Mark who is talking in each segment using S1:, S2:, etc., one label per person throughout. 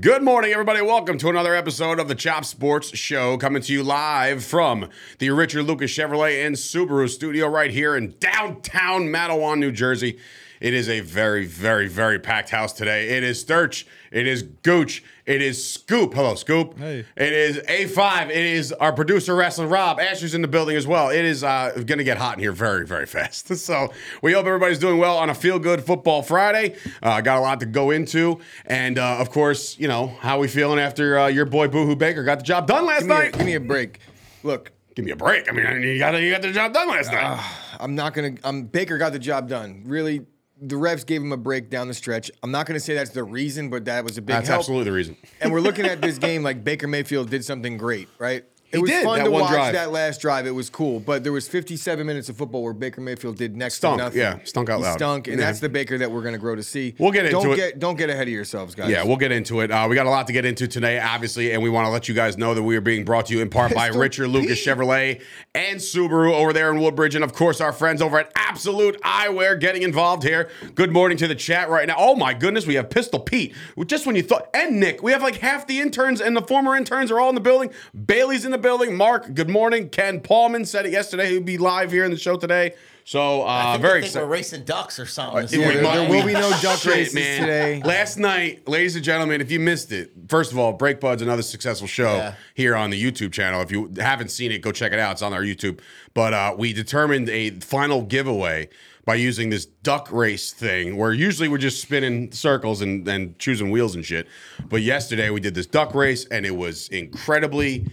S1: Good morning, everybody. Welcome to another episode of the Chop Sports Show, coming to you live from the Richard Lucas Chevrolet and Subaru studio right here in downtown Mattawan, New Jersey. It is a very, very, very packed house today. It is Sturch. It is Gooch. It is Scoop. Hello, Scoop.
S2: Hey.
S1: It is A5. It is our producer, Wrestling Rob. Asher's in the building as well. It is uh, going to get hot in here very, very fast. So we hope everybody's doing well on a feel good football Friday. Uh, got a lot to go into. And uh, of course, you know, how we feeling after uh, your boy Boohoo Baker got the job done last
S2: Give me, a,
S1: night?
S2: give me a break. Look,
S1: give me a break. I mean, I mean, you got, you got the job done last night.
S2: I'm not gonna. Um, Baker got the job done. Really, the refs gave him a break down the stretch. I'm not gonna say that's the reason, but that was a big
S1: That's
S2: help.
S1: absolutely the reason.
S2: And we're looking at this game like Baker Mayfield did something great, right? It
S1: He
S2: was
S1: did,
S2: fun
S1: that
S2: to
S1: one
S2: watch
S1: drive.
S2: that last drive. It was cool, but there was 57 minutes of football where Baker Mayfield did next
S1: Stunk,
S2: to nothing.
S1: yeah, stunk out
S2: He
S1: loud.
S2: Stunk, and
S1: Yeah.
S2: that's the Baker that we're gonna grow to see.
S1: We'll get
S2: don't
S1: into it.
S2: Get, don't get ahead of yourselves, guys.
S1: Yeah, we'll get into it. Uh, we got a lot to get into today, obviously, and we want to let you guys know that we are being brought to you in part by
S2: Pistol
S1: Richard Lucas
S2: Pete.
S1: Chevrolet and Subaru over there in Woodbridge, and of course our friends over at Absolute Eyewear getting involved here. Good morning to the chat right now. Oh my goodness, we have Pistol Pete. Just when you thought, and Nick, we have like half the interns and the former interns are all in the building. Bailey's in the building. Mark, good morning. Ken Paulman said it yesterday. He'll be live here in the show today. So uh,
S3: I think
S1: very Uh,
S3: they think we're
S1: excited.
S3: racing ducks or something. this
S2: Yeah,
S3: morning.
S2: there- there will be no duck
S1: Shit,
S2: races today.
S1: Last night, ladies and gentlemen, if you missed it, first of all, Break Bud's another successful show
S3: Yeah.
S1: here on the YouTube channel. If you haven't seen it, go check it out. It's on our YouTube. But uh, we determined a final giveaway by using this duck race thing where usually we're just spinning circles and, and choosing wheels and shit. But yesterday we did this duck race and it was incredibly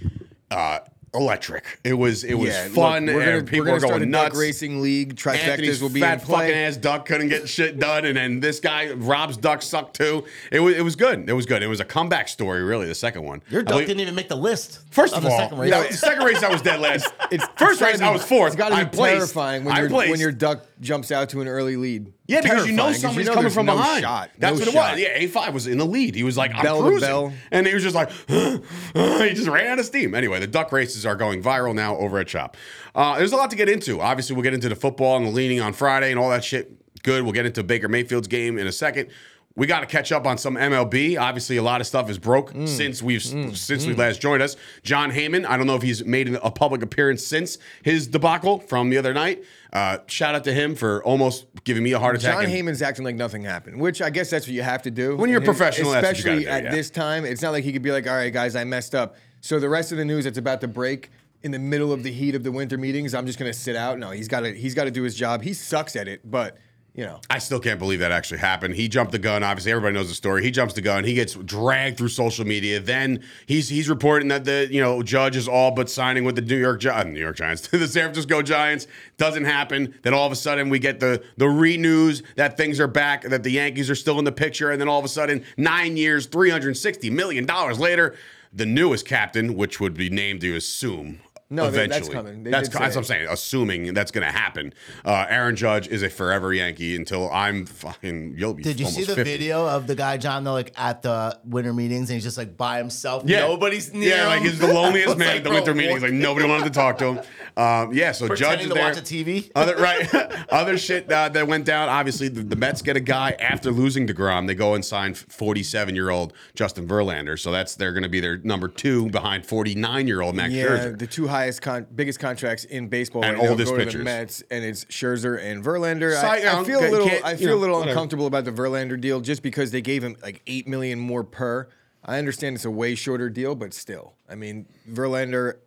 S1: uh, electric. It was it was
S2: look,
S1: fun
S2: we're gonna,
S1: and people
S2: we're gonna
S1: were going
S2: start a
S1: nuts.
S2: Duck racing league.
S1: Anthony's
S2: Trifectas will be
S1: fat
S2: in play.
S1: fucking ass duck couldn't get shit done, and then this guy Rob's duck sucked too. It was it was good. It was good. It was a comeback story, really. The second one.
S3: Your
S1: I
S3: duck
S1: believe-
S3: didn't even make the list.
S1: First
S3: on
S1: of
S3: the
S1: all,
S3: second
S1: no,
S3: race.
S1: the second race I was dead last.
S2: it's
S1: First
S2: gotta
S1: race
S2: be-
S1: I was fourth.
S2: It's got to be
S1: I placed.
S2: terrifying when,
S1: I
S2: your-
S1: placed.
S2: when your duck jumps out to an early lead.
S1: yeah, because you know
S2: Terrifying, 'cause
S1: somebody's
S2: know
S1: coming
S2: there's
S1: from
S2: no
S1: behind.
S2: Shot,
S1: That's
S2: no
S1: what it
S2: shot.
S1: was. Yeah, A five was in the lead. He was like, I'm
S2: Bell to
S1: cruising,
S2: bell.
S1: and he was just like, and he just ran out of steam. Anyway, the duck races are going viral now over at Chop. Uh, there's a lot to get into. Obviously, we'll get into the football and the leaning on Friday and all that shit. Good. We'll get into Baker Mayfield's game in a second. We got to catch up on some MLB. Obviously, a lot of stuff is broke since we've since we last joined us. John Heyman. I don't know if he's made an- a public appearance since his debacle from the other night. Uh, shout out to him for almost giving me a heart attack.
S2: John
S1: and-
S2: Heyman's acting like nothing happened, which I guess that's what you have to do.
S1: When you're a
S2: And his-
S1: professional, that's what you
S2: especially
S1: gotta do,
S2: at
S1: yeah.
S2: this time. It's not like he could be like, "All right, guys, I messed up." So the rest of the news that's about to break in the middle of the heat of the winter meetings, I'm just going to sit out. No, he's got to he's got to do his job. He sucks at it, but you know.
S1: I still can't believe that actually happened. He jumped the gun. Obviously, everybody knows the story. He jumps the gun. He gets dragged through social media. Then he's he's reporting that the you know judge is all but signing with the New York Gi- uh, New York Giants, the San Francisco Giants. Doesn't happen. Then all of a sudden we get the the re news that things are back, that the Yankees are still in the picture, and then all of a sudden nine years, three hundred sixty million dollars later, the newest captain, which would be named, you assume.
S2: No, they-
S1: eventually.
S2: that's coming. They
S1: That's co-
S2: did say
S1: that's
S2: it.
S1: what I'm saying, assuming that's going to happen. Uh, Aaron Judge is a forever Yankee until I'm fucking. You'll be.
S3: Did you see
S1: almost
S3: the
S1: 50.
S3: video of the guy John though, like at the winter meetings, and he's just like by himself. Nobody's near.
S1: Yeah, like
S3: him.
S1: he's the
S3: I
S1: loneliest
S3: was
S1: man
S3: like,
S1: at the
S3: bro,
S1: winter meetings.
S3: what-
S1: Like nobody wanted to talk to him. Um, yeah, so Judge
S3: pretending
S1: is
S3: to
S1: there.
S3: watch a TV.
S1: Other right, other shit uh, that went down. Obviously, the, the Mets get a guy after losing Degrom. They go and sign 47 year old Justin Verlander. So that's they're going to be their number two behind 49 year old Max
S2: Yeah,
S1: Scherzer.
S2: the two highest, con- biggest contracts in baseball,
S1: And
S2: right now
S1: oldest
S2: go to the
S1: pitchers.
S2: Mets, and it's Scherzer and Verlander.
S1: Cy
S2: I, I
S1: Young,
S2: feel a
S1: can't-
S2: little,
S1: can't-
S2: I
S1: you
S2: feel
S1: know,
S2: a little
S1: whatever.
S2: uncomfortable about the Verlander deal, just because they gave him like eight million more per. I understand it's a way shorter deal, but still, I mean, Verlander,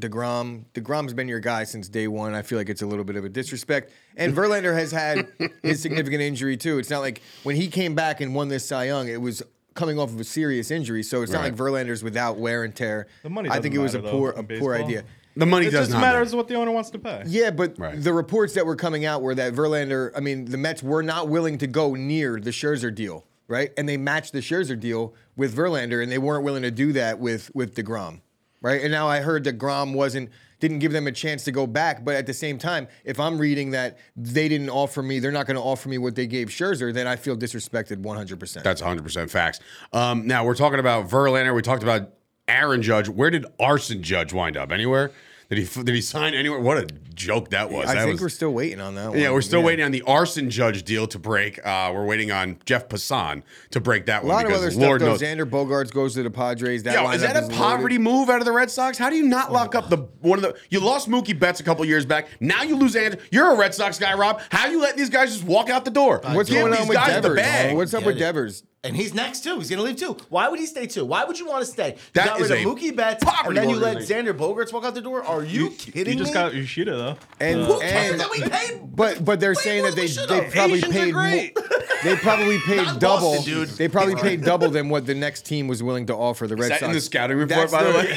S2: Degrom, Degrom's been your guy since day one. I feel like it's a little bit of a disrespect, and Verlander has had his significant injury too. It's not like when he came back and won this Cy Young, it was. Coming off of a serious injury, so it's not
S1: Right.
S2: like Verlander's without wear and tear.
S4: The money
S2: I think it
S4: doesn't
S2: was a
S4: matter,
S2: poor,
S4: though,
S2: a
S4: in
S2: poor
S4: baseball.
S2: idea.
S1: the money
S4: It
S1: does
S4: just
S1: not matter.
S4: matters what the owner wants to pay.
S2: Yeah, but
S1: Right.
S2: the reports that were coming out were that Verlander, I mean, the Mets were not willing to go near the Scherzer deal, right? And they matched the Scherzer deal with Verlander, and they weren't willing to do that with with Degrom, right? And now I heard that Grom wasn't didn't give them a chance to go back. But at the same time, if I'm reading that they didn't offer me, they're not going to offer me what they gave Scherzer, then I feel disrespected 100%.
S1: That's 100% facts. Um, now, we're talking about Verlander. We talked about Aaron Judge. Where did Arson Judge wind up? Anywhere? Did he did he sign anywhere? What a joke that was.
S2: I
S1: That
S2: think
S1: was-
S2: we're still waiting on that one.
S1: yeah, we're still waiting on the arson judge deal to break. Uh, we're waiting on Jeff Passan to break that
S2: A
S1: one
S2: lot of
S1: because
S2: other
S1: Lord
S2: stuff,
S1: knows.
S2: though. Xander Bogarts goes to the Padres. That
S1: Yo, is
S2: lineup
S1: that a
S2: loaded. Oh,
S1: poverty move out of the Red Sox? How do you not lock up the one of the? You lost Mookie Betts a couple years back. Now you lose Andrew. You're a Red Sox guy, Rob. How you let these guys just walk out the door?
S2: What's
S1: Give
S2: Uh, going
S1: these
S2: on with
S1: guys
S2: Devers?
S1: The bag.
S2: What's up
S3: Get
S2: with
S3: it.
S2: Devers?
S3: And he's next too. He's gonna leave too. Why would he stay too? Why would you want to stay? You
S1: That
S3: got
S1: is
S3: rid
S1: a
S3: of Mookie Betts,
S1: poverty
S3: and then you let
S1: organization.
S3: Xander Bogarts walk out the door. Are you, kidding
S4: You just
S3: me?
S4: got Yoshida though.
S2: And,
S3: Who cares
S2: and
S3: that we paid?
S2: but but they're
S3: Way
S2: saying
S3: more
S2: that
S3: than
S2: they
S3: we should've.
S2: they probably
S3: Asians are
S2: paid
S3: great.
S2: mo- they probably paid
S3: Boston,
S2: double.
S3: dude.
S2: They probably paid double than what the next team was willing to offer. The Red
S1: that
S2: Sox.
S1: in the scouting report, by the way?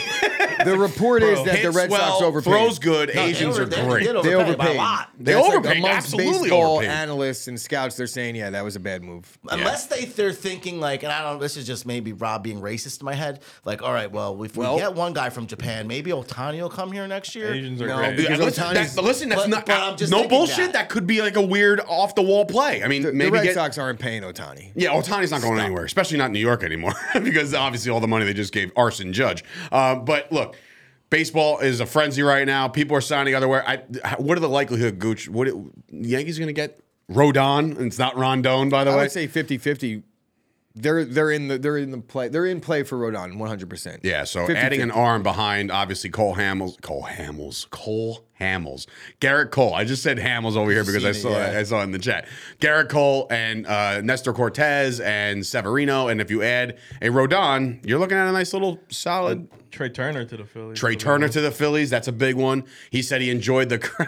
S2: the report is that the
S1: Hits
S2: Red Sox
S1: well,
S2: overpaid.
S1: Throws good.
S3: No, they
S1: Asians
S3: over-
S1: are
S3: they-
S1: great.
S3: They did
S2: They
S3: overpay by
S2: overpaid.
S3: a lot.
S1: They
S2: That's
S1: overpaid,
S2: amongst
S1: absolutely
S2: baseball
S1: overpaid.
S2: analysts and scouts, they're saying, yeah, that was a bad move.
S3: Unless they they're thinking like, and I don't. This is just maybe Rob being racist in my head. Like, all right, well, if
S2: Well-
S3: we get one guy from Japan, maybe Otani will come here next year.
S4: Asians are
S2: No,
S4: great.
S2: because
S1: Yeah, listen,
S2: Ohtani's-
S1: that, listen, that's
S3: But-
S1: not
S3: but I'm just
S1: no
S3: thinking
S1: bullshit. That.
S3: that.
S1: could be like a weird off the wall play. I mean,
S2: The, the
S1: maybe
S2: Red
S1: get,
S2: Sox aren't paying Otani.
S1: Yeah, Otani's not going anywhere, especially not in New York anymore, because obviously all the money they just gave Arson Judge. Uh, but look, baseball is a frenzy right now. People are signing otherwhere. I, what are the likelihood, Gooch? What it, Yankees going to get Rodon? And it's not Rondon, by the
S2: I
S1: way.
S2: would say 50-50. They're they're in the they're in the play they're in play for Rodon 100. percent
S1: Yeah, so adding an arm behind obviously Cole Hamels, Cole Hamels, Cole Hamels, Garrett Cole. I just said Hamels over here because I saw
S2: seen it, yeah.
S1: I saw it in the chat. Garrett Cole and uh, Nestor Cortez and Severino, and if you add a Rodon, you're looking at a nice little solid
S4: Trey Turner to the Phillies.
S1: Trey Turner to the Phillies. That's a big one. He said he enjoyed the crowd.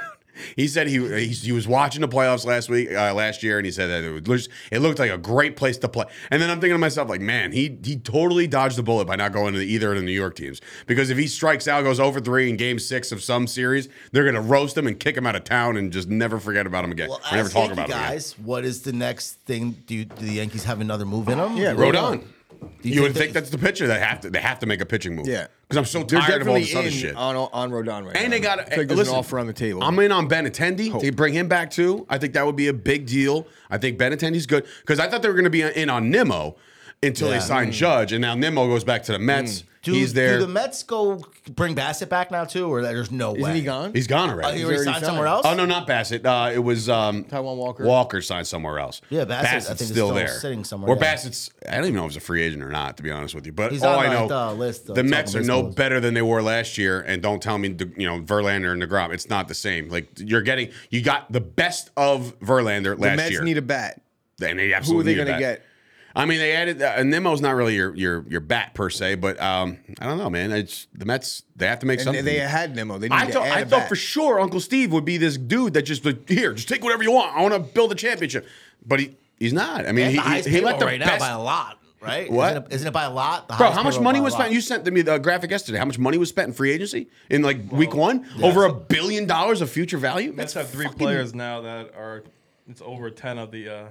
S1: He said he he, he was watching the playoffs last week, uh, last year, and he said that it, was, it looked like a great place to play. And then I'm thinking to myself, like, man, he he totally dodged the bullet by not going to either of the New York teams because if he strikes out, goes over three in Game Six of some series, they're gonna roast him and kick him out of town and just never forget about him again.
S3: Well,
S1: Or never
S3: ask
S1: talk
S3: Yankee
S1: about him. Again.
S3: guys, what is the next thing? Do, you, do the Yankees have another move in them?
S2: Yeah,
S1: Rodon.
S3: Do
S1: You,
S3: you
S1: would
S3: think
S1: think
S3: they-
S1: that's the pitcher. They have to. They have to make a pitching move.
S2: Yeah.
S1: because I'm so
S2: They're
S1: tired of all
S2: definitely
S1: this other
S2: in
S1: shit.
S2: on on Rodon right now.
S1: And they got
S2: I think there's
S1: listen,
S2: an offer on the table.
S1: I'm in on Ben Attendee to bring him back too. I think that would be a big deal. I think Ben Attendee's good because I thought they were going to be in on Nimmo until they
S3: Yeah.
S1: signed Judge, and now Nimmo goes back to the Mets.
S3: Hmm. Do,
S1: He's there.
S3: Do the Mets go bring Bassett back now too, or there's no way?
S2: Isn't he gone?
S1: He's gone
S3: Oh, he
S1: already.
S3: already
S2: already
S3: signed,
S2: signed.
S3: somewhere else.
S1: Oh no, not Bassett. Uh, it was um,
S2: Taiwan Walker.
S1: Walker signed somewhere else.
S3: Yeah, Bassett, I
S1: Bassett's
S3: think, is
S1: still,
S3: still
S1: there,
S3: sitting somewhere,
S1: Or
S3: yeah.
S1: Bassett's. I don't even know if he's a free agent or not, to be honest with you. But
S3: He's
S1: all
S3: on,
S1: I know,
S3: like, the list of
S1: the
S3: top
S1: Mets are
S3: of
S1: no
S3: baseball.
S1: better than they were last year. And don't tell me, you know, Verlander and Degrom. It's not the same. Like you're getting, you got the best of Verlander
S2: the
S1: last
S2: Mets
S1: year.
S2: need a bat.
S1: and they
S2: Who are
S1: absolutely
S2: they
S1: need
S2: going to
S1: a bat.
S2: get?
S1: I mean, they added uh, Nemo's not really your your your bat per se, but um, I don't know, man. It's the Mets. They have to make
S2: And they,
S1: something.
S2: they had Nemo. They need
S1: I
S2: to
S1: thought,
S2: add
S1: I
S2: a
S1: thought
S2: bat.
S1: for sure Uncle Steve would be this dude that just like, here, just take whatever you want. I want to build a championship, but he he's not. I mean,
S3: That's
S1: he,
S3: the highest
S1: he, he
S3: payroll
S1: let the
S3: right
S1: best.
S3: now by a lot, right?
S1: What?
S3: Isn't it, isn't it by a lot? The
S1: Bro,
S3: highest
S1: how much
S3: payroll
S1: money
S3: by a
S1: was
S3: lot.
S1: spent? You sent me the uh, graphic yesterday. How much money was spent in free agency in like week one? Over a billion dollars of future value.
S4: Mets have three
S1: fucking-
S4: players now that are. It's over ten of the, uh,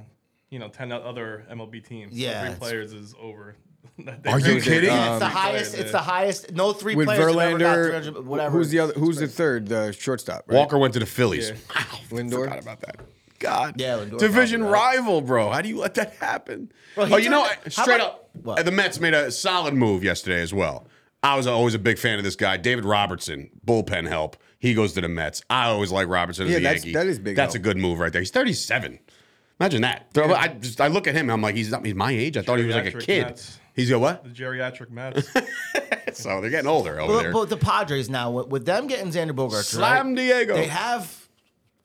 S4: you know, ten other MLB teams. So
S3: Yeah,
S4: three
S3: it's-
S4: players is over. that
S1: Are you
S4: they're-
S1: kidding?
S3: Uh, it's the
S4: Three
S3: highest.
S4: players,
S3: It's
S4: yeah.
S3: the highest. No three
S2: with
S3: players have ever got
S2: Verlander.
S3: 300 whatever.
S2: Who's the other? Who's the third? The shortstop. Right?
S1: Walker went to the Phillies.
S4: Yeah.
S2: Lindor.
S1: Forgot about that. God.
S3: Yeah, Lindor
S1: Division
S3: probably, right?
S1: rival, bro. How do you let that happen?
S3: Bro, he
S1: oh, you know,
S3: turned-
S1: I-
S3: how
S1: straight
S3: about-
S1: up,
S3: What?
S1: uh, the Mets made a solid move yesterday as well. I was always a big fan of this guy, David Robertson, bullpen help. He goes to the Mets. I always like Robertson as
S2: Yeah,
S1: a
S2: that's-
S1: Yankee.
S2: that is big
S1: That's
S2: help.
S1: a good move right there. He's 37. Imagine that. I just I look at him. I'm like, he's not he's my age. I thought he was like a
S4: Geriatric
S1: kid.
S4: Mets.
S1: He's go what?
S4: The geriatric Mets.
S1: So they're getting older over
S3: But,
S1: there.
S3: but the Padres now with, with them getting Xander Bogarts,
S1: Slam
S3: right,
S1: Diego.
S3: They have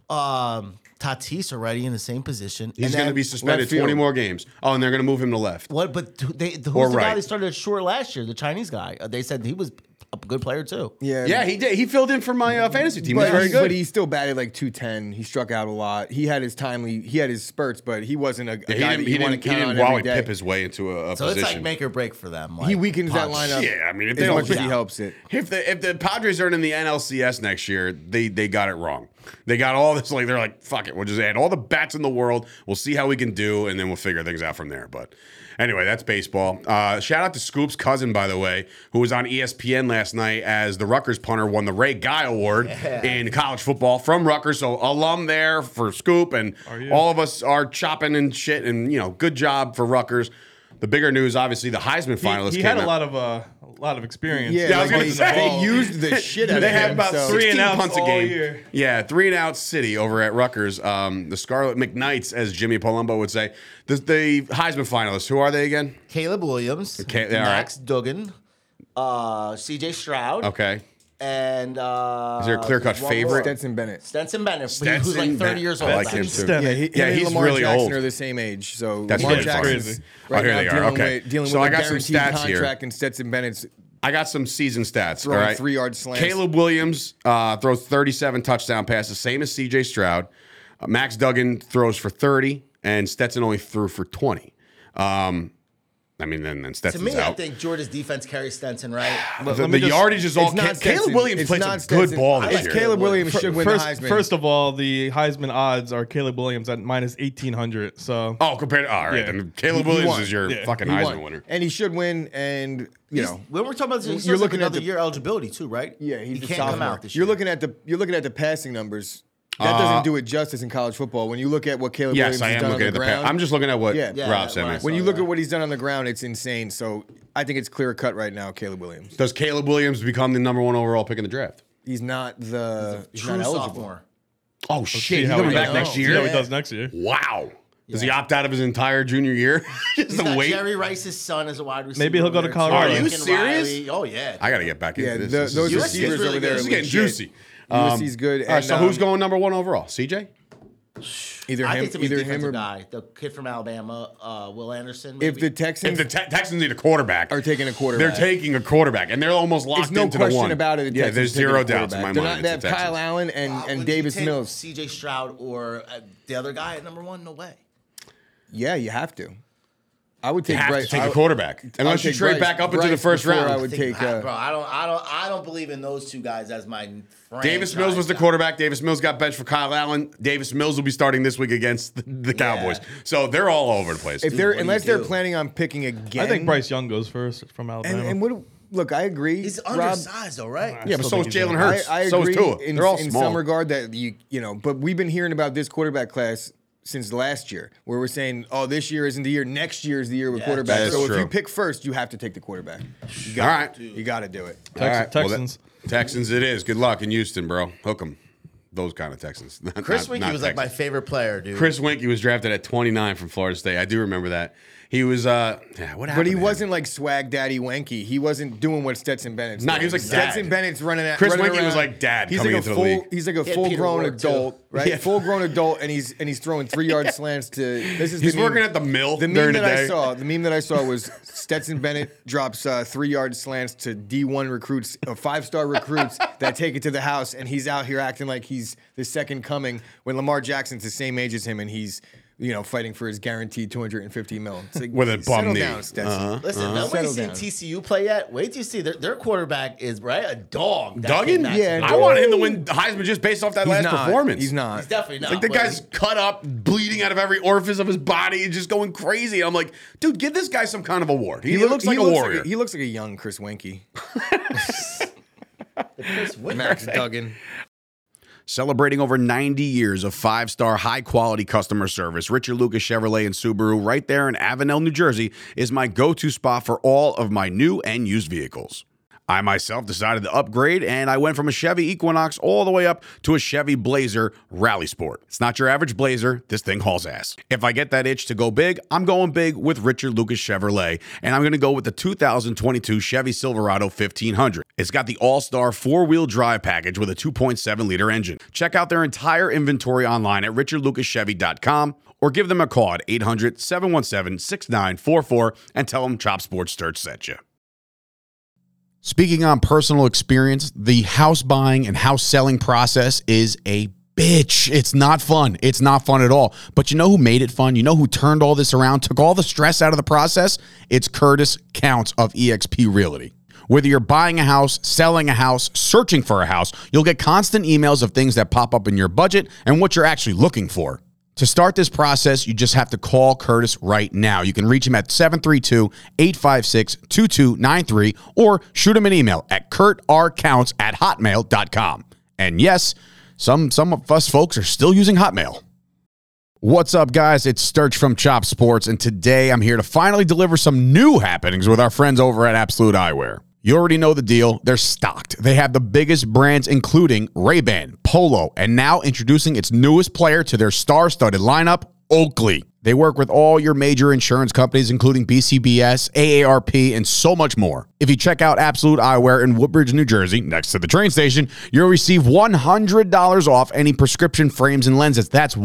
S3: um, Tatis already in the same position.
S1: He's
S3: and
S1: going to
S3: then-
S1: be suspended
S2: left field.
S1: 20 more games. Oh, and they're going to move him to left.
S3: What? But who- they, the, who's
S1: Or
S3: the
S1: right.
S3: guy they started at short last year? The Chinese guy. Uh, They said he was a good player too.
S2: Yeah.
S1: Yeah, he did. He filled in for my uh, fantasy team.
S2: But,
S1: He's very
S2: he-
S1: good.
S2: but he still batted like 210. He struck out a lot. He had his timely. He had his spurts, but he wasn't a, a
S1: Yeah, he
S2: guy
S1: didn't,
S2: that
S1: he
S2: you want to
S1: didn't, he
S2: count
S1: didn't
S2: on every
S1: Wally
S2: day.
S1: Pip his way into a, a
S3: So
S1: position.
S3: it's like make or break for them. Like,
S2: he weakens that
S3: Padres.
S2: lineup.
S1: yeah, I mean, if
S2: as
S1: they don't,
S2: much as he helps it.
S1: if the if the Padres are in the NLCS next year, they they got it wrong. They got all this like they're like fuck it. We'll just add all the bats in the world. We'll see how we can do, and then we'll figure things out from there. But anyway, that's baseball. Uh, shout out to Scoop's cousin by the way, who was on E ESPN last night as the Rutgers punter won the Ray Guy Award in college football from Rutgers. So alum there for Scoop, and all of us are chopping and shit. And you know, good job for Rutgers. The bigger news, obviously, the Heisman finalist.
S4: He, he
S1: came
S4: had a
S1: out.
S4: lot of uh, a lot of experience.
S2: Yeah,
S1: Yeah, I was
S4: like,
S1: gonna
S2: they,
S4: in the
S1: say,
S4: ball.
S2: they used the shit out
S1: They
S2: of
S1: had
S2: him,
S1: about
S2: so-
S1: three and
S4: 16
S1: outs
S4: punts
S1: a
S4: all
S1: game.
S4: year.
S1: Yeah, three and out city over at Rutgers. Um, the Scarlet McKnights, as Jimmy Palumbo would say, the, the Heisman finalists. Who are they again?
S3: Caleb Williams,
S1: Okay, all right.
S3: Max Duggan, uh, C.J. Stroud,
S1: Okay,
S3: and uh,
S1: is there a clear cut
S3: one more.
S1: favorite?
S2: Stetson Bennett.
S3: Stenson Bennett, who's
S1: Stetson
S3: like 30
S1: Bennett.
S3: years
S1: I
S3: old.
S1: like him
S3: actually.
S1: too.
S4: Stetson.
S2: Yeah, he, him
S1: Yeah,
S2: and
S1: he's
S2: Lamar
S1: really
S2: Jackson
S1: old.
S2: are the same age. So
S1: That's
S2: Lamar
S1: really
S2: Jackson
S4: crazy.
S1: Oh, here
S2: now
S1: they are.
S2: dealing
S1: Okay.
S2: with dealing
S1: So
S2: with
S1: I
S2: a
S1: got some
S2: guaranteed
S1: stats here.
S2: contract and Stetson Bennett's
S1: I got some season stats.
S2: Throwing
S1: all right?
S2: three-yard slants.
S1: Caleb Williams uh, throws 37 touchdown passes, same as C.J. Stroud. Uh, Max Duggan throws for 30, and Stetson only threw for 20. Um, I mean, then, then
S3: To
S1: Stetson's
S3: me,
S1: out.
S3: I think Georgia's defense carries Stenson, right?
S1: the
S4: let me
S1: the
S4: just-
S1: yardage is all.
S2: it's not
S1: Caleb
S2: Stetson.
S1: Williams
S2: It's
S1: played
S2: not
S1: some good
S2: Stetson.
S1: ball
S3: I
S1: this
S3: like
S1: year.
S2: Caleb Williams
S3: Fir-
S2: should win
S4: First,
S2: the Heisman.
S4: first of all, the Heisman odds are Caleb Williams at minus eighteen hundred. So
S1: Oh, compared to all right,
S4: Yeah.
S1: then Caleb
S2: He- he
S1: Williams
S2: won.
S1: is your
S4: Yeah.
S1: fucking
S2: He
S1: Heisman
S2: won.
S1: winner.
S2: and he should win. And you know,
S3: When we're talking about this,
S2: You're
S3: you're
S2: looking at
S3: looking another
S2: the-
S3: year eligibility too, right?
S2: yeah,
S3: he
S2: he's a
S3: can't
S2: sophomore.
S3: come out this year.
S2: You're looking at the you're looking at the passing numbers. That
S1: Uh,
S2: doesn't do it justice in college football. When you look at what Caleb
S1: Yes,
S2: Williams
S1: I
S2: has
S1: am
S2: done on
S1: looking
S2: the
S1: at the. Pa-
S2: ground,
S1: I'm just looking at what
S2: Yeah.
S3: Yeah,
S1: Rob
S3: that's
S1: sent
S3: what
S1: me.
S3: I saw.
S2: when you
S3: Oh,
S2: look
S3: yeah.
S2: at what he's done on the ground, it's insane. So I think it's clear cut right now. Caleb Williams.
S1: Does Caleb Williams become the number one overall pick in the draft?
S2: He's not the he's,
S3: True
S2: not eligible.
S3: sophomore.
S1: Oh shit! He's
S4: how
S1: coming
S4: he
S1: back
S4: does.
S1: next
S4: See
S1: year.
S4: how he does next year.
S1: Wow. Does he opt out of his entire junior year? Just
S3: He's
S1: to
S3: got
S1: wait.
S3: Jerry Rice's son as a wide receiver.
S4: Maybe he'll go to
S3: It's
S1: Are
S4: Colorado.
S1: you
S3: Lincoln
S1: serious?
S3: Riley. Oh yeah.
S1: I got to get back into
S2: Yeah,
S1: this.
S2: the-
S1: this
S2: those
S1: is,
S3: USC is
S2: receivers
S3: really
S2: over there.
S3: good.
S1: this
S2: are
S1: is getting
S2: legit.
S1: juicy.
S2: USC's good.
S1: All right, so
S2: and,
S1: who's
S2: um,
S1: going number one overall? CJ.
S2: Either
S3: I
S2: him,
S3: think to be
S2: either him
S3: defensive
S2: or
S3: guy, the kid from Alabama, uh, Will Anderson.
S2: if the
S3: maybe.
S1: If
S2: Texans
S1: the Te- Texans need a quarterback,
S2: are taking a
S1: they're
S2: quarterback,
S1: taking a quarterback, and they're almost locked
S2: There's no
S1: into the
S2: question
S1: one.
S2: about it. the
S1: yeah, there's
S2: Texans are taking
S1: zero
S2: a
S1: doubts in my
S2: quarterback.
S1: mind.
S2: They're
S1: it's
S2: Not, they have
S1: the Texans.
S2: Kyle Allen and,
S3: Uh,
S2: and
S3: would you
S2: Davis
S3: take
S2: Mills.
S3: C.J. Stroud, or uh, the other guy at number one. No way.
S2: Yeah, you have to. I would
S1: You
S2: take
S1: have
S2: Bryce.
S1: to take
S2: I
S1: a
S2: would-
S1: quarterback
S2: I would
S1: unless you
S2: take
S1: trade
S2: Bryce-
S1: back up into the
S2: Bryce
S1: first
S2: before
S1: round.
S2: I would take.
S3: Ah,
S2: Uh,
S3: bro, I don't, I don't, I don't believe in those two guys as my.
S1: Davis
S3: franchise
S1: Mills was the
S3: guy.
S1: quarterback. Davis Mills got benched for Kyle Allen. Davis Mills will be starting this week against the, the Cowboys. So they're all over the place.
S2: if they're
S3: do you
S2: unless they're
S3: do?
S2: planning on picking again,
S4: I think Bryce Young goes first from Alabama.
S2: And, and what? Look, I agree.
S3: He's
S2: Rob,
S3: undersized though, right?
S1: yeah, but so
S4: still
S1: is
S4: think he's
S1: Jalen
S4: gonna-
S2: I,
S1: Hurts.
S2: I
S1: so
S2: agree
S1: is Tua.
S2: in,
S1: they're all
S2: in
S1: small.
S2: some regard that you you know, but we've been hearing about this quarterback class since last year, where we're saying, oh, this year isn't the year, next year is the year with
S3: Yeah,
S2: quarterbacks.
S1: that is
S2: so
S1: true.
S2: if you pick first, you have to take the quarterback. You
S1: all
S2: gotta,
S1: right.
S2: you got to do it.
S1: All right.
S4: Texas,
S1: Well, that-
S4: Texans.
S1: Texans it is. Good luck in Houston, bro. Hook 'em. Those kind of Texans. Not-
S3: Chris
S1: not-
S3: Winkie
S1: not
S3: was like my
S1: Texans.
S3: favorite player, dude.
S1: Chris Winkie was drafted at 29 from Florida State. I do remember that. He was uh yeah, what happened?
S2: But he
S1: to him?
S2: wasn't like swag daddy wanky. He wasn't doing what Stetson Bennett's.
S1: Nah,
S2: doing.
S1: he was like
S2: Stetson
S1: dad.
S2: Bennett's running at
S1: Chris
S2: running
S1: Weinke was
S2: around.
S1: like dad
S2: He's
S1: coming
S2: like
S1: into
S2: a
S1: the
S2: full,
S1: league.
S2: He's like a
S3: He had
S2: full
S3: Peter
S2: grown
S3: Ward, too.
S2: adult, right?
S1: Yeah.
S2: Full grown adult, and he's and he's throwing three yard slants to. This is
S1: He's
S2: the meme-
S1: working at the mill
S2: The meme
S1: during the
S2: that
S1: day.
S2: I saw. Uh, The meme that I saw was Stetson Bennett drops uh, three yard slants to D one recruits, uh, five star recruits that take it to the house, and he's out here acting like he's the second coming when Lamar Jackson's the same age as him, and he's. You know, fighting for his guaranteed 250 mil. It's like,
S1: With a bum
S2: settle
S1: knee.
S2: down, Stetson.
S1: Uh-huh.
S3: Listen, nobody's
S2: Settle
S3: seen
S2: down.
S3: TCU play yet. Wait till you see their, their quarterback is right a dog. That
S1: Duggan?
S3: kid, that's-
S2: Yeah.
S1: I wanted him to win Heisman just based off that
S2: He's
S1: last
S2: not.
S1: performance.
S2: He's not.
S3: he's definitely not.
S1: Like the
S3: but
S1: guy's cut up, bleeding out of every orifice of his body, and just going crazy. I'm like, dude, give this guy some kind of award. He,
S2: look-
S1: looks like a warrior.
S2: he looks like a young Chris Wenke.
S3: Chris Winkie-
S2: Max Duggan.
S1: Celebrating over 90 years of five star, high quality customer service, Richard Lucas Chevrolet and Subaru, right there in Avenel, New Jersey, is my go to spot for all of my new and used vehicles. I myself decided to upgrade and I went from a Chevy Equinox all the way up to a Chevy Blazer Rally Sport. It's not your average Blazer, this thing hauls ass. If I get that itch to go big, I'm going big with Richard Lucas Chevrolet and I'm going to go with the 2022 Chevy Silverado 1500. It's got the all star four wheel drive package with a 2.7 liter engine. Check out their entire inventory online at richardlucaschevy.com or give them a call at 800 717 6944 and tell them Chop Sports Church sent you. Speaking on personal experience, the house buying and house selling process is a bitch. It's not fun. It's not fun at all. But you know who made it fun? You know who turned all this around, took all the stress out of the process? It's Curtis Counts of eXp Realty. Whether you're buying a house, selling a house, searching for a house, you'll get constant emails of things that pop up in your budget and what you're actually looking for. To start this process, you just have to call Curtis right now. You can reach him at 732 856 2293 or shoot him an email at curtrcounts at hotmail.com. And yes, some, some of us folks are still using Hotmail. What's up, guys? It's Sturch from Chop Sports, and today I'm here to finally deliver some new happenings with our friends over at Absolute Eyewear. You already know the deal. They're stocked. They have the biggest brands, including Ray-Ban, Polo, and now introducing its newest player to their star-studded lineup, Oakley. They work with all your major insurance companies, including BCBS, AARP, and so much more. If you check out Absolute Eyewear in Woodbridge, New Jersey, next to the train station, you'll receive $100 off any prescription frames and lenses. That's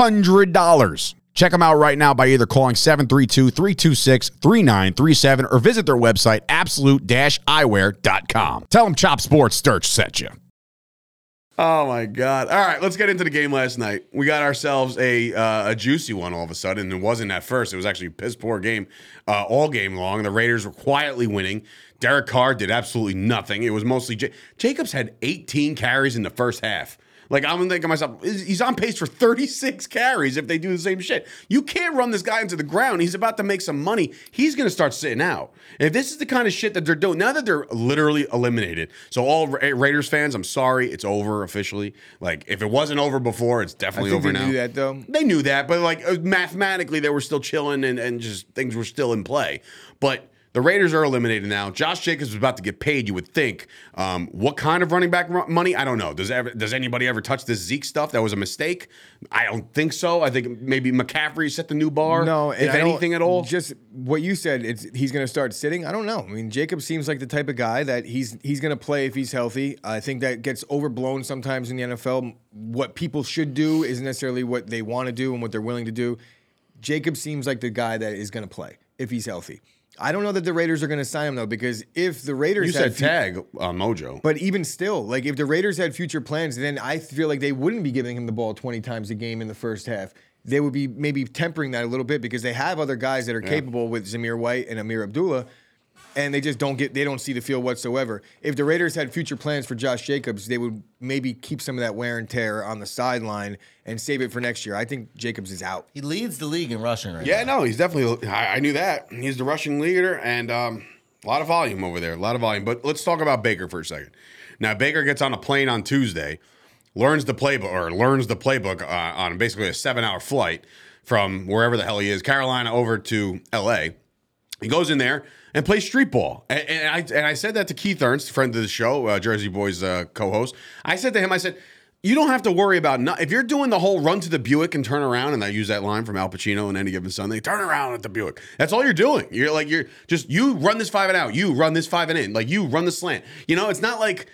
S1: $100. Check them out right now by either calling 732 326 3937 or visit their website, absolute eyewear.com. Tell them Chop Sports Sturch sent you. Oh my god! All right, let's get into the game last night. We got ourselves a uh, a juicy one all of a sudden. It wasn't at first. It was actually a piss poor game uh, all game long. The Raiders were quietly winning. Derek Carr did absolutely nothing. It was mostly Ja- Jacobs had 18 carries in the first half. Like I'm thinking to myself, is- he's on pace for 36 carries if they do the same shit. You can't run this guy into the ground. He's about to make some money. He's going to start sitting out. If this is the kind of shit that they're doing, now that they're literally eliminated. So all Ra- Raiders fans, I'm sorry, it's over officially. Like if it wasn't over before, it's
S2: I
S1: definitely
S2: think
S1: over
S2: they
S1: now.
S2: knew that though.
S1: They knew that, but like uh, mathematically, they were still chilling and, and just things were still in play. But the Raiders are eliminated now. Josh Jacobs is about to get paid, you would think. Um, what kind of running back ro- money? I don't know. Does ever, does anybody ever touch this Zeke stuff? That was a mistake. I don't think so. I think maybe McCaffrey set the new bar.
S2: No, and
S1: if
S2: I don't-
S1: anything at all.
S2: Just what you said. It's he's going to start sitting. I don't know. I mean, Jacob seems like the type of guy that he's he's going to play if he's healthy. I think that gets overblown sometimes in the NFL. What people should do isn't necessarily what they want to do and what they're willing to do. Jacob seems like the guy that is going to play if he's healthy. I don't know that the Raiders are going to sign him though, because if the Raiders
S1: you
S2: had
S1: said
S2: fu-
S1: tag uh, Mojo.
S2: But even still, like if the Raiders had future plans, then I feel like they wouldn't be giving him the ball 20 times a game in the first half. They would be maybe tempering that a little bit because they have other guys that are capable with Zamir White and Amir Abdullah, and they just don't get they don't see the field whatsoever. If the Raiders had future plans for Josh Jacobs, they would maybe keep some of that wear and tear on the sideline and save it for next year. I think Jacobs is out.
S3: He leads the league in rushing right
S1: yeah, no, he's definitely. I, I knew that. He's the rushing leader, and um, a lot of volume over there. A lot of volume. But let's talk about Baker for a second. Now, Baker gets on a plane on Tuesday, learns the playbook, or learns the playbook uh, on basically a seven-hour flight from wherever the hell he is, Carolina, over to L.A. He goes in there and plays street ball. And, and I and I said that to Keith Ernst, friend of the show, uh, Jersey Boys uh, co-host. I said to him, I said, "You don't have to worry about no- if you're doing the whole run to the Buick and turn around." And I use that line from Al Pacino in Any Given Sunday: "Turn around at the Buick." That's all you're doing. You're like you're just you run this five and out, you run this five and in, like you run the slant. You know, it's not like.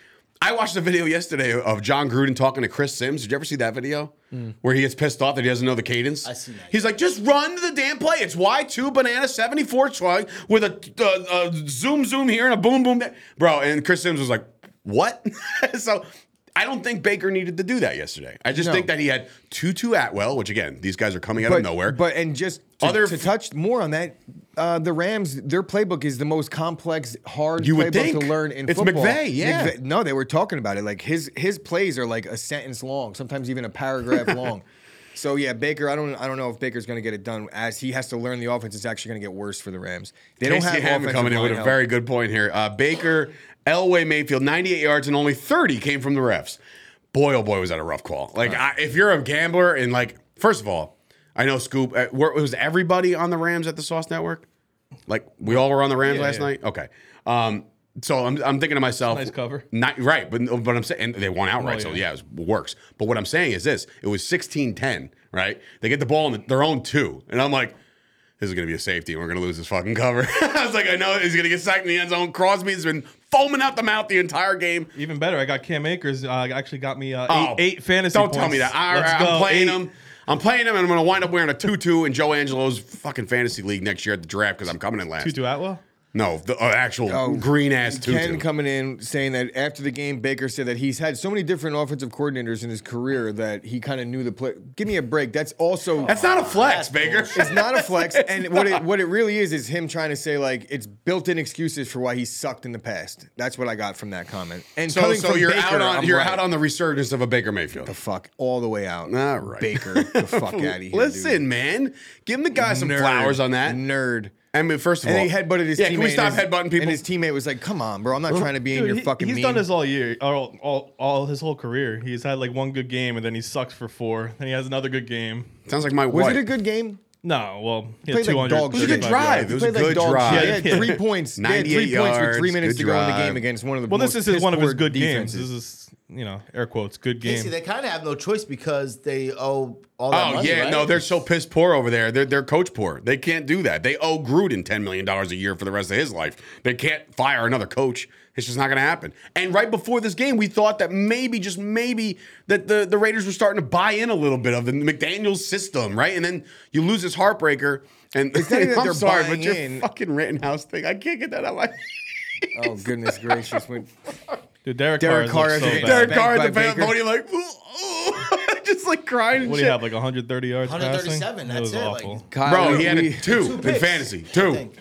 S1: I watched a video yesterday of John Gruden talking to Chris Sims. Did you ever see that video? Where he gets pissed off that he doesn't know the cadence. I
S3: Hmm. seen that.
S1: He's like, just run the damn play. It's Y2 banana 74 twi- with a, a, a zoom zoom here and a boom boom there. Bro, and Chris Sims was like, what? so I don't think Baker needed to do that yesterday. I just
S2: No.
S1: think that he had Tutu Atwell, which again, these guys are coming out
S2: but,
S1: of nowhere.
S2: But and just to,
S1: Other
S2: to
S1: f-
S2: touch more on that, uh, the Rams, their playbook is the most complex, hard
S1: You
S2: playbook
S1: would think.
S2: to learn in
S1: It's
S2: football.
S1: McVay, yeah.
S2: McVay- no, they were talking about it. Like his his plays are like a sentence long, sometimes even a paragraph long. So yeah, Baker. I don't. I don't know if Baker's going to get it done as he has to learn the offense. It's actually going to get worse for the Rams. They don't
S1: Casey
S2: have
S1: Hammond
S2: offensive
S1: coming in
S2: line
S1: with a
S2: help.
S1: very good point here. Uh, Baker, Elway, Mayfield, 98 yards, and only 30 came from the refs. Boy, oh boy, was that a rough call. Like, I, if you're a gambler and like, first of all, I know Scoop. Uh, were, was everybody on the Rams at the Sauce Network? Like, we all were on the Rams
S2: Yeah,
S1: last
S2: yeah.
S1: night. Okay. Um, so I'm, I'm thinking to myself,
S4: Nice cover. Oh,
S1: Not right, but but I'm saying and they won outright, so
S4: yeah.
S1: yeah, yeah, it was- works. But what I'm saying is this: it was 16-10, right? They get the ball on the, their own two, and I'm like, this is gonna be a safety. and We're gonna lose this fucking cover. I was like, I know he's gonna get sacked in the end zone. Crosby's been foaming out the mouth the entire game.
S4: Even better, I got Cam Akers. Uh, actually, got me uh, eight
S1: Oh,
S4: eight fantasy.
S1: Don't tell
S4: points.
S1: me that. All right,
S4: Let's
S1: I'm
S4: go,
S1: playing
S4: eight.
S1: him. I'm playing him, and I'm gonna wind up wearing a tutu in Joe Angelo's fucking fantasy league next year at the draft because I'm coming in last.
S4: Tutu Atwell.
S1: No, the uh, actual
S2: Oh,
S1: green ass tutu.
S2: Ken coming in saying that after the game, Baker said that he's had so many different offensive coordinators in his career that he kind of knew the play. Give me a break. That's also
S1: That's not a flex, Baker.
S2: it's not a flex. and what it what it really is is him trying to say like it's built in excuses for why he sucked in the past. That's what I got from that comment. And
S1: So,
S2: coming
S1: so
S2: from
S1: you're
S2: Baker,
S1: out on
S2: I'm
S1: you're
S2: right.
S1: out on the resurgence of a Baker Mayfield.
S2: the fuck all the way out.
S1: All right.
S2: Baker, the fuck out of here. dude.
S1: Listen, man, give him the guy some
S2: Nerd.
S1: flowers on that.
S2: nerd.
S1: I mean, first of
S2: And
S1: all,
S2: he headbutted his
S1: yeah.
S2: teammate.
S1: Can we stop
S2: and his-
S1: headbutting people?
S2: And his teammate was like, "Come on, bro, I'm not trying to be in
S4: Dude,
S2: your
S4: he-
S2: fucking."
S4: he's
S2: meme."
S4: done this all year, or all, all, all his whole career. He's had like one good game, and then he sucks for four. Then he has another good game.
S1: Sounds like my
S2: Was
S1: wife.
S2: it a good game?
S4: No, well, he
S2: Played
S4: had
S2: like
S4: 200.
S2: dog
S1: It was a good
S2: shit.
S1: drive. It was a
S2: Played like
S1: good
S2: dog
S1: drive.
S2: shit. They had three points. They had
S1: 98
S2: three points with three
S1: yards,
S2: minutes
S1: good
S2: to go in the
S1: drive.
S2: game against one of the
S4: Well,
S2: most
S4: this is his, one of his
S2: piss-poor
S4: good games.
S2: defenses.
S4: This is, you know, air quotes, good game.
S3: Casey, they kind of have no choice because they owe all that
S1: Oh
S3: money,
S1: yeah,
S3: right?
S1: no, they're so piss poor over there. They're they're coach poor. They can't do that. They owe Gruden ten million dollars a year for the rest of his life. They can't fire another coach. It's just not going to happen. And right before this game, we thought that maybe, just maybe, that the the Raiders were starting to buy in a little bit of the McDaniel's system, right? And then you lose this heartbreaker. And
S2: It's not even that
S1: I'm
S2: they're
S1: sorry, but
S2: buying
S1: your
S2: in.
S1: fucking Rittenhouse thing, I can't get that out of my.
S2: Oh goodness gracious! When,
S4: Dude, Derek,
S2: Derek
S4: Carr
S2: Carr is
S4: is so
S2: a-
S4: bad.
S1: Derek Carr
S2: Banked
S1: at the
S2: by Baker.
S1: podium, like, ooh, ooh, just like crying. And
S4: What do
S1: shit.
S4: you have, like 130 yards
S3: 137,
S4: passing?
S3: that's
S4: was
S3: it, like-
S4: awful.
S2: Kyle,
S1: Bro, he had
S2: we-
S1: a two in
S3: picks,
S1: fantasy.
S3: I
S1: Two.
S3: think.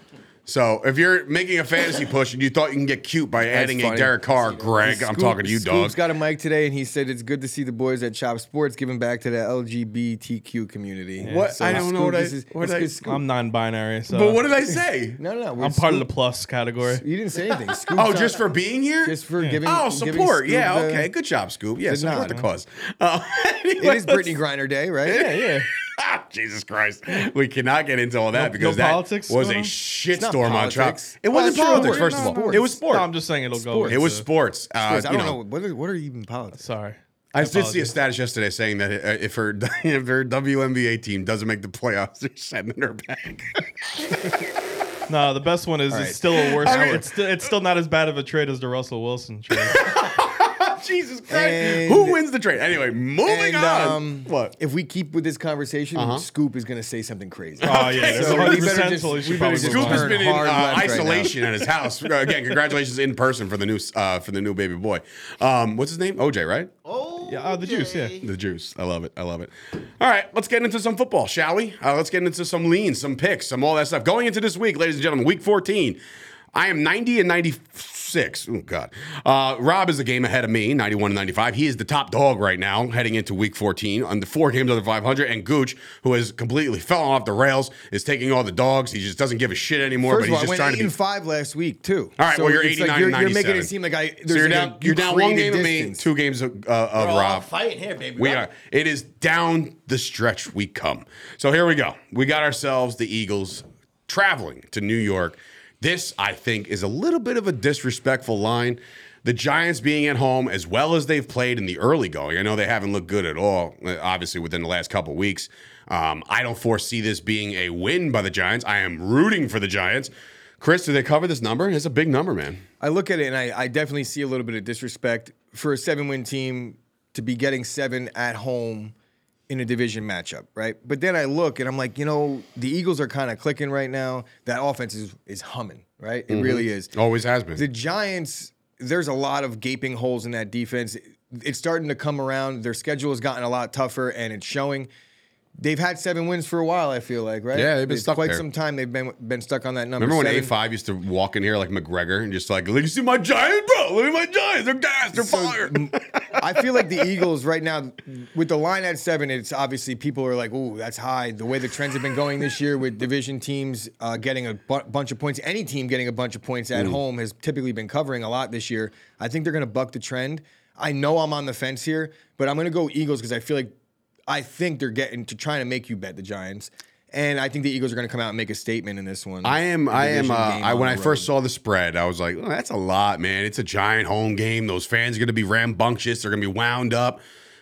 S1: So if you're making a fantasy push and you thought you can get cute by adding a
S2: funny.
S1: Derek Carr, Greg, I'm
S2: Scoop-
S1: talking to you, dog.
S2: Scoop's got a mic today, and he said it's good to see the boys at Chop Sports giving back to the LGBTQ community.
S1: What? I don't know what I-
S2: this is-
S1: what
S2: it's
S1: I-
S2: good, Scoop.
S4: I'm non-binary, so
S1: but what did I say?
S2: no, no,
S4: I'm part of the plus category.
S2: You didn't say anything. Scoop's
S1: Oh,
S2: not-
S1: just for being here?
S2: just for giving.
S1: Oh,
S2: giving
S1: support.
S2: Scoop
S1: Yeah,
S2: the-
S1: okay. Good job, Scoop. Yeah,
S2: the
S1: support
S2: nod.
S1: the cause. Uh,
S2: It
S1: anyway,
S2: is Brittany Griner Day, right? Yeah, yeah.
S1: Ah, Jesus Christ. We cannot get into all that
S4: No-
S1: because
S4: no
S1: that
S4: politics
S1: was a
S4: going on?
S2: not
S1: shitstorm on Chop.
S2: politics.
S1: It
S2: Well,
S1: wasn't
S2: it's true.
S1: politics,
S2: We're
S1: first of
S2: not-
S1: all. It was
S4: No,
S1: sports.
S4: I'm just saying it'll go.
S2: Sports.
S1: It was
S4: into-
S1: sports. Uh,
S2: I
S1: you
S2: don't
S1: know.
S2: know what are, what are even politics.
S4: Sorry.
S1: I did see a status yesterday saying that uh, if her if her WNBA team doesn't make the playoffs, they're sending her back.
S4: No, the best one is
S2: right.
S4: it's still a worse.
S1: I mean-
S4: it's still it's still not as bad of a trade as the Russell Wilson trade.
S1: Jesus Christ!
S2: And-
S1: Who wins the trade? Anyway, moving
S2: And
S1: on.
S2: um,
S1: Oh what? Uh-huh.
S2: if we keep with this conversation, Scoop is going to say something crazy.
S4: Oh yeah, there's
S2: so
S4: a
S2: we
S4: hundred
S2: better
S4: percent
S2: just-
S4: totally should
S2: we better
S4: probably
S2: just
S4: move
S1: Scoop
S4: on.
S1: has
S2: turn
S1: been in
S2: hard
S1: uh,
S2: left right now.
S1: isolation at his house. Again, congratulations in person for the new uh, for the new baby boy. Um, what's his name? OJ, right?
S3: Oh,
S4: Yeah, uh, the juice, yeah.
S3: yay.
S1: The juice. I love it. I love it. All right, let's get into some football, shall we? Uh, let's get into some leans, some picks, some all that stuff. Going into this week, ladies and gentlemen, week 14. I am 90 and 96. Oh, God. Uh, Rob is a game ahead of me, 91 and 95. He is the top dog right now, heading into week 14 on the four games under 500. And Gooch, who has completely fallen off the rails, is taking all the dogs. He just doesn't give a shit anymore, but
S2: First of
S1: he's
S2: all, I
S1: just
S2: went
S1: trying
S2: eight
S1: to be
S2: and five last week too.
S1: all right, well, you're
S2: it's
S1: 89
S2: you're,
S1: and
S2: you're making
S1: 97.
S2: it seem like I. There's
S1: So you're
S2: like
S1: down,
S2: a,
S1: you're down one game
S2: created
S1: to me,
S2: distance.
S1: two games of, uh, of
S3: We're all
S1: Rob.
S3: fighting here, baby.
S1: We
S3: Right?
S1: are. It is down the stretch we come. So here we go. We got ourselves the Eagles traveling to New York. This, I think, is a little bit of a disrespectful line. The Giants being at home as well as they've played in the early going. I know they haven't looked good at all, uh, obviously, within the last couple weeks. Um, I don't foresee this being a win by the Giants. I am rooting for the Giants. Chris, do they cover this number? It's a big number, man.
S2: I look at it and I, I definitely see a little bit of disrespect for a seven-win team to be getting seven at home in a division matchup, right? But then I look and I'm like, you know, the Eagles are kind of clicking right now. That offense is is humming, right?
S1: Mm-hmm.
S2: It really is.
S1: Always has been.
S2: The Giants, there's a lot of gaping holes in that defense. It's starting to come around. Their schedule has gotten a lot tougher, and it's showing. They've had seven wins for a while. I feel like, right?
S1: Yeah, they've been
S2: It's
S1: stuck
S2: quite
S1: there.
S2: some time. They've been been stuck on that number.
S1: Remember when
S2: seven.
S1: A five used to walk in here like McGregor and just like, look, you see my Giants, bro? Look at my Giants. They're gas. They're
S2: So,
S1: fire.
S2: m- I feel like the Eagles right now, with the line at seven, it's obviously people are like, "Ooh, that's high." The way the trends have been going this year, with division teams uh, getting a bu- bunch of points, any team getting a bunch of points
S1: Mm.
S2: at home has typically been covering a lot this year. I think they're going to buck the trend. I know I'm on the fence here, but I'm going to go Eagles because I feel like I think they're getting to trying to make you bet the Giants, and I think the Eagles are going to come out and make a statement in this one.
S1: I am. I am.
S2: Division
S1: Uh,
S2: game
S1: I
S2: on
S1: when
S2: the
S1: I
S2: road.
S1: first saw the spread, I was like, oh, "That's a lot, man. It's a giant home game. Those fans are going to be rambunctious. They're going to be wound up."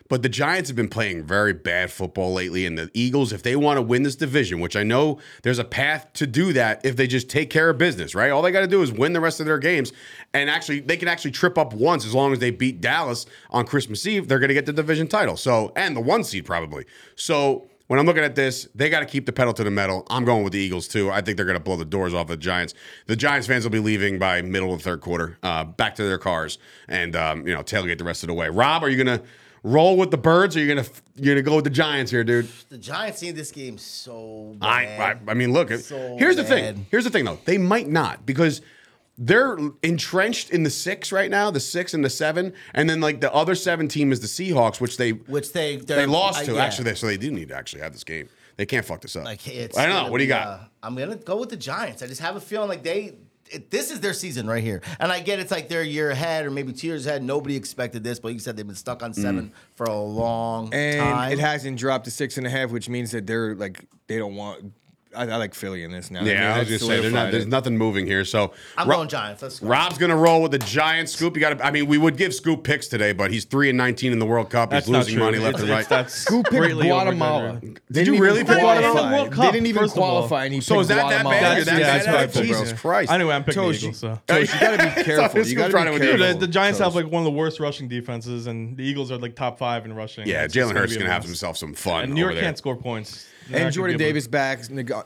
S1: But the Giants have been playing very bad football lately, and the Eagles, if they want to win this division, which I know there's a path to do that if they just take care of business, right? All they got to do is win the rest of their games, and actually they can actually trip up once as long as they beat Dallas on Christmas Eve. They're going to get the division title, so and the one seed probably. So. When when I'm looking at this, they got to keep the pedal to the metal. I'm going with the Eagles too. I think they're going to blow the doors off the Giants. The Giants fans will be leaving by middle of third quarter, uh, back to their cars, and um, you know tailgate the rest of the way. Rob, are you gonna roll with the birds, or are you gonna you're gonna go with the Giants here, dude?
S3: The Giants need this game so
S1: I,
S3: bad.
S1: I, I mean, look. it-
S3: So
S1: here's the
S3: bad.
S1: thing. Here's the thing, though. They might not because they're entrenched in the six right now, the six and the seven, and then like the other seven team is the Seahawks, which they
S3: which they they're-
S1: they lost
S3: I-
S1: to.
S3: yeah.
S1: Actually, they, so they do need to actually have this game. They can't fuck this up.
S3: Like it's.
S1: I don't know.
S3: gonna
S1: What do you
S3: be,
S1: got?
S3: uh, I'm gonna go with the Giants. I just have a feeling like they. It, this is their season right here, and I get it's like they're a year ahead or maybe two years ahead. Nobody expected this, but you said they've been stuck on seven
S1: Mm.
S3: for a long
S2: and
S3: time.
S2: it hasn't dropped to six and a half, which means that they're like they don't want. I, I like Philly in this now. I mean,
S1: yeah, I was
S2: that's
S1: just saying
S2: solidified
S1: there's
S2: it.
S1: nothing moving here. So
S3: I'm
S1: Ro-
S3: going Giants. Let's go.
S1: Rob's gonna roll with the Giants. Scoop, you got. to I mean, we would give Scoop picks today, but he's three and nineteen in the World Cup.
S4: That's
S1: he's
S4: not
S1: losing
S4: true.
S1: money left
S4: It's-
S1: and
S4: it's-
S1: right.
S4: That's
S2: Who picked
S4: greatly
S2: Guatemala?
S4: overexaggerated.
S1: Did you really pick
S4: They didn't even
S1: Guatemala?
S4: World
S2: They
S4: Cup,
S2: didn't even
S4: first of all.
S2: qualify, and he
S1: So
S2: picked
S1: is that that
S2: Guatemala.
S1: bad? You're that
S4: yeah,
S1: bad
S4: that's
S1: at it?
S4: prideful, bro.
S1: Jesus Christ!
S4: Anyway, I'm picking the
S2: Toast,
S4: Eagles. So.
S2: Toast, you gotta be
S1: That's
S2: careful.
S1: what
S2: You gotta
S1: I'm trying
S2: be
S1: to do.
S2: careful.
S4: Dude, the, the Giants have
S2: Toast.
S4: like one of the worst rushing defenses, and the Eagles are like top five in rushing.
S1: Yeah,
S4: It's just
S1: Jalen Hurts
S4: be a
S1: gonna have
S4: mess.
S1: himself some fun.
S4: And New York
S1: over there.
S4: can't score points. They're
S2: and
S4: not gonna
S2: Jordan
S4: be able to-
S2: Davis back,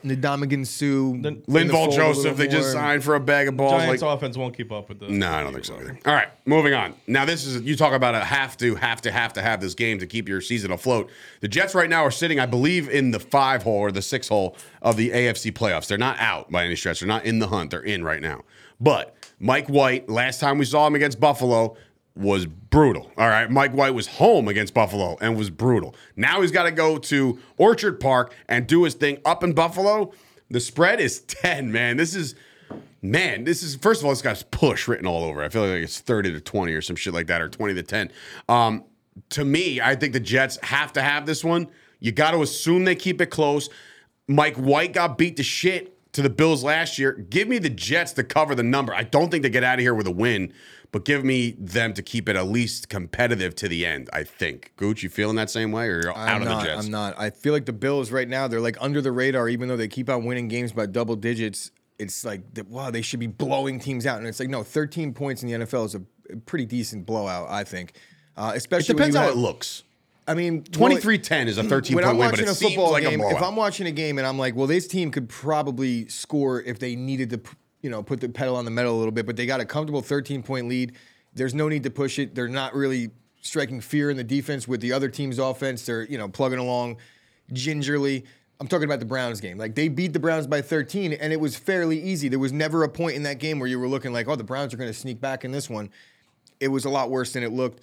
S2: Ndamukong Sue, in the
S1: Linval
S2: fold a little
S1: Joseph, they just
S2: more.
S1: signed for a bag of balls.
S4: Giants
S1: like,
S4: offense won't keep up with this.
S1: no, I don't think so either. All right, moving on. Now, this is you talk about a have to, have to, have to have this game to keep your season afloat. The Jets right now are sitting, I believe, in the five hole or the six hole of the AFC playoffs. They're not out by any stretch. They're not in the hunt. They're in right now. But Mike White, last time we saw him against Buffalo, was brutal. All right. Mike White was home against Buffalo and was brutal. Now he's got to go to Orchard Park and do his thing up in Buffalo. The spread is 10, man. This is, man, this is, first of all, this guy's push written all over. it. I feel like it's 30 to 20 or some shit like that, or 20 to 10. Um, to me, I think the Jets have to have this one. You got to assume they keep it close. Mike White got beat to shit to the Bills last year. Give me the Jets to cover the number. I don't think they get out of here with a win, but give me them to keep it at least competitive to the end. I think. Gooch, you feeling that same way, or you're out
S2: I'm
S1: of
S2: not,
S1: the Jets?
S2: I'm not. I feel like the Bills right now, they're like under the radar, even though they keep on winning games by double digits. It's like, th- wow, they should be blowing teams out. And it's like, no, 13 points in the NFL is a pretty decent blowout, I think. Uh,
S1: It
S2: especially
S1: depends
S2: when
S1: how
S2: you
S1: it
S2: have-
S1: looks.
S2: I mean, well,
S1: Twenty three ten is a thirteen
S2: when
S1: point
S2: I'm
S1: win, but
S2: watching
S1: it
S2: a
S1: seems
S2: football
S1: like a
S2: game,
S1: blowout.
S2: if I'm watching a game and I'm like, well, this team could probably score if they needed to, you know, put the pedal on the metal a little bit, but they got a comfortable 13 point lead. There's no need to push it. They're not really striking fear in the defense with the other team's offense. They're, you know, plugging along gingerly. I'm talking about the Browns game. Like they beat the Browns by 13 and it was fairly easy. There was never a point in that game where you were looking like, oh, the Browns are going to sneak back in this one it was a lot worse than it looked.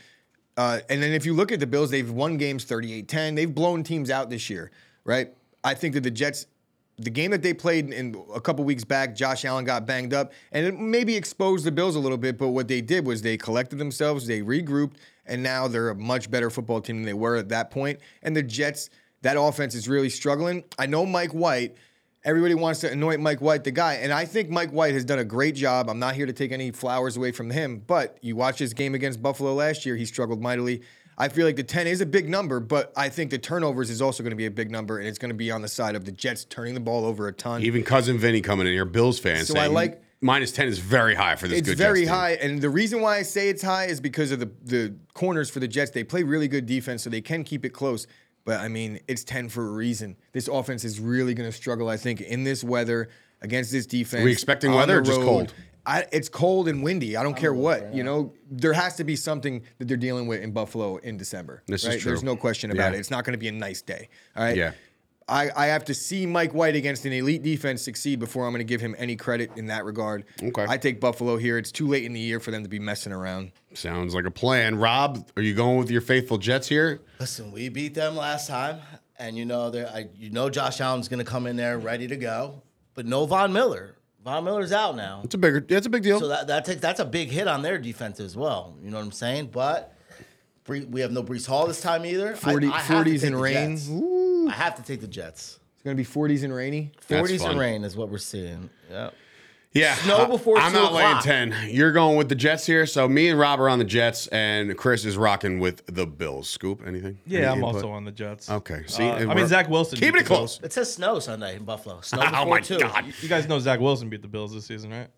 S2: Uh, and then if you look at the Bills, they've won games 38 10. They've blown teams out this year, right? I think that the Jets, the game that they played in a couple weeks back, Josh Allen got banged up and it maybe exposed the Bills a little bit. But what they did was they collected themselves, they regrouped, and now they're a much better football team than they were at that point. And the Jets, that offense is really struggling. I know Mike White. Everybody wants to anoint Mike White the guy, and I think Mike White has done a great job. I'm not here to take any flowers away from him, but you watch his game against Buffalo last year, he struggled mightily. I feel like the 10 is a big number, but I think the turnovers is also going to be a big number, and it's going to be on the side of the Jets turning the ball over a ton.
S1: Even cousin Vinny coming in here, Bills fan.
S2: So
S1: saying
S2: I like-
S1: minus ten is very high for this.
S2: it's
S1: good Jets
S2: very
S1: team.
S2: high, and the reason why I say it's high is because of the the corners for the Jets. They play really good defense, so they can keep it close. But I mean, it's ten for a reason. This offense is really going to struggle, I think, in this weather against this defense.
S1: we expecting
S2: on
S1: weather
S2: the
S1: or just
S2: road.
S1: cold?
S2: I, it's cold and windy. I don't care what you know. There has to be something that they're dealing with in Buffalo in December.
S1: This is
S2: right? There's
S1: true.
S2: no question about
S1: Yeah.
S2: it. It's not going to be a nice day. All right.
S1: Yeah.
S2: I, I have to see Mike White against an elite defense succeed before I'm going to give him any credit in that regard.
S1: Okay.
S2: I take Buffalo here. It's too late in the year for them to be messing around.
S1: Sounds like a plan. Rob, are you going with your faithful Jets here?
S3: Listen, we beat them last time, and you know they're- I, you know Josh Allen's gonna come in there ready to go, but no Von Miller. Von Miller's out now.
S1: It's a bigger. That's a big deal.
S3: So that, that takes that's a big hit on their defense as well. You know what I'm saying? But Bre- we have no Brees Hall this time either.
S2: 40
S3: have to
S2: 40s
S3: take
S2: and
S3: the
S2: rain.
S3: Jets. I have to take the Jets.
S2: It's going to be 40s and rainy.
S1: That's
S3: 40s
S1: fun.
S3: and rain is what we're seeing. Yeah.
S1: Yeah,
S3: Snow
S1: I-
S3: before
S1: I'm
S3: two
S1: not laying
S3: o'clock.
S1: ten. You're going with the Jets here, so me and Rob are on the Jets, and Chris is rocking with the Bills. Scoop anything? Any
S4: Yeah, I'm
S1: input?
S4: also on the Jets.
S1: Okay, see,
S4: Uh,
S1: and
S4: I mean
S1: we're-
S4: Zach Wilson.
S1: Keeping
S4: beat
S1: it
S4: the Bills.
S1: close.
S3: It says snow Sunday in Buffalo. Snow
S1: Oh
S3: before
S1: my
S3: two.
S1: God.
S4: You guys know Zach Wilson beat the Bills this season, right?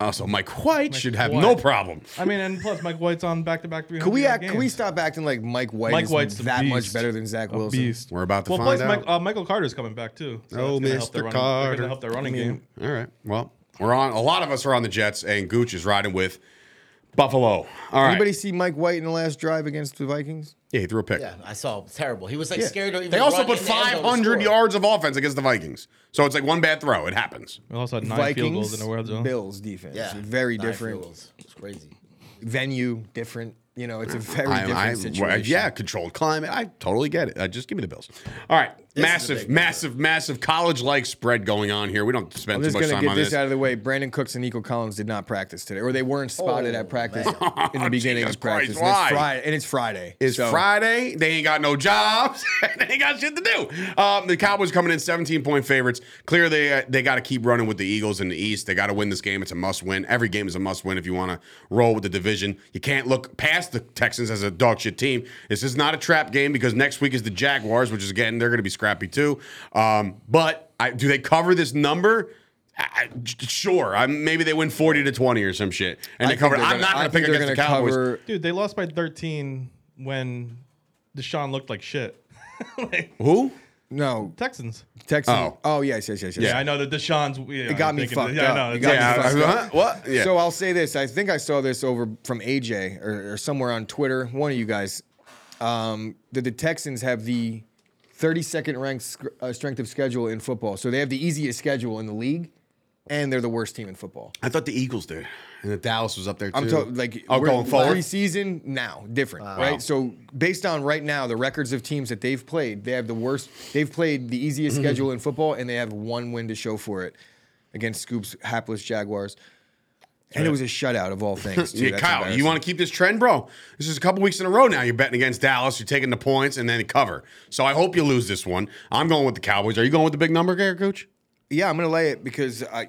S1: Also, Mike White should have
S4: White.
S1: no problem.
S4: I mean, and plus Mike White's on back-to-back 300.
S2: Can we act?
S4: games.
S2: Can we stop acting like Mike White
S4: Mike
S2: is
S4: White's a
S2: that much
S4: beast.
S2: better than Zach
S4: A
S2: Wilson?
S4: beast.
S1: We're about to
S4: Well,
S1: find
S4: plus
S1: out.
S4: Mike, uh, Michael Carter's coming back too. So
S1: Oh,
S4: that's gonna help
S1: Mr.
S4: their running- they're gonna
S1: Carter.
S4: help their running game.
S1: All right. Well, we're on. A lot of us are on the Jets, and Gooch is riding with Buffalo. All right.
S2: Anybody see Mike White in the last drive against the Vikings?
S1: yeah, he threw a pick.
S3: Yeah, I saw. it. Terrible. He was like
S2: Yeah.
S3: scared to even.
S1: They also
S3: run
S1: put
S3: in the end zone to
S1: 500
S3: score.
S1: yards of offense against the Vikings. So it's like one bad throw. It happens.
S4: We also had nine field goals
S2: Vikings,
S4: in a red zone.
S2: Bills defense.
S3: Yeah,
S2: Very
S3: nine
S2: different
S3: field goals. It's crazy.
S2: venue, different. You know, it's a very
S1: I-
S2: different
S1: I-
S2: situation.
S1: yeah, controlled climate. I totally get it. Uh, just give me the Bills. All right. massive,
S3: big one.
S1: massive, massive college like spread going on here. We don't spend
S2: I'm
S1: too
S2: just
S1: much
S2: gonna
S1: time
S2: get
S1: on
S2: this,
S1: this.
S2: out of the way. Brandon Cooks and Nico Collins did not practice today, or they weren't spotted
S3: Oh,
S2: at practice
S3: man.
S2: in the beginning
S1: Jesus
S2: of
S1: Christ,
S2: practice. and
S1: why?
S2: it's Friday, and it's Friday.
S1: It's
S2: so-
S1: Friday. They ain't got no jobs. they ain't got shit to do. Um, the Cowboys coming in 17 point favorites. Clear they uh, they got to keep running with the Eagles in the East. They got to win this game. It's a must win. Every game is a must win if you want to roll with the division. You can't look past the Texans as a dog shit team. This is not a trap game because next week is the Jaguars, which is again they're going to be scrappy too. Um, but I, do they cover this number? I, I- sure. I, maybe they win 40 to 20 or some shit, and they
S2: I think
S1: cover.
S2: they're
S1: I'm
S2: gonna-
S1: not
S2: I
S1: going to
S2: think
S1: pick
S2: they're
S1: against the
S2: gonna
S1: Cowboys.
S2: cover-
S4: Dude, they lost by 13 when Deshaun looked like shit. like,
S1: Who?
S2: No,
S4: Texans.
S2: Texans.
S1: Oh.
S2: Oh. yes, yes, yes, yes.
S4: Yeah, I know that Deshaun's. Yeah,
S2: It got
S4: I'm
S2: me
S4: thinking-
S2: fucked
S4: yeah, I
S2: up.
S4: know,
S2: It
S4: it's-
S2: got me
S1: Yeah, I-
S2: fucked up.
S1: huh? What? Yeah.
S2: So I'll say this. I think I saw this over from AJ or, or somewhere on Twitter. One of you guys. Um, that the Texans have the 32nd ranked sc- uh, strength of schedule in football. So they have the easiest schedule in the league, and they're the worst team in football.
S1: I thought the Eagles did, and the Dallas was up there too.
S2: I'm talking like
S1: oh,
S2: we're-
S1: going forward.
S2: preseason now different,
S1: Wow.
S2: right? So based on right now the records of teams that they've played, they have the worst. They've played the
S1: Mm-hmm.
S2: easiest schedule in football, and they have one win to show for it against Scoop's hapless Jaguars. And it was a shutout of all things. Too.
S1: Yeah,
S2: That's
S1: Kyle, you
S2: embarrassing.
S1: want to keep this trend, bro? This is a couple weeks in a row now. You're betting against Dallas. You're taking the points and then cover. So I hope you lose this one. I'm going with the Cowboys. Are you going with the big number, Gary Gooch?
S2: Yeah, I'm gonna lay it because I,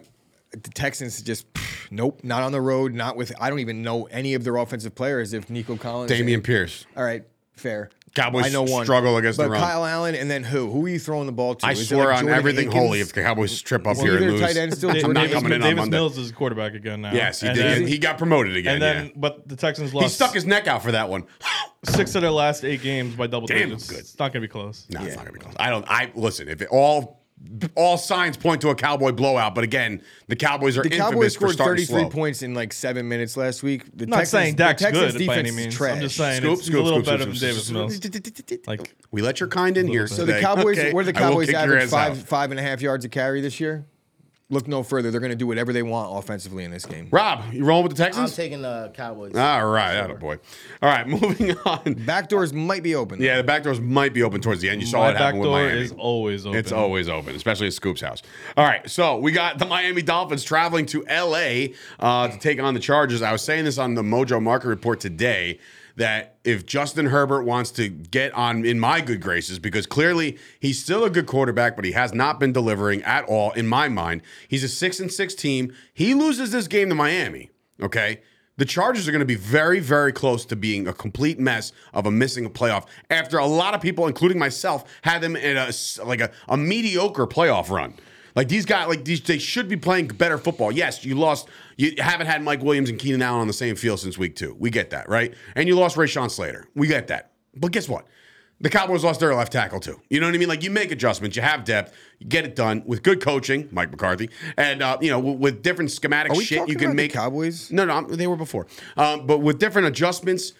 S2: the Texans just pff, nope, not on the road, not with. I don't even know any of their offensive players. If Nico Collins,
S1: Damian Pierce.
S2: all right, fair.
S1: Cowboys
S2: I know one
S1: struggle against the
S2: but
S1: run.
S2: Kyle Allen, and then who? Who are you throwing the ball to?
S1: I
S2: Is it
S1: swear
S2: like
S1: on
S2: Jordan
S1: everything
S2: Akins?
S1: holy if the Cowboys trip up
S2: Well,
S1: here and
S2: either
S1: lose.
S2: tight end still
S1: I'm
S2: Jordan
S1: not
S2: Davis-
S1: coming in on
S4: Davis
S1: Monday.
S4: Mills is quarterback again now.
S1: Yes, he
S4: And
S1: did.
S4: then-
S1: he got promoted again.
S4: And then,
S1: yeah.
S4: but the Texans
S1: he
S4: lost
S1: stuck his neck out for that one.
S4: six of their last eight games by double
S1: Damn,
S4: digits.
S1: good.
S4: It's not gonna be close.
S1: No, it's not gonna be close. I don't. I listen. If it, all all signs point to a Cowboy blowout, but again, the Cowboys are
S2: The
S1: infamous
S2: Cowboys
S1: for
S2: scored
S1: starting
S2: 33
S1: slow.
S2: points in like seven minutes last week. The
S4: I'm not saying
S2: the
S4: Dak's
S2: Texans
S4: good by any
S2: defense is
S4: means.
S2: trash.
S4: I'm just saying
S1: Scoop,
S4: it's
S1: scoop,
S4: a little
S1: scoop,
S4: better
S1: scoop,
S4: than
S1: scoop,
S4: Davis Mills. Like
S1: We let your kind in here.
S4: bit.
S2: So the
S1: today.
S2: Cowboys,
S1: Okay,
S2: where the
S1: I will
S2: Cowboys
S1: kick your
S2: average
S1: ass out.
S2: five five and a half yards a carry this year. Look no further. They're going to do whatever they want offensively in this game.
S1: Rob, you rolling with the
S3: I'm
S1: Texans?
S3: taking the Cowboys.
S1: All right, that boy. All right, moving on.
S2: Back doors might be open.
S1: Yeah, the back doors might be open towards the end. You saw
S4: my
S1: it happen
S4: back
S1: with
S4: door
S1: Miami.
S4: is always open.
S1: It's always open, especially at Scoop's house. All right, so we got the Miami Dolphins traveling to LA uh, to take on the Chargers. I was saying this on the Mojo Market Report today that if Justin Herbert wants to get on in my good graces, because clearly he's still a good quarterback, but he has not been delivering at all in my mind. He's a six and six team. He loses this game to Miami. Okay. The Chargers are going to be very, very close to being a complete mess of a missing a playoff after a lot of people, including myself, had them in a s- like a, a mediocre playoff run. Like these guys, like these, they should be playing better football. Yes, you lost. You haven't had Mike Williams and Keenan Allen on the same field since week two. We get that, right? And you lost Rayshon Slater. We get that. But guess what? The Cowboys lost their left tackle too. You know what I mean? Like you make adjustments, you have depth, you get it done with good coaching, Mike McCarthy, and uh, you know with, with different schematic
S2: Are we
S1: shit you
S2: talking
S1: can
S2: about the
S1: make.
S2: Cowboys?
S1: No, no, I'm, they were before. Um, but with different adjustments,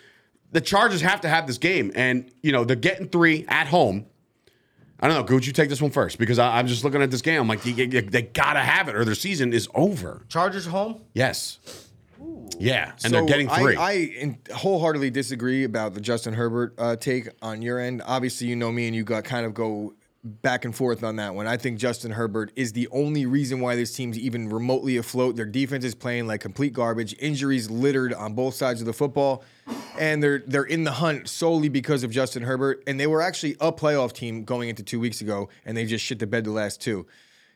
S1: the Chargers have to have this game, and you know they're getting three at home. I don't know, Gooch. You take this one first because I, I'm just looking at this game. I'm like, they, they- they gotta have it, or their season is over.
S3: Chargers home.
S1: Yes. Yeah, and they're
S2: So
S1: getting
S2: I-
S1: three.
S2: I, in- wholeheartedly disagree about the Justin Herbert uh, take on your end. Obviously, you know me, and you got kind of go back and forth on that one. I think Justin Herbert is the only reason why this team's even remotely afloat. Their defense is playing like complete garbage. Injuries littered on both sides of the football, and they're they're in the hunt solely because of Justin Herbert. And they were actually a playoff team going into two weeks ago, and they just shit the bed the last two.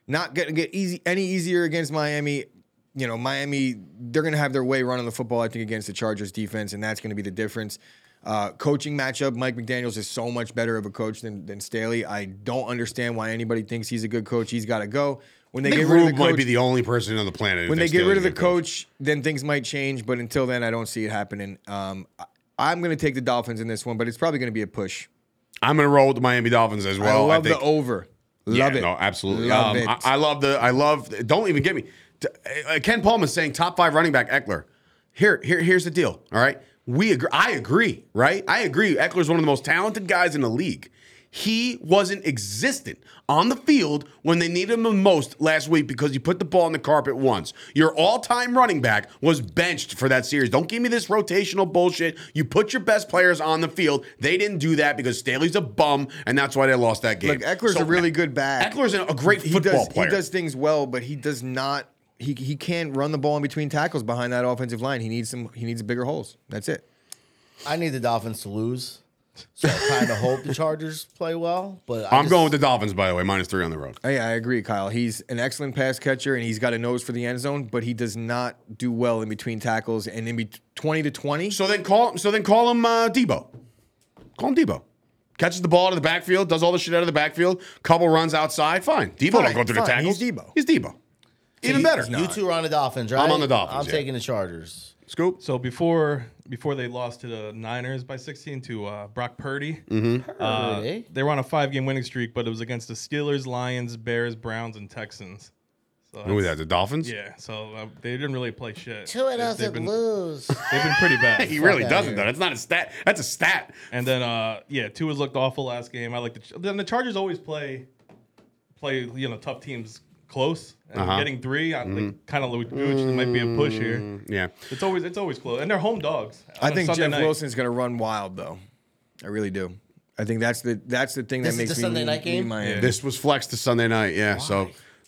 S2: Not gonna get easy any easier against Miami you know, Miami, they're going to have their way running the football, I think, against the Chargers defense, and that's going to be the difference. Uh, coaching matchup, Mike McDaniels is so much better of a coach than, than Staley. I don't understand why anybody thinks he's a good coach. He's got to go. When
S1: I
S2: they
S1: think
S2: get rid of the
S1: Rube
S2: coach,
S1: might be the only person on the planet. who
S2: when they
S1: thinks
S2: get rid of
S1: Staley's a
S2: the
S1: good coach.
S2: coach, then things might change. But until then, I don't see it happening. Um, I, I'm going to take the Dolphins in this one, but it's probably going to be a push.
S1: I'm gonna roll with the Miami Dolphins as well.
S2: I love
S1: think,
S2: the over.
S1: Yeah,
S2: Love it.
S1: No, absolutely. um,
S2: Love it.
S1: I, I love the. I love. Don't even get me. T- uh, Ken Palman's saying top five running back Eckler. Here, here, here's the deal. All right, we agree. I agree. Right, I agree. Eckler's one of the most talented guys in the league. He wasn't existent on the field when they needed him the most last week because you put the ball on the carpet once. Your all-time running back was benched for that series. Don't give me this rotational bullshit. You put your best players on the field. They didn't do that because Staley's a bum, and that's why they lost that game.
S2: Look, Eckler's
S1: So
S2: a really
S1: E-
S2: good back.
S1: Eckler's a a great
S2: he
S1: football
S2: does,
S1: player.
S2: He does things well, but he does not. He he can't run the ball in between tackles behind that offensive line. He needs some. He needs bigger holes. That's it.
S3: I need the Dolphins to lose. So I kind of hope the Chargers play well, but I
S1: I'm
S3: just-
S1: going with the Dolphins, by the way, minus three on the road.
S2: Hey, I agree, Kyle. He's an excellent pass catcher and he's got a nose for the end zone, but he does not do well in between tackles and in between twenty to twenty.
S1: So then call so then call him uh, Debo. Call him Debo. Catches the ball out of the backfield, does all the shit out of the backfield, couple runs outside, fine. Debo
S2: Fine,
S1: don't go through the
S2: fine.
S1: tackles.
S2: He's Debo.
S1: He's Debo. Even
S3: You-
S1: better.
S3: You two are on the Dolphins, right?
S1: I'm on the Dolphins,
S3: I'm
S1: yeah.
S3: taking the Chargers.
S1: Scoop.
S4: So before before they lost to the Niners by 16 to uh, Brock Purdy,
S2: Mm-hmm.
S4: uh,
S3: Purdy?
S4: they were on a five game winning streak, but it was against the Steelers, Lions, Bears, Browns, and Texans. So
S1: Who is that?
S4: that's-
S1: The Dolphins?
S4: Yeah, so uh, they didn't really play shit.
S3: Two
S4: They-
S3: of us
S4: they've
S3: that
S4: been,
S3: lose.
S4: They've been pretty
S1: He
S4: bad.
S1: really
S3: Fuck outta
S1: doesn't though. That's not a stat. That's a stat.
S4: and then uh, yeah, Tua's looked awful last game. I like the Ch- then the Chargers always play play you know tough teams close. And
S1: Uh-huh.
S4: Getting three, I
S2: Mm-hmm.
S4: think kind of Gucci might be a push here.
S1: Yeah.
S4: It's always it's always close, and they're home dogs.
S2: I
S4: on a
S2: think
S4: Sunday
S2: Jeff
S4: night.
S2: Wilson's gonna run wild though. I really do. I think that's the that's the thing
S3: This is
S2: that makes
S3: the
S2: me
S3: Sunday
S2: lean-
S3: night game?
S2: lean Miami.
S1: This was flexed to Sunday night. Yeah. So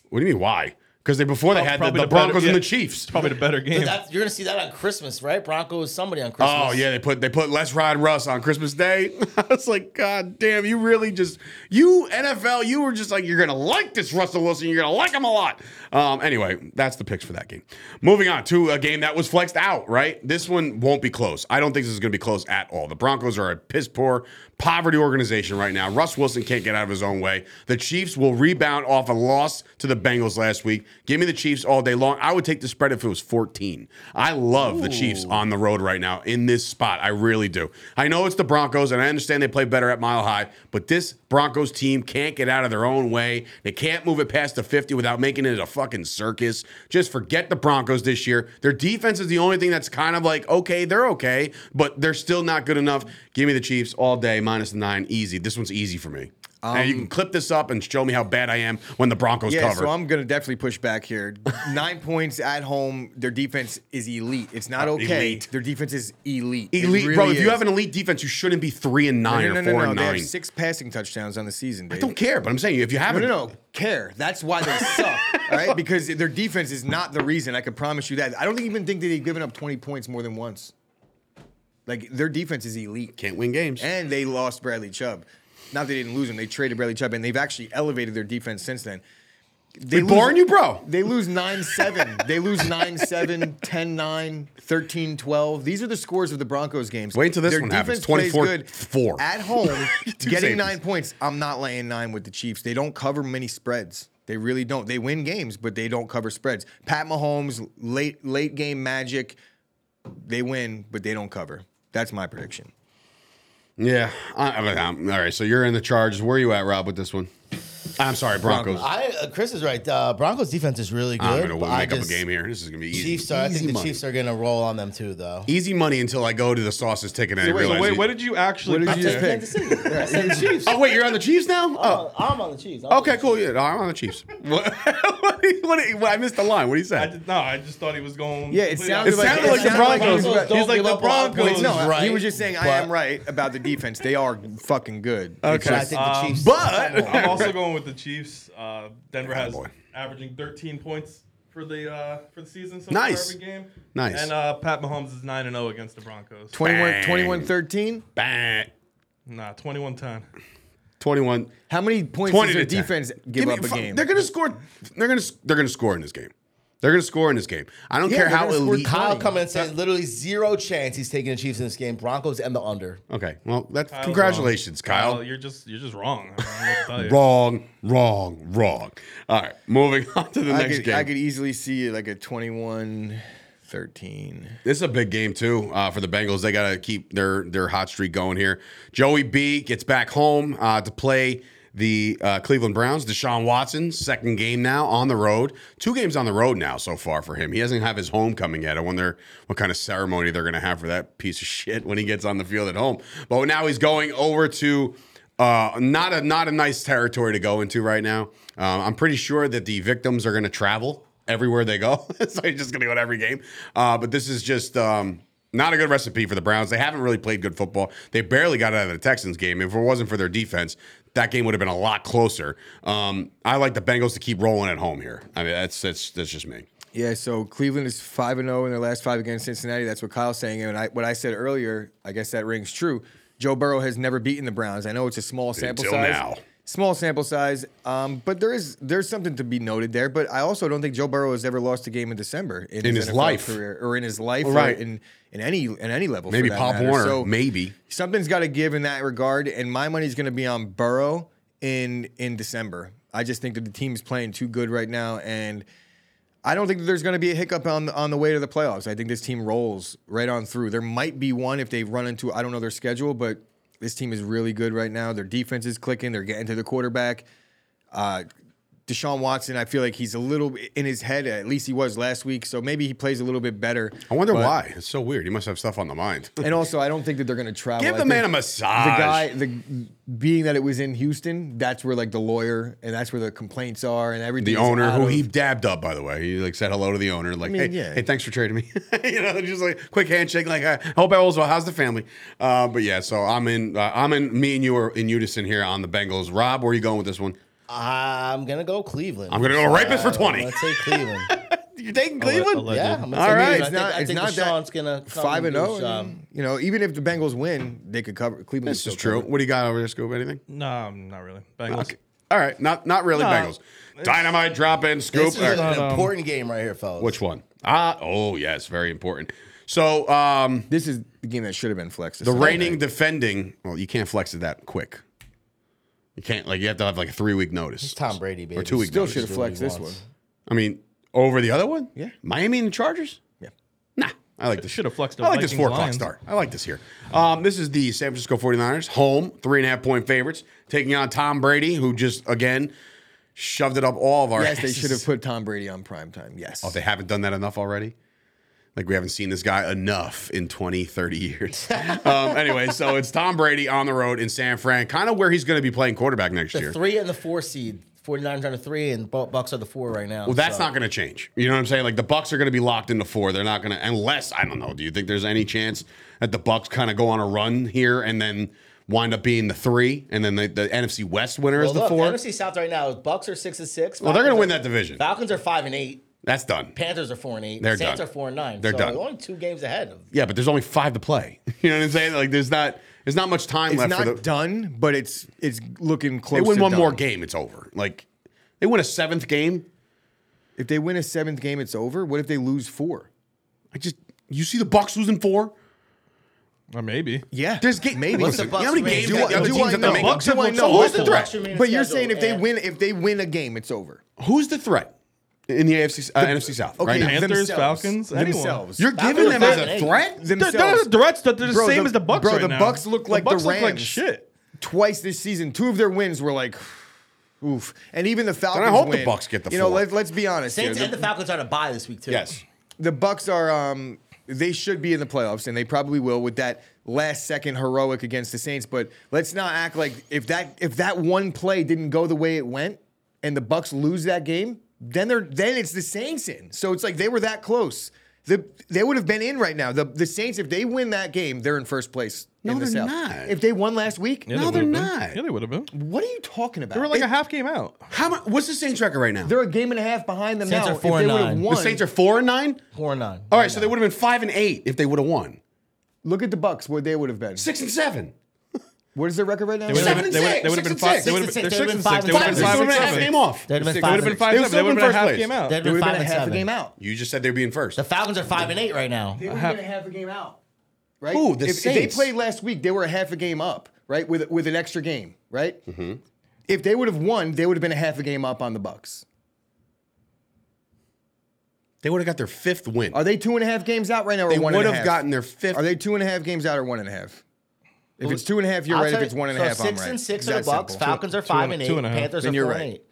S1: what do you mean why? Because they before they
S4: Prob-
S1: had the,
S4: probably
S1: the
S4: the better-
S1: Broncos and
S4: yeah.
S1: the Chiefs.
S4: It's probably the better game.
S3: That's, you're gonna see that on Christmas, right? Broncos somebody on Christmas.
S1: Oh yeah, they put they put Let's Ride Russ on Christmas Day. I was like, God damn, you really just you NFL, you were just like, you're gonna like this Russell Wilson, you're gonna like him a lot. Um, anyway, that's the picks for that game. Moving on to a game that was flexed out, right? This one won't be close. I don't think this is gonna be close at all. The Broncos are a piss poor poverty organization right now. Russ Wilson can't get out of his own way. The Chiefs will rebound off a loss to the Bengals last week. Give me the Chiefs all day long. I would take the spread if it was 14. I love the Chiefs on the road right now in this spot. I really do. I know it's the Broncos, and I understand they play better at Mile High, but this Broncos team can't get out of their own way. They can't move it past the 50 without making it a fucking circus. Just forget the Broncos this year. Their defense is the only thing that's kind of like, okay, they're okay, but they're still not good enough. Give me the Chiefs all day, minus the nine. Easy. This one's easy for me. and you can clip this up and show me how bad I am when the Broncos
S2: Um, Yeah,
S1: cover.
S2: so I'm gonna definitely push back here. Nine points at home. Their defense is elite. It's not okay.
S1: Uh, Elite.
S2: Their defense is elite. It
S1: elite, bro.
S2: really
S1: If you
S2: is.
S1: have an elite defense, you shouldn't be three and nine
S2: no, no,
S1: or
S2: no,
S1: four
S2: no,
S1: and
S2: they
S1: nine.
S2: have six passing touchdowns on the season. Dave.
S1: I don't care, but I'm saying if you have a-
S2: No, no, no. Care. That's why they suck. All right, because their defense is not the reason. I can promise you that. I don't even think that they've given up 20 points more than once. Like their defense is elite,
S1: can't win games.
S2: and they lost Bradley Chubb. Not they didn't lose him; they traded Bradley Chubb, and they've actually elevated their defense since then. They
S1: we
S2: lose-
S1: boring you, bro.
S2: They lose 9 7. they lose 9 7, 10 9, 13 12. These are the scores of the Broncos games.
S1: Wait till this
S2: Their
S1: one happens.
S2: defense plays
S1: 24
S2: good.
S1: four.
S2: At home,
S1: Two
S2: getting
S1: safeties.
S2: nine points. I'm not laying nine with the Chiefs. They don't cover many spreads. They really don't. They win games, but they don't cover spreads. Pat Mahomes, late late game magic. They win, but they don't cover. That's my prediction.
S1: Yeah. I, I- I'm- all right. So you're in the charges. Where are you at, Rob, with this one? I'm sorry, Broncos.
S3: I uh, Chris is right. Uh, Broncos defense is really good.
S1: I'm gonna
S3: but
S1: win-
S3: I
S1: make up a
S3: just-
S1: game here. This is gonna be easy.
S3: Chiefs are. I
S1: easy
S3: think the
S1: money.
S3: Chiefs are gonna roll on them too, though.
S1: Easy money until I go to the sauces ticket and I
S4: Wait,
S1: realize.
S4: so wait,
S1: it-
S4: what did you actually?
S2: What did
S4: pick?
S2: you just pick?
S3: I said the Chiefs.
S1: oh wait, you're on the Chiefs now. Oh.
S3: I'm on the Chiefs.
S1: Okay, cool. Yeah, I'm on the Chiefs. What? what, do you- what do you- I missed the line. What do you
S4: I
S1: say?
S4: did, no, I just thought he was going.
S2: Yeah, it
S4: completely
S2: sounded
S4: opposite.
S1: like- sounded like the Broncos.
S4: He's
S3: Don't
S4: like
S3: give
S4: the
S3: up a lot of
S4: Broncos.
S3: points.
S2: No,
S3: Right,
S2: he was just saying I
S3: but-
S2: am right about the defense. They are fucking good.
S3: But I think the Chiefs.
S1: Um, But
S4: I'm also going with the Chiefs. Uh, Denver has
S1: boy.
S4: averaging 13 points for the uh, for the season so far
S1: Nice.
S4: every game.
S1: Nice.
S4: And uh, Pat Mahomes is 9 and 0 against the Broncos.
S2: 21,
S1: Bang.
S2: 21 13.
S1: bang,
S4: nah, 21 10.
S1: 21,
S2: How many points
S1: 20
S2: does
S1: to 10.
S2: their defense give,
S1: Give me-
S2: up a
S1: fu-
S2: game?
S1: They're gonna score. They're gonna. They're gonna score in this game. They're going to score in this game. I don't care
S3: they're
S1: how
S3: gonna score
S1: elite.
S3: Kyle come in and say literally zero chance he's taking the Chiefs in this game. Broncos and the under.
S1: Okay, well, that's congratulations, Kyle.
S4: You're just you're just wrong. I don't know what to tell you.
S1: Wrong, wrong, wrong. All right, moving on to the
S2: I
S1: next
S2: could,
S1: game.
S2: I could easily see like a 21 13.
S1: This is a big game too uh, for the Bengals. They got to keep their their hot streak going here. Joey B gets back home uh, to play the uh, Cleveland Browns. Deshaun Watson second game now on the road. Two games on the road now so far for him. He doesn't have his homecoming yet. I wonder what kind of ceremony they're going to have for that piece of shit when he gets on the field at home. But now he's going over to uh, not a not a nice territory to go into right now. Um, I'm pretty sure that the victims are going to travel everywhere they go, so he's just going to go to every game. Uh, but this is just um, not a good recipe for the Browns. They haven't really played good football. They barely got out of the Texans game. If it wasn't for their defense, that game would have been a lot closer. Um, I like the Bengals to keep rolling at home here. I mean, that's that's that's just me.
S2: Yeah, so Cleveland is 5 and 0 in their last 5 against Cincinnati. That's what Kyle's saying and I, what I said earlier, I guess that rings true. Joe Burrow has never beaten the Browns. I know it's a small sample
S1: Until
S2: size.
S1: now.
S2: Small sample size, um, but there is there's something to be noted there. But I also don't think Joe Burrow has ever lost a game in December in,
S1: In his
S2: NFL
S1: life.
S2: career, or in his life,
S1: Right.
S2: or in in any in any level. for
S1: Maybe
S2: that
S1: Pop
S2: matter.
S1: Warner,
S2: So-
S1: maybe.
S2: something's got to give in that regard, and my money's going to be on Burrow in in December. I just think that the team is playing too good right now, and I don't think that there's going to be a hiccup on on the way to the playoffs. I think this team rolls right on through. There might be one if they run into I don't know their schedule, but this team is really good right now. Their defense is clicking. They're getting to the quarterback. Uh, Deshaun Watson, I feel like he's a little in his head. At least he was last week, so maybe he plays a little bit better.
S1: I wonder
S2: But-
S1: why. It's so weird. He must have stuff on the mind.
S2: and also, I don't think that they're going to travel.
S1: Give
S2: I
S1: the man a
S2: think
S1: massage.
S2: The guy, the being that it was in Houston, that's where like the lawyer and that's where the complaints are and everything.
S1: the
S2: is
S1: owner
S2: out
S1: who
S2: of-
S1: he dabbed up by the way he like said hello to the owner like
S2: mean,
S1: hey,
S2: yeah.
S1: hey thanks for trading me you know just like quick handshake like i hope i was well how's the family uh, but yeah so i'm in uh, i'm in me and you are in unison here on the bengals rob where are you going with this one
S3: I'm gonna go Cleveland. Uh,
S1: I'm gonna go rapist for 20.
S3: Let's say Cleveland.
S1: you're taking
S4: Cleveland?
S1: cleveland
S4: Alleged.
S3: yeah, I'm gonna
S1: All
S3: say
S1: right.
S3: Cleveland.
S1: It's
S3: I think,
S2: not-
S3: I
S2: it's
S3: think
S2: not that
S3: Deshaun's gonna come um,
S2: five and
S3: do
S2: zero.
S3: some-
S2: and, You know, even if the Bengals win, they could cover. Cleveland.
S1: this
S2: still
S1: is true
S2: cover.
S1: what do you got over there scoop anything
S4: No, not really. Bengals.
S1: okay. all right not not really
S4: No.
S1: bengals dynamite drop in scoop
S3: This is
S1: All right.
S3: an important game right here, fellas.
S1: which one ah oh yes very important so um
S2: This is the game that should have been flexed.
S1: The reigning defending. Well, you can't flex it that quick. You can't like you have to have like a three week notice.
S3: Tom Brady, baby.
S1: or two week
S2: still
S1: notice.
S2: should have
S3: Just what he
S2: flexed this one.
S3: wants.
S1: I mean, over the other one.
S2: Yeah.
S1: Miami and the Chargers.
S2: Yeah.
S1: Nah, I like this.
S4: Should have flexed the
S1: I like this
S4: Vikings
S1: four o'clock
S4: Lions.
S1: start. I like this here. Um, this is the San Francisco 49ers, home, three and a half point favorites, taking on Tom Brady, who just again shoved it up all of our.
S2: Yes, they
S1: asses.
S2: should have put Tom Brady on prime time. Yes.
S1: Oh, they haven't done that enough already? Like, we haven't seen this guy enough in 20, 30 years. um, anyway, so it's Tom Brady on the road in San Fran, kind of where he's going to be playing quarterback next year.
S3: The three and the four seed. 49ers are the three, and Bu- Bucks are the four right now.
S1: Well, that's not going to change. You know what I'm saying? Like the Bucks are going to be locked into four. They're not going to, unless I don't know. Do you think there's any chance that the Bucks kind of go on a run here and then wind up being the three, and then the, the NFC West winner
S3: well,
S1: is the
S3: look,
S1: four?
S3: NFC South right now. Bucks are six and six.
S1: well, they're going to
S3: Falcons
S1: win
S3: are-
S1: that division.
S3: Falcons are five and eight.
S1: That's done.
S3: Panthers are four and eight.
S1: They're
S3: Saints
S1: done.
S3: are four and nine.
S1: They're
S3: so
S1: done.
S3: Only two games ahead. of
S1: Yeah, but there's only five to play. You know what I'm saying? Like there's not there's not much time
S2: It's
S1: left
S2: not
S1: for the
S2: done, but it's it's looking close.
S1: They win
S2: to
S1: one
S2: done.
S1: more game, it's over. Like they win a seventh game.
S2: If they win a seventh game, it's over. What if they lose four?
S1: I just you see the Bucks losing four.
S4: Or Uh, maybe.
S2: Yeah,
S1: There's game.
S2: maybe.
S3: What's
S1: listen,
S3: the Bucks
S1: you know how many
S3: rate?
S1: games
S3: Do
S1: that
S3: I-
S1: the other
S3: do
S1: teams
S2: I
S1: have to
S2: know?
S1: make?
S4: Bucks have
S1: So
S4: looked
S1: who's the
S3: awful.
S1: threat?
S3: Remaining
S2: But you're
S3: schedule,
S2: saying if they
S3: and-
S2: win, if they win a game, it's over.
S1: Who's the threat in the AFC uh, NFC South right now?
S4: Panthers,
S2: themselves.
S4: Falcons, anyone.
S2: themselves.
S1: You're
S3: Falcons
S1: giving them
S3: are
S1: as
S3: five
S1: a
S3: and eight.
S1: threat.
S4: They're, they're
S2: Themselves.
S4: the threats that they're the
S2: Bro,
S4: same
S2: the-
S4: as the Bucks
S2: bro,
S4: right
S2: the
S4: now.
S2: Bucks look like the
S4: Bucks look like
S2: Rams.
S4: shit.
S2: twice this season. Two of their wins were like, oof. And even the Falcons.
S1: hope the
S2: win.
S1: Bucks get the
S2: You know,
S1: four.
S2: let, let's be honest. Here.
S3: Saints
S2: The,
S3: and the Falcons are to buy this week too.
S1: Yes.
S2: the Bucks are. Um, they should be in the playoffs, and they probably will with that last second heroic against the Saints. But let's not act like if that if that one play didn't go the way it went, and the Bucks lose that game, then they're then it's the Saints in. So it's like they were that close. The, they would have been in right now. The, the Saints, if they win that game, they're in first place.
S1: No,
S2: in the
S1: they're
S2: South.
S1: not.
S2: If they won last week,
S4: Yeah,
S1: No,
S4: they would've
S1: they're
S4: been.
S1: not.
S4: Yeah, they would have been.
S2: What are you talking about?
S4: They were like a half game out.
S1: How much? What's the Saints record right now?
S2: They're a game and a half behind them
S3: Saints
S2: now.
S3: are
S2: if
S3: four and
S2: they would've
S3: nine. The
S1: the
S2: won,
S1: Saints are four and nine.
S3: four and nine.
S1: All right, so they would have been five and eight if they would have won.
S2: look at the Bucks, where they would have been.
S1: Six and seven.
S2: What is their record right now?
S4: They would have
S1: Seven and
S4: been. They
S1: six,
S4: would have
S1: six
S4: been
S1: and
S4: five.
S1: six.
S4: They would
S3: Six and
S4: have been
S3: six,
S4: five
S3: they'd
S4: and six.
S3: have
S4: They
S3: been
S4: would have been
S1: five and six.
S4: five and
S1: Half game
S4: seven.
S1: off.
S3: They'd have been
S4: They
S3: five
S4: would have been
S3: and-
S4: five
S3: they
S4: and
S3: would've
S4: seven. They would have
S3: been
S4: been a
S3: first
S4: half
S3: place.
S4: game out.
S3: They'd have
S2: They
S3: been
S2: would've
S3: five
S2: been
S3: and
S2: a half a
S3: seven.
S2: game out.
S1: You just said they're being first.
S3: The Falcons are five and eight right now.
S2: They would
S4: have
S2: have been
S4: been a
S2: a half a game out, right?
S1: Ooh, the
S2: if, if they
S1: Saints.
S2: played last week, they were a half a game up, right? With with an extra game, right?
S1: Mm-hmm.
S2: If they would have won, they would have been a half a game up on the Bucks.
S1: They would have got their fifth win.
S2: Are they two and a half games out right now? Or
S1: They
S2: one and
S1: would
S2: a
S1: have
S2: half?
S1: gotten their fifth.
S2: Are they two and a half games out or one and a half? If it's two and a half, you're
S3: I'll
S2: right.
S3: tell
S2: If it's
S3: you-
S2: one and a
S3: so
S2: half, I'm
S3: six
S2: right.
S3: and six
S2: It's
S3: are the
S2: that
S3: Bucks.
S2: simple.
S3: Falcons are
S4: Two
S3: five
S4: and-
S3: and
S4: two
S3: eight.
S4: and a half.
S3: Panthers
S2: Then
S3: are
S2: you're
S3: four and
S2: right.
S3: eight.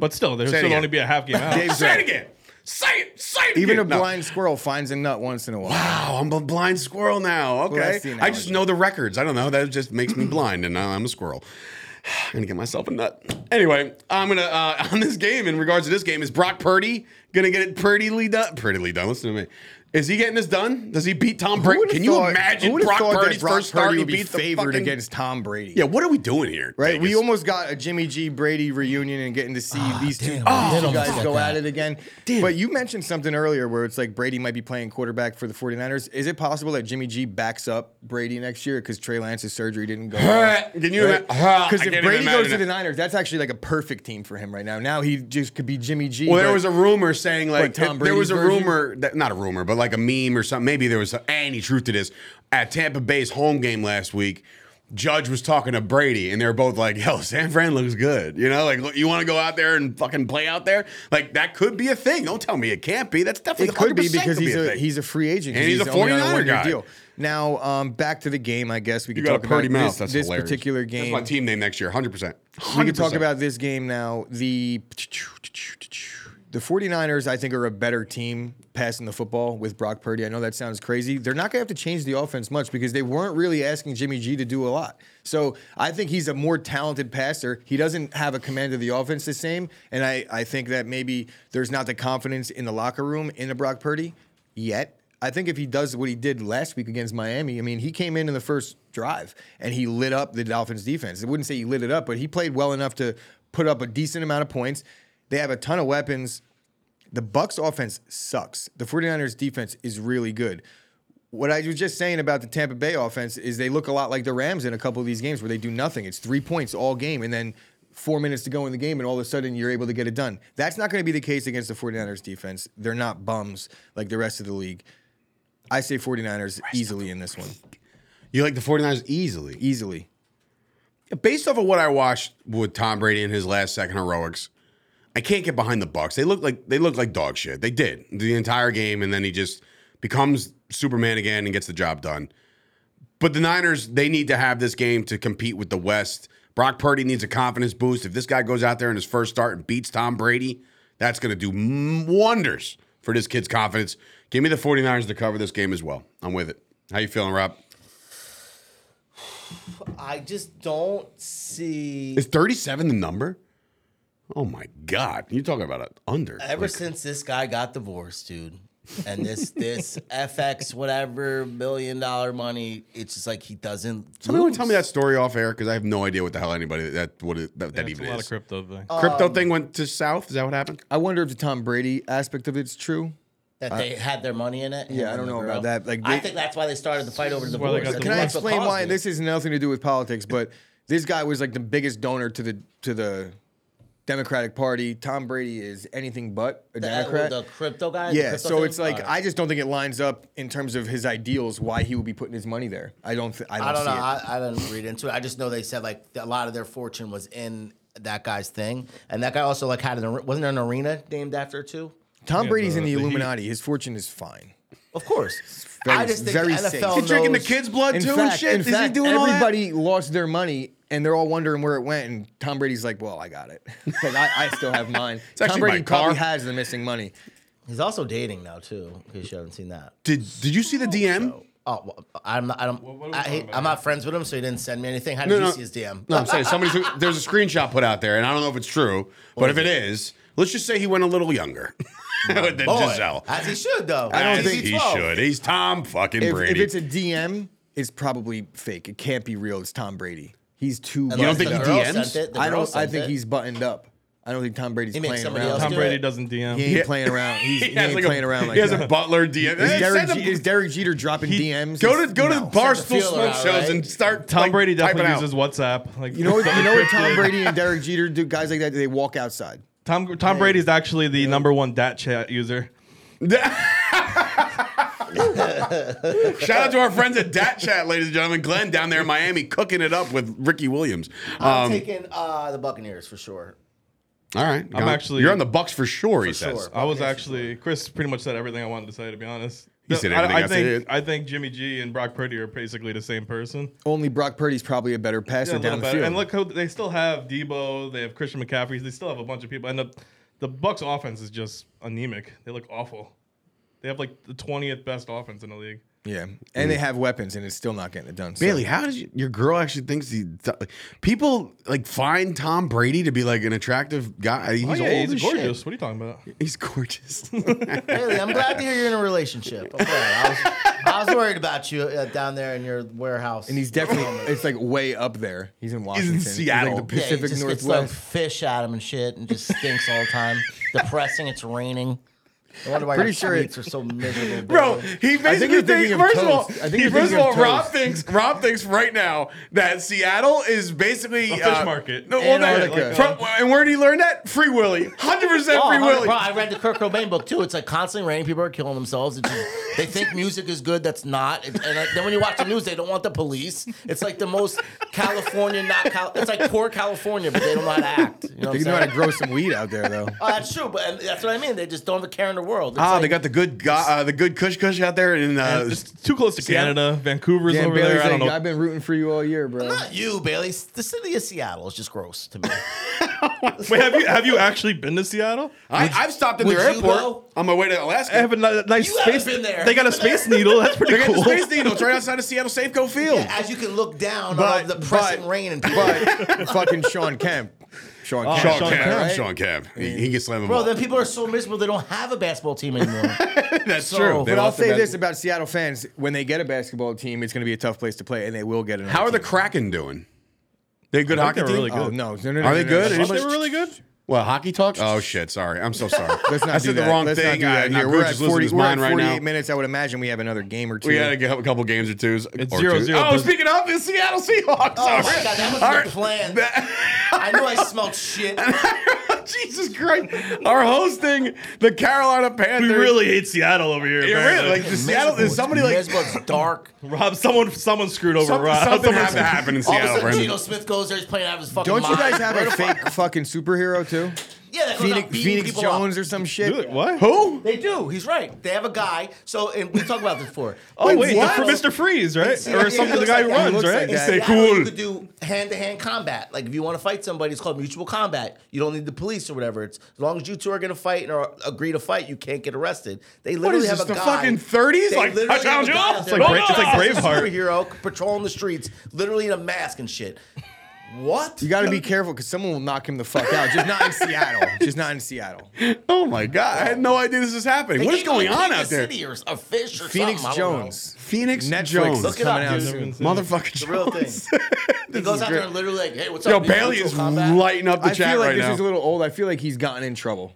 S4: But still, there would
S1: Say it
S4: still
S1: again.
S4: only be a half game out.
S2: Dave's
S1: Say it
S2: right.
S1: again. Say it. Say it.
S2: Even a
S1: again. No.
S2: blind squirrel finds a nut once in a while.
S1: Wow, Oh, I'm a blind squirrel now. Okay.
S2: that's the
S1: I just
S2: analogy.
S1: know the records. I don't know. That just makes me blind, and now I'm a squirrel. I'm gonna get myself a nut. Anyway, I'm gonna uh, on this game. In regards to this game, is Brock Purdy gonna get it prettily done? Prettily done. Listen to me. Is he getting this done? Does he beat Tom
S2: Who
S1: Brady?
S2: would've
S1: Can you
S2: thought- who
S1: imagine
S2: would've
S1: Brock
S2: thought that
S1: Purdy's
S2: Brock
S1: first start?
S2: Purdy
S1: You
S2: would be
S1: beat the
S2: favored
S1: fucking-
S2: against Tom Brady.
S1: Yeah, what are we doing here?
S2: Right, we
S1: Vegas?
S2: almost got a Jimmy G Brady reunion and getting to see these two,
S3: Ah,
S2: these two
S3: damn, I did almost
S2: guys
S3: get
S2: go
S3: that.
S2: at it again. But you mentioned something earlier where it's like Brady might be playing quarterback for the 49ers. Is it possible that Jimmy G backs up Brady next year because Trey Lance's surgery didn't go? well?
S1: Can you ima- I
S2: Because
S1: can't
S2: if
S1: even
S2: Brady goes
S1: imagine
S2: to the
S1: it.
S2: Niners, that's actually like a perfect team for him right now. Now he just could be Jimmy G.
S1: Well, there
S2: but-
S1: was a rumor saying like
S2: Like Tom
S1: there was a
S2: Brady's version?
S1: rumor that not a rumor, but like a meme or something. Maybe there was any truth to this. At Tampa Bay's home game last week, Judge was talking to Brady, and they're both like, "Yo, San Fran looks good." You know, like look, you want to go out there and fucking play out there. Like that could be a thing. Don't tell me it can't be. That's definitely
S2: It could be
S1: 100%
S2: because
S1: could
S2: he's
S1: be
S2: a,
S1: thing.
S2: he's a free agent
S1: And he's a
S2: only on
S1: 49er
S2: one-year
S1: guy.
S2: Now um, back to the game, I guess we could
S1: you got a
S2: talk about
S1: pretty mouth.
S2: this,
S1: That's
S2: this
S1: hilarious.
S2: particular
S1: That's
S2: game.
S1: my team name next year. Hundred percent.
S2: we could talk about this game now. The the 49ers, I think, are a better team passing the football with Brock Purdy. I know that sounds crazy. They're not going to have to change the offense much because they weren't really asking Jimmy G to do a lot. So I think he's a more talented passer. He doesn't have a command of the offense the same. And I, I think that maybe there's not the confidence in the locker room in the Brock Purdy yet. I think if he does what he did last week against Miami, I mean, he came in in the first drive and he lit up the Dolphins defense. I wouldn't say he lit it up, but he played well enough to put up a decent amount of points. They have a ton of weapons. The Bucks offense sucks. The 49ers defense is really good. What I was just saying about the Tampa Bay offense is they look a lot like the Rams in a couple of these games where they do nothing. It's three points all game and then four minutes to go in the game, and all of a sudden you're able to get it done. That's not going to be the case against the 49ers defense. They're not bums like the rest of the league. I say 49ers easily in this one.
S1: You like the 49ers easily.
S2: Easily.
S1: based off of what I watched with Tom Brady in his last second heroics, I can't get behind the Bucks. They look like they look like dog shit. They did the entire game, and then he just becomes Superman again and gets the job done. But the Niners, they need to have this game to compete with the West. Brock Purdy needs a confidence boost. If this guy goes out there in his first start and beats Tom Brady, that's going to do m- wonders for this kid's confidence. Give me the 49ers to cover this game as well. I'm with it. How you feeling, Rob?
S3: I just don't see.
S1: Is 37 the number? Oh my God. You're talking about an under.
S3: Ever
S1: Like,
S3: since this guy got divorced, dude, and this this FX whatever billion dollar money, it's just like he doesn't.
S1: somebody want
S3: lose.
S1: to tell me that story off air because I have no idea what the hell anybody that what it, that, that
S4: That's
S1: even
S4: a lot
S1: is.
S4: of crypto thing.
S2: Oh,
S1: Crypto
S2: Um,
S1: thing went to south. Is that what happened?
S2: I wonder if the Tom Brady aspect of it's true.
S3: that they had their money in it.
S2: Yeah, I don't know about that. Like,
S3: I
S2: they-
S3: think that's why they started the fight over the
S4: why they
S3: divorce.
S4: got
S2: Can I
S3: That's what
S2: explain
S3: caused
S2: why
S3: it.
S2: this has nothing to do with politics? But this guy was like the biggest donor to the to the Democratic Party. Tom Brady is anything but a
S3: The,
S2: Democrat.
S3: the crypto guy. the
S2: yeah,
S3: crypto
S2: so
S3: thing?
S2: it's like
S3: Alright.
S2: I just don't think it lines up in terms of his ideals why he would be putting his money there. I don't. Th- I don't,
S3: I don't
S2: see
S3: know.
S2: it.
S3: I, I didn't read into it. I just know they said like a lot of their fortune was in that guy's thing, and that guy also like had an ar- wasn't there an arena named after it too.
S2: Tom
S4: Yeah,
S2: Brady's
S4: the-
S2: in the,
S4: the Heat.
S2: Illuminati. His fortune is fine.
S3: Of course,
S2: very-
S3: I just think
S2: very
S3: the
S2: safe.
S3: NFL
S2: He's
S3: knows,
S1: drinking the kid's blood
S2: oh, in
S1: too
S2: fact,
S1: and shit.
S2: in
S1: Is
S2: fact,
S1: he doing all that?
S2: everybody lost their money and they're all wondering where it went. And Tom Brady's like, "Well, I got it. like I, I still have mine." Tom
S1: actually
S2: Brady
S1: my car.
S2: probably has the missing money.
S3: He's also dating now too. In case you haven't seen that.
S1: Did Did you see the DM?
S3: Oh, well, I'm not. I don't.
S4: what are we
S3: I,
S4: talking
S3: hate-
S4: about
S3: I'm
S4: here?
S3: not friends with him, so he didn't send me anything. How did you
S1: no.
S3: see his DM?
S1: No, I'm saying somebody's there's a screenshot put out there, and I don't know if it's true, but if it is, let's just say he went a little younger than
S3: Boy,
S1: Giselle.
S3: as he should though.
S1: I
S3: As
S1: don't think
S3: he's
S1: he
S3: 12.
S1: should. He's Tom fucking
S2: If, if
S1: Brady.
S2: it's a DM, it's probably fake. It can't be real. It's Tom Brady. He's too.
S3: Unless
S1: think
S3: the
S1: he
S3: girl
S1: DMs?
S3: sent it, the
S2: I
S3: girl
S2: don't. I
S3: sent
S2: think
S3: it.
S2: he's buttoned up. I don't think Tom Brady's
S3: He makes
S2: playing
S3: somebody
S2: around.
S3: else
S4: Tom
S3: do
S4: Brady
S3: it.
S4: doesn't DM.
S2: He ain't playing around. He's, he,
S1: He has
S2: ain't
S1: like
S2: playing
S1: a,
S2: around like
S1: he has
S2: that.
S1: a Butler DM.
S2: is,
S1: Hey,
S2: Derek,
S1: send
S2: G-
S1: a-
S2: is Derek Jeter dropping DMs?
S1: Go to go to the Barstool
S3: feeler
S1: Smoke
S3: out,
S1: shows
S3: right?
S1: and start.
S4: Tom
S1: like,
S4: Brady
S1: typing
S4: definitely
S1: out.
S4: uses WhatsApp. Like
S2: You know what? You know what Tom Brady and Derek Jeter do? Guys like that, they walk outside.
S4: Tom Tom Brady's actually the number one dat chat user.
S1: Shout out to our friends at Dat Chat, ladies and gentlemen. Glenn down there in Miami cooking it up with Ricky Williams.
S3: I'm
S1: Um,
S3: taking uh, the Buccaneers for sure.
S1: all right,
S4: I'm actually-
S1: you're on the Bucks for sure. He says.
S3: sure.
S4: I was actually Chris pretty much said everything I wanted to say to be honest.
S1: He said
S4: I- I,
S1: everything I
S4: think
S1: said.
S4: I think Jimmy G and Brock Purdy are basically the same person.
S2: Only Brock Purdy's probably a better passer
S4: Yeah, a little
S2: down the
S4: better.
S2: field.
S4: And look how they still have Debo, they have Christian McCaffrey, they still have a bunch of people. And the the Bucks offense is just anemic. They look awful. They have like the twentieth best offense in the league.
S2: yeah, and they have weapons, and it's still not getting it done. So.
S1: Bailey, how does you, your girl actually thinks he? People like find Tom Brady to be like an attractive guy. He's
S4: Oh, yeah,
S1: old
S4: he's
S1: as
S4: gorgeous.
S1: shit.
S4: What are you talking about?
S1: He's gorgeous.
S3: Bailey, I'm glad to hear you're in a relationship. I'm glad. I was, I was worried about you uh, down there in your warehouse.
S2: And he's definitely it's like way up there. He's in Washington.
S1: Seattle.
S2: like the
S3: Yeah, he
S2: Pacific
S3: just gets, like,
S2: Northwest.
S3: fish at him and shit, and just stinks all the time. Depressing. It's raining. I wonder why
S2: Pretty
S3: your
S2: sure
S3: tweets are so miserable,
S1: Bro,
S3: Bailey.
S1: he basically
S2: you're thinking
S1: thinks.
S2: of
S1: First of all,
S2: toast. I think
S1: he,
S2: you're
S1: first of
S2: thinking
S1: all,
S2: of
S1: Rob
S2: toast.
S1: thinks Rob thinks right now that Seattle is basically a
S4: fish market.
S1: No, well, that,
S2: Antarctica.
S1: from, and where did he learn that? Free Willy, hundred percent
S3: Oh,
S1: Free
S3: hundred-
S1: Willy.
S3: Bro, I read the Kurt Cobain book too. It's like constantly raining. People are killing themselves. It's just- they think music is good. That's not. It- and uh, then when you watch the news, they don't want the police. It's like the most California, not Cal- it's like poor California, but they don't know how to act. You know what
S2: They
S3: I'm
S2: know how to
S3: saying?
S2: grow some weed out there though.
S3: Oh, that's true, but and that's what I mean. They just don't have a care in the world. It's
S1: Ah,
S3: like,
S1: they got the good go- uh, the good Kush Kush out there in uh,
S4: It's too close to
S1: Seattle.
S4: Canada. Vancouver's
S2: Yeah, and
S4: over
S2: Bailey's
S4: there. I don't
S2: like,
S4: know.
S2: I've been rooting for you all year, bro.
S3: Not you, Bailey. The city of Seattle is just gross to me.
S4: Wait, have you have you actually been to Seattle?
S1: I, I've stopped in
S3: would
S1: their
S3: you
S1: airport
S3: go?
S1: on my way to Alaska.
S4: I have a ni- nice
S3: You haven't
S4: space.
S3: been there.
S4: They got a space needle. That's pretty
S1: They're
S4: cool.
S1: getting the Space Needle. It's right outside of Seattle Safeco Field.
S3: As you can look down
S1: But-
S3: on the pressing
S1: but-
S3: rain and people.
S2: But fucking Sean Kemp. Sean Kemp.
S1: Oh, Sean,
S4: Sean
S1: Cab,
S4: Kemp, right?
S1: Sean Cab. He, he can slam him.
S3: Bro, then people are so miserable they don't have a basketball team anymore.
S1: That's
S3: so-
S1: true. They
S3: But
S2: But I'll
S1: lost the
S2: say
S1: best-
S2: this about Seattle fans: when they get a basketball team, it's going to be a tough place to play, and they will get another.
S1: How are the
S2: team.
S1: Kraken doing? They a good hockey
S4: they're
S1: team.
S4: really good.
S2: Oh no, no, no, no
S1: Are they
S2: no,
S1: good?
S2: No, no.
S4: Thought they were really good.
S1: Well, hockey talk. Oh shit! Sorry, I'm so sorry.
S2: Let's not
S1: I
S2: do
S1: said
S2: that.
S1: the wrong
S2: Let's
S1: thing.
S2: Not do
S1: I-
S2: that
S1: now
S2: here.
S1: we're
S2: We're at
S1: just losing
S2: 40
S1: his
S2: we're at
S1: mind right now.
S2: 48 minutes. I would imagine we have another game or two.
S1: We had a cou- couple games or twos.
S4: It's
S1: or
S4: 0-0,
S1: twos. Oh,
S4: but-
S1: speaking of the Seattle Seahawks.
S3: Oh my
S1: All
S3: god,
S1: right.
S3: that was
S1: All
S3: the
S1: right.
S3: plan. I knew I smelled shit.
S1: Oh, Jesus Christ! Our hosting the Carolina Panthers.
S4: We really hate Seattle over here.
S1: Yeah, really,
S4: apparently.
S1: like the Seattle is somebody like
S3: Miserable, it's dark.
S4: Rob, someone, someone screwed over
S1: something,
S4: Rob.
S1: something has to happen in
S3: All of a
S1: Seattle.
S3: sudden,
S1: Brandon.
S3: Geno Smith goes there. He's playing out of his fucking
S2: Don't you
S3: mind.
S2: guys have a fake fucking superhero too?
S3: yeah, that goes out
S2: Phoenix,
S3: beating
S2: Phoenix
S3: people
S2: Jones
S3: Up.
S2: or some
S4: Dude,
S2: shit.
S4: What?
S1: Who?
S3: They do. He's right. They have a guy. So, and we talked about this before.
S4: Oh wait,
S1: what?
S4: the- Mr. Freeze, right?
S3: See,
S4: or
S3: it
S4: something. The
S3: looks
S4: guy
S3: like
S4: who
S3: that. It
S4: runs,
S2: looks
S4: right?
S2: like that.
S1: Stay
S3: That
S1: cool.
S3: way You could do hand-to-hand combat. Like if you want to fight somebody, it's called mutual combat. You don't need the police or whatever. It's as long as you two are gonna fight and are, agree to fight, you can't get arrested. They literally
S1: is
S3: have
S1: this,
S3: a
S1: the
S3: guy.
S1: fucking 30s?
S3: They
S1: Like,
S3: literally
S1: I found
S3: have a
S1: you.
S3: guy out
S1: It's
S3: there
S4: like
S3: who
S4: Bra- it's like
S3: dresses as a
S4: Braveheart.
S3: superhero patrolling the streets, literally in a mask and shit. What?
S2: You got to be careful because someone will knock him the fuck out. Just not in Seattle. Just not in Seattle.
S1: Oh my god! I had no idea this was happening.
S3: They
S1: what is
S3: keep calling
S1: going on
S3: King
S1: out
S3: of
S1: there?
S3: City or a fish or
S2: Phoenix
S3: something, I don't know.
S2: Jones.
S1: Phoenix
S2: Netflix
S1: Jones.
S2: is
S3: Look it
S2: coming
S3: up,
S2: out
S3: dude.
S2: soon.
S1: Motherfucker
S3: The real thing.
S1: Jones.
S3: he goes out there and literally like, hey, what's
S1: Yo,
S3: up? dude?
S1: Bailey
S3: Mutual
S1: is
S3: combat?
S1: lighting up the
S2: I
S1: chat
S2: feel like
S1: right
S2: this
S1: now.
S2: is a little old. I feel like he's gotten in trouble.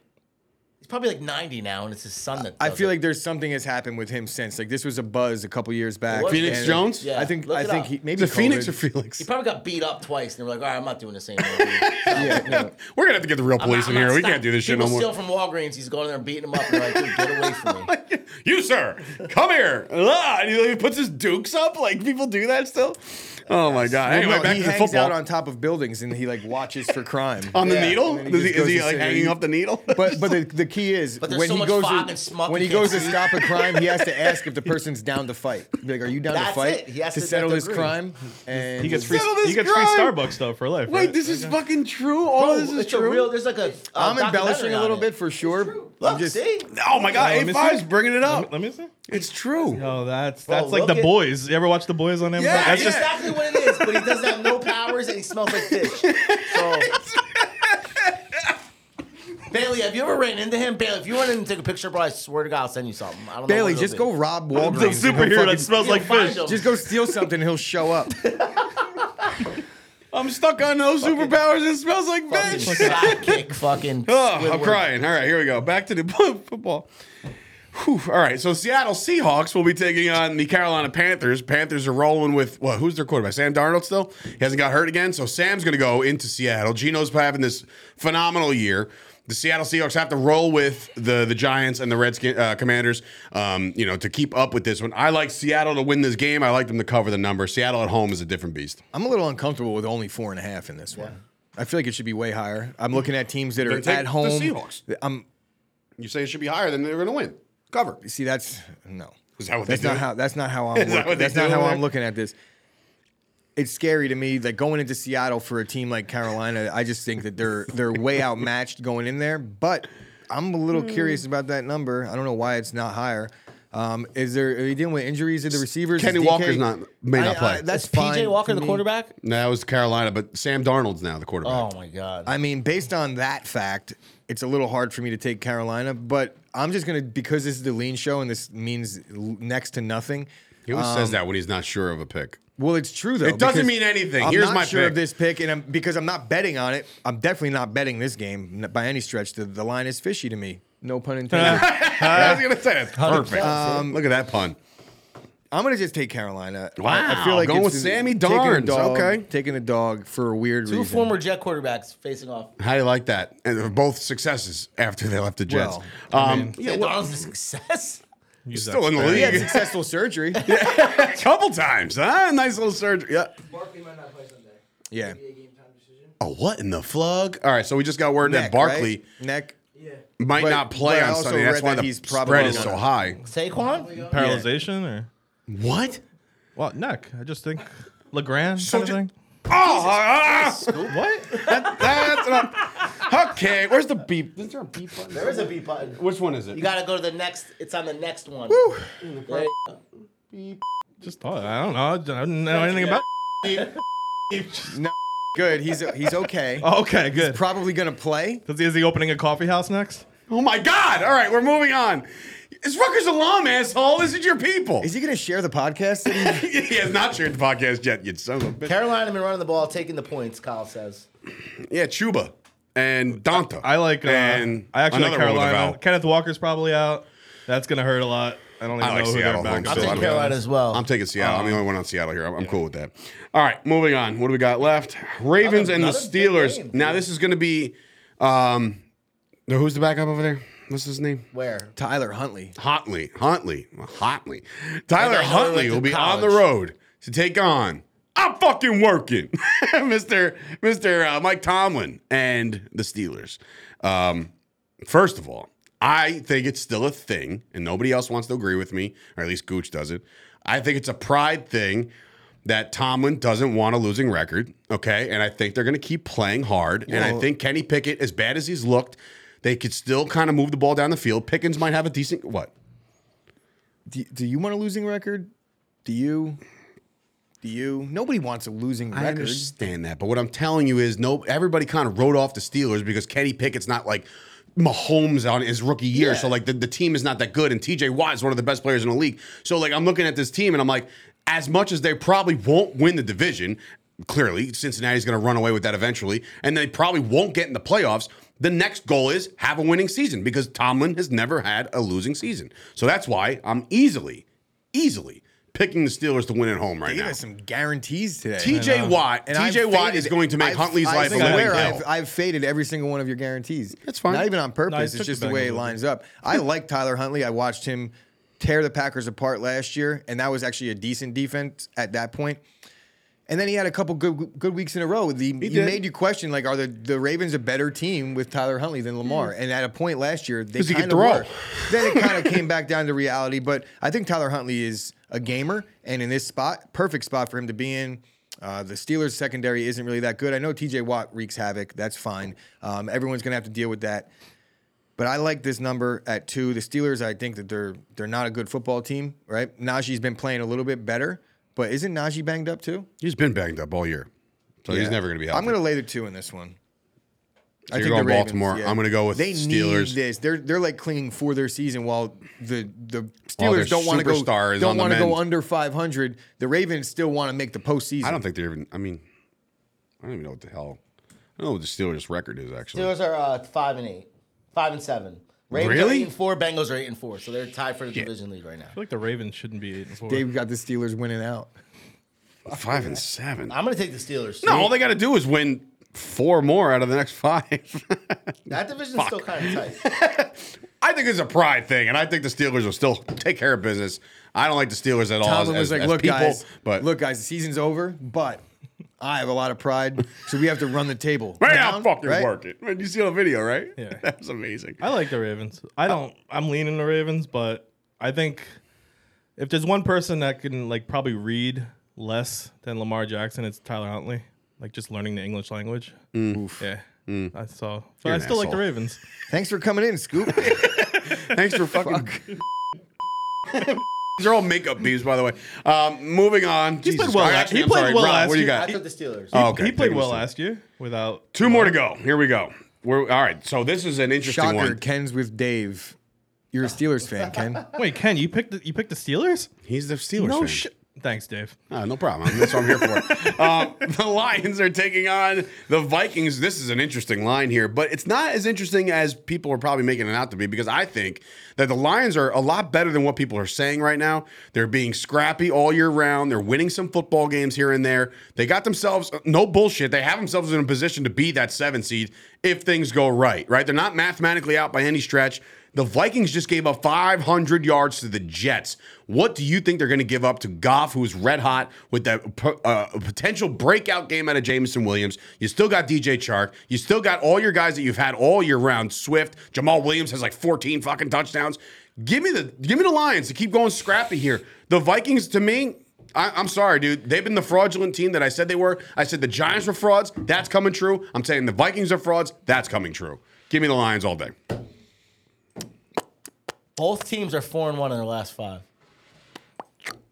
S3: He's probably like 90 now, and it's his son that.
S2: I
S3: does
S2: feel
S3: it.
S2: like there's something has happened with him since. Like this was a buzz a couple years back.
S3: What?
S1: Phoenix
S2: and
S1: Jones?
S3: Yeah.
S2: I think
S3: Look
S2: I
S3: it
S2: think
S3: up.
S2: he, maybe
S1: Is it Phoenix
S2: COVID.
S1: or Phoenix?
S3: He probably got beat up twice, and they were like, "All right, I'm not doing the same." Thing.
S2: Yeah, yeah.
S1: We're gonna have to get the real police in
S3: I'm not-
S1: here. We
S3: stop.
S1: can't do this shit
S3: People
S1: no more.
S3: steal from Walgreens. He's going in there and beating them up. They're like, dude, get away from me.
S1: you sir, come here. Ah, and he like, puts his dukes up. Like people do that still. Oh my god! Anyway,
S2: no,
S1: back
S2: he
S1: to the
S2: hangs
S1: football.
S2: out on top of buildings and he like watches for crime
S1: On the
S2: Yeah.
S1: needle?
S2: And then
S1: Does he,
S2: just
S1: is
S2: goes
S1: he
S2: to
S1: like
S2: sit-
S1: hanging off the needle?
S2: But but the, the key is
S3: But there's
S2: when
S3: so
S2: he
S3: much
S2: goes
S3: fog
S2: to,
S3: and smoke
S2: when
S3: you
S2: he goes to
S3: can't see.
S2: stop a crime, he has to ask if the person's down to fight. Be Like, are you down to
S3: That's
S2: fight
S3: it. He has to-
S2: settle
S3: they
S2: this
S3: agree.
S2: crime? And
S4: He gets free.
S1: Settle this
S4: He gets free
S1: crime.
S4: Starbucks stuff for life.
S1: Wait,
S4: right?
S1: this is fucking true. All
S3: Oh,
S1: this is
S3: it's
S1: true.
S3: a real. There's like a. a
S2: I'm embellishing
S3: documentary
S2: a little
S3: on
S2: bit
S3: it.
S2: for sure.
S3: Look,
S2: I'm just
S3: see,
S1: oh my god!
S4: Let
S1: A
S4: me see.
S1: five's bringing it
S4: Let me-
S1: up.
S4: Let me see.
S1: It's true.
S4: Oh, that's
S3: Bro,
S4: that's like
S3: look
S4: the
S3: at-
S4: boys. You ever watch the boys on Amazon?
S1: Yeah,
S4: that's
S3: That's
S1: yeah.
S4: just
S3: exactly what it is. But he doesn't have no powers, and he smells like fish. So. Bailey, have you ever ran into him? Bailey, if you wanted to take a picture, bro, I swear to God, I'll send you something. I don't know
S2: Bailey,
S3: what it'll
S2: just
S3: be.
S2: go rob
S4: the
S2: Walgreens. and he'll
S4: superhero that
S2: fucking-
S4: smells
S3: Yeah,
S4: like
S3: find
S4: fish.
S3: him.
S2: Just go steal something, and he'll show up.
S4: Oh
S1: I'm stuck on no superpowers and it smells like
S3: Fucking
S1: bitch.
S3: sidekick, fucking.
S1: Oh, I'm
S3: Squidward.
S1: crying. All right, here we go. Back to the football. Whew. All right, so Seattle Seahawks will be taking on the Carolina Panthers. Panthers are rolling with what? Who's their quarterback? Sam Darnold still. He hasn't got hurt again, so Sam's going to go into Seattle. Gino's having this phenomenal year. The Seattle Seahawks have to roll with the the Giants and the Redskin uh, Commanders, um, you know, to keep up with this one. I like Seattle to win this game. I like them to cover the number. Seattle at home is a different beast.
S2: I'm a little uncomfortable with only four and a half in this one. I feel like it should be way higher. I'm looking at teams that are
S1: take
S2: at
S1: the
S2: home.
S1: Seahawks.
S2: I'm
S1: You say it should be higher than they're going to win. Cover.
S2: see that's no.
S1: Is that what
S2: That's
S1: they
S2: not
S1: do?
S2: how. That's not how I'm.
S1: Is that
S2: working-
S1: what they
S2: that's not
S1: do
S2: how
S1: over
S2: I'm
S1: there?
S2: looking at this. It's scary to me that going into Seattle for a team like Carolina, I just think that they're they're way outmatched going in there. But I'm a little
S1: Hmm.
S2: curious about that number. I don't know why it's not higher. Um, is there are you dealing with injuries of the receivers? Is
S1: Kenny
S2: DK
S1: Walker's not may not
S3: I-
S1: play.
S3: I- that's
S2: It's fine
S3: PJ Walker,
S2: to
S3: the
S2: me.
S3: quarterback.
S1: No, that was Carolina, but Sam Darnold's now the
S3: Oh
S1: quarterback.
S3: my god.
S2: I mean, based on that fact, it's a little hard for me to take Carolina, but I'm just going to, because this is the lean show and this means l- next to nothing.
S1: he always says that when he's not sure of a pick.
S2: Well, it's true, though.
S1: It doesn't
S2: because
S1: mean anything.
S2: I'm
S1: Here's
S2: not
S1: my
S2: sure
S1: pick.
S2: of this pick, and I'm, because I'm not betting on it, I'm definitely not betting this game n- by any stretch. The, the line is fishy to me. No pun intended.
S1: I was gonna say that's
S3: 100%.
S1: perfect.
S2: Um,
S1: Look at that pun.
S2: I'm going to just take Carolina. I- I,
S1: Wow,
S2: feel like
S1: going
S2: it's-
S1: with Sammy
S2: taking a
S1: Darns.
S2: dog-
S1: Okay.
S2: Taking the dog for a weird
S3: Two
S2: reason.
S3: former Jet quarterbacks facing off.
S1: How do you like that? And they're both successes after they left the Jets.
S2: Well,
S1: um,
S3: Yeah, Donald's a success.
S4: Use that
S1: still in the
S4: sparingly.
S2: He had
S1: league
S2: successful surgery.
S1: a couple times. Huh? Nice little surgery. Yeah.
S5: Barkley might not play Sunday.
S2: Yeah.
S5: Be a game time decision.
S1: Oh, what in the flug? All right, so we just got word that
S2: Neck,
S1: Barkley
S2: right? Neck.
S5: Yeah.
S1: might
S2: But-
S1: not play
S2: but I
S1: on
S2: also
S1: Sunday. That's
S2: read
S1: why
S2: that
S1: the
S2: he's
S1: spread
S2: probably
S1: is so
S2: gonna-
S1: high.
S3: Saquon?
S4: Paralyzation or
S1: What?
S4: well neck? I just think Legrand kind
S1: ju-
S4: of thing.
S1: Oh, ah,
S4: What?
S1: that- that's not. Okay, where's the beep? Is there a beep button?
S3: There is a beat button.
S1: Which one is it?
S3: You gotta go to the next. It's on the next one. There-
S4: Just thought. I don't know. I didn't know anything about.
S2: Good. He's, he's okay.
S4: Oh, okay, good.
S2: Probably going to play.
S4: Does he- Is he opening a coffee house next?
S1: Oh my God! All right, we're moving on. It's Rutgers alum, asshole. This is your people.
S2: Is he going to share the podcast? that he-
S1: he has not shared the podcast yet. You son of a bitch.
S3: Carolina been running the ball, taking the points. Kyle says.
S1: Yeah, Chuba and Donta.
S4: I like. Uh,
S1: and
S4: I actually like
S1: another one with a
S4: Carolina.
S1: vowel.
S4: Kenneth Walker's probably out. That's gonna hurt a lot. I don't even
S1: I like
S4: know who
S1: Seattle.
S4: their back
S1: I'm
S4: is. Um,
S1: still-
S3: Take
S1: I'm-
S3: Carolina as well.
S1: I'm taking Seattle. I'm the only one on Seattle here. I'm, I'm cool with that. All right, moving on. What do we got left? Ravens
S3: Another-
S1: and the
S3: another big
S1: Steelers.
S3: game.
S1: now this is going to be. Um, no, who's the backup over there? What's his name?
S3: Where?
S2: Tyler Huntley.
S1: Huntley. Huntley. Huntley. Tyler
S3: I know
S1: Huntley
S3: it
S1: will
S3: went
S1: be
S3: to
S1: on the
S3: college.
S1: road to take on. I'm fucking working, Mister Mister uh, Mike Tomlin and the Steelers. Um, first of all, I think it's still a thing, and nobody else wants to agree with me, or at least Gooch doesn't. I think it's a pride thing that Tomlin doesn't want a losing record. Okay, and I think they're going to keep playing hard, and I think Kenny Pickett, as bad as he's looked, they could still kind of move the ball down the field. Pickens might have a decent what?
S2: Do, do you want a losing record? Do you? Do you? Nobody wants a losing
S1: I
S2: record.
S1: understand that, but what I'm telling you is, no, everybody kind of wrote off the Steelers because Kenny Pickett's not like Mahomes on his rookie year, so like the, the team is not that good, and T.J. Watt is one of the best players in the league. So like I'm looking at this team, and I'm like, as much as they probably won't win the division, clearly Cincinnati's going to run away with that eventually, and they probably won't get in the playoffs. The next goal is have a winning season because Tomlin has never had a losing season, so that's why I'm easily, easily picking the Steelers to win at home right
S2: Gave
S1: now.
S2: us some guarantees today.
S1: TJ Watt.
S2: And
S1: TJ
S2: I've
S1: Watt
S2: faded-
S1: is going to make
S2: I've-
S1: Huntley's
S2: I
S1: life a
S2: swear
S1: living
S2: I've,
S1: hell.
S2: I've faded every single one of your guarantees.
S1: That's fine.
S2: Not even on
S4: No, I
S2: purpose.
S4: took
S2: it's just
S4: the
S2: the way
S4: Bengals
S2: it
S4: with
S2: lines up. I like Tyler Huntley. I watched him tear the Packers apart last year, and that was actually a decent defense at that point. And then he had a couple good good weeks in a row. The, he
S1: did.
S2: made you question like, are the, the Ravens a better team with Tyler Huntley than Lamar?
S1: Mm.
S2: And at a point last year, they
S1: 'Cause he could
S2: kind of
S1: throw.
S2: were. Then it kind of came back down to reality. But I think Tyler Huntley is a gamer, and in this spot, perfect spot for him to be in. Uh, the Steelers secondary isn't really that good. I know T.J. Watt wreaks havoc. That's fine. Um, everyone's gonna have to deal with that. But I like this number at two. The Steelers, I think that they're they're not a good football team, right? Najee's been playing a little bit better, but isn't Najee banged up too?
S1: He's been banged up all year, so he's
S2: Yeah.
S1: never going to be healthy.
S2: I'm going to lay the two in this one.
S1: So you're going
S2: the Ravens,
S1: Baltimore.
S2: yeah.
S1: I'm going to go with
S2: They
S1: Steelers.
S2: need this. They're they're like clinging for their season while the the
S1: While their
S2: Steelers don't want to go
S1: superstar is on
S2: don't
S1: the
S2: want to go
S1: mend.
S2: under 500. The Ravens still want to make the postseason.
S1: I don't think they're even. I mean, I don't even know what the hell. I don't know what the Steelers' record is actually.
S3: Steelers are uh, five and eight, five and seven. Ravens
S1: Really?
S3: are eight and four. Bengals are eight and four. So they're tied for the division lead right now.
S4: feel like the Ravens shouldn't be eight and four.
S2: Dave got the Steelers winning out.
S1: Five and seven.
S3: I'm gonna take the Steelers.
S1: No, all they got to do is win four more out of the next five.
S3: that division's still kind of tight.
S1: I think it's a pride thing, and I think the Steelers will still take care of business. I don't like the Steelers at all. as-
S2: Tomlin
S1: as-
S2: was like,
S1: as
S2: "Look,
S1: people,
S2: guys,
S1: but
S2: look, guys, the season's over, but I have a lot of pride, so we have to run the table.
S1: man, I'll
S2: Down,
S1: fucking
S2: right?
S1: work it." Man, you see the video, right?
S4: Yeah.
S1: that was amazing.
S4: I like the Ravens. I don't. I'm leaning the Ravens, but I think if there's one person that can like probably read less than Lamar Jackson, it's Tyler Huntley. Like just learning the English language.
S2: Mm.
S4: Yeah. I saw. So
S1: You're
S4: I
S1: an
S4: still like the
S1: asshole.
S4: Ravens.
S2: Thanks for coming in, Scoop.
S1: Thanks for fucking. These are all makeup beams, by the way. Um, moving on. He
S4: played well last- he played well last
S1: What do you
S4: year.
S1: got?
S3: I took the Steelers.
S1: Oh, okay.
S4: he played
S1: Take it
S4: well
S1: slow.
S4: last year without.
S1: Two more to go. Here we go. We're all right. So this is an interesting
S2: Shocker,
S1: one.
S2: Ken's with Dave. You're a Steelers fan, Ken.
S4: Wait, Ken, you picked the you picked the Steelers?
S1: He's the Steelers.
S4: No
S1: fan.
S4: shit. Thanks, Dave.
S1: Ah, no problem. That's what I'm here for. um, the Lions are taking on the Vikings. This is an interesting line here, but it's not as interesting as people are probably making it out to be because I think that the Lions are a lot better than what people are saying right now. They're being scrappy all year round. They're winning some football games here and there. They got themselves, no bullshit, they have themselves in a position to be that seven seed if things go right, right? They're not mathematically out by any stretch. The Vikings just gave up 500 yards to the Jets. What do you think they're going to give up to Goff, who's red hot with that po- uh, potential breakout game out of Jameson Williams? You still got DJ Chark. You still got all your guys that you've had all year round. Swift, Jamal Williams has like 14 fucking touchdowns. Give me the give me the Lions to keep going scrappy here. The Vikings, to me, I, I'm sorry, dude. They've been the fraudulent team that I said they were. I said the Giants were frauds. That's coming true. I'm saying the Vikings are frauds. That's coming true. Give me the Lions all day.
S3: Both teams are four and one in their last five.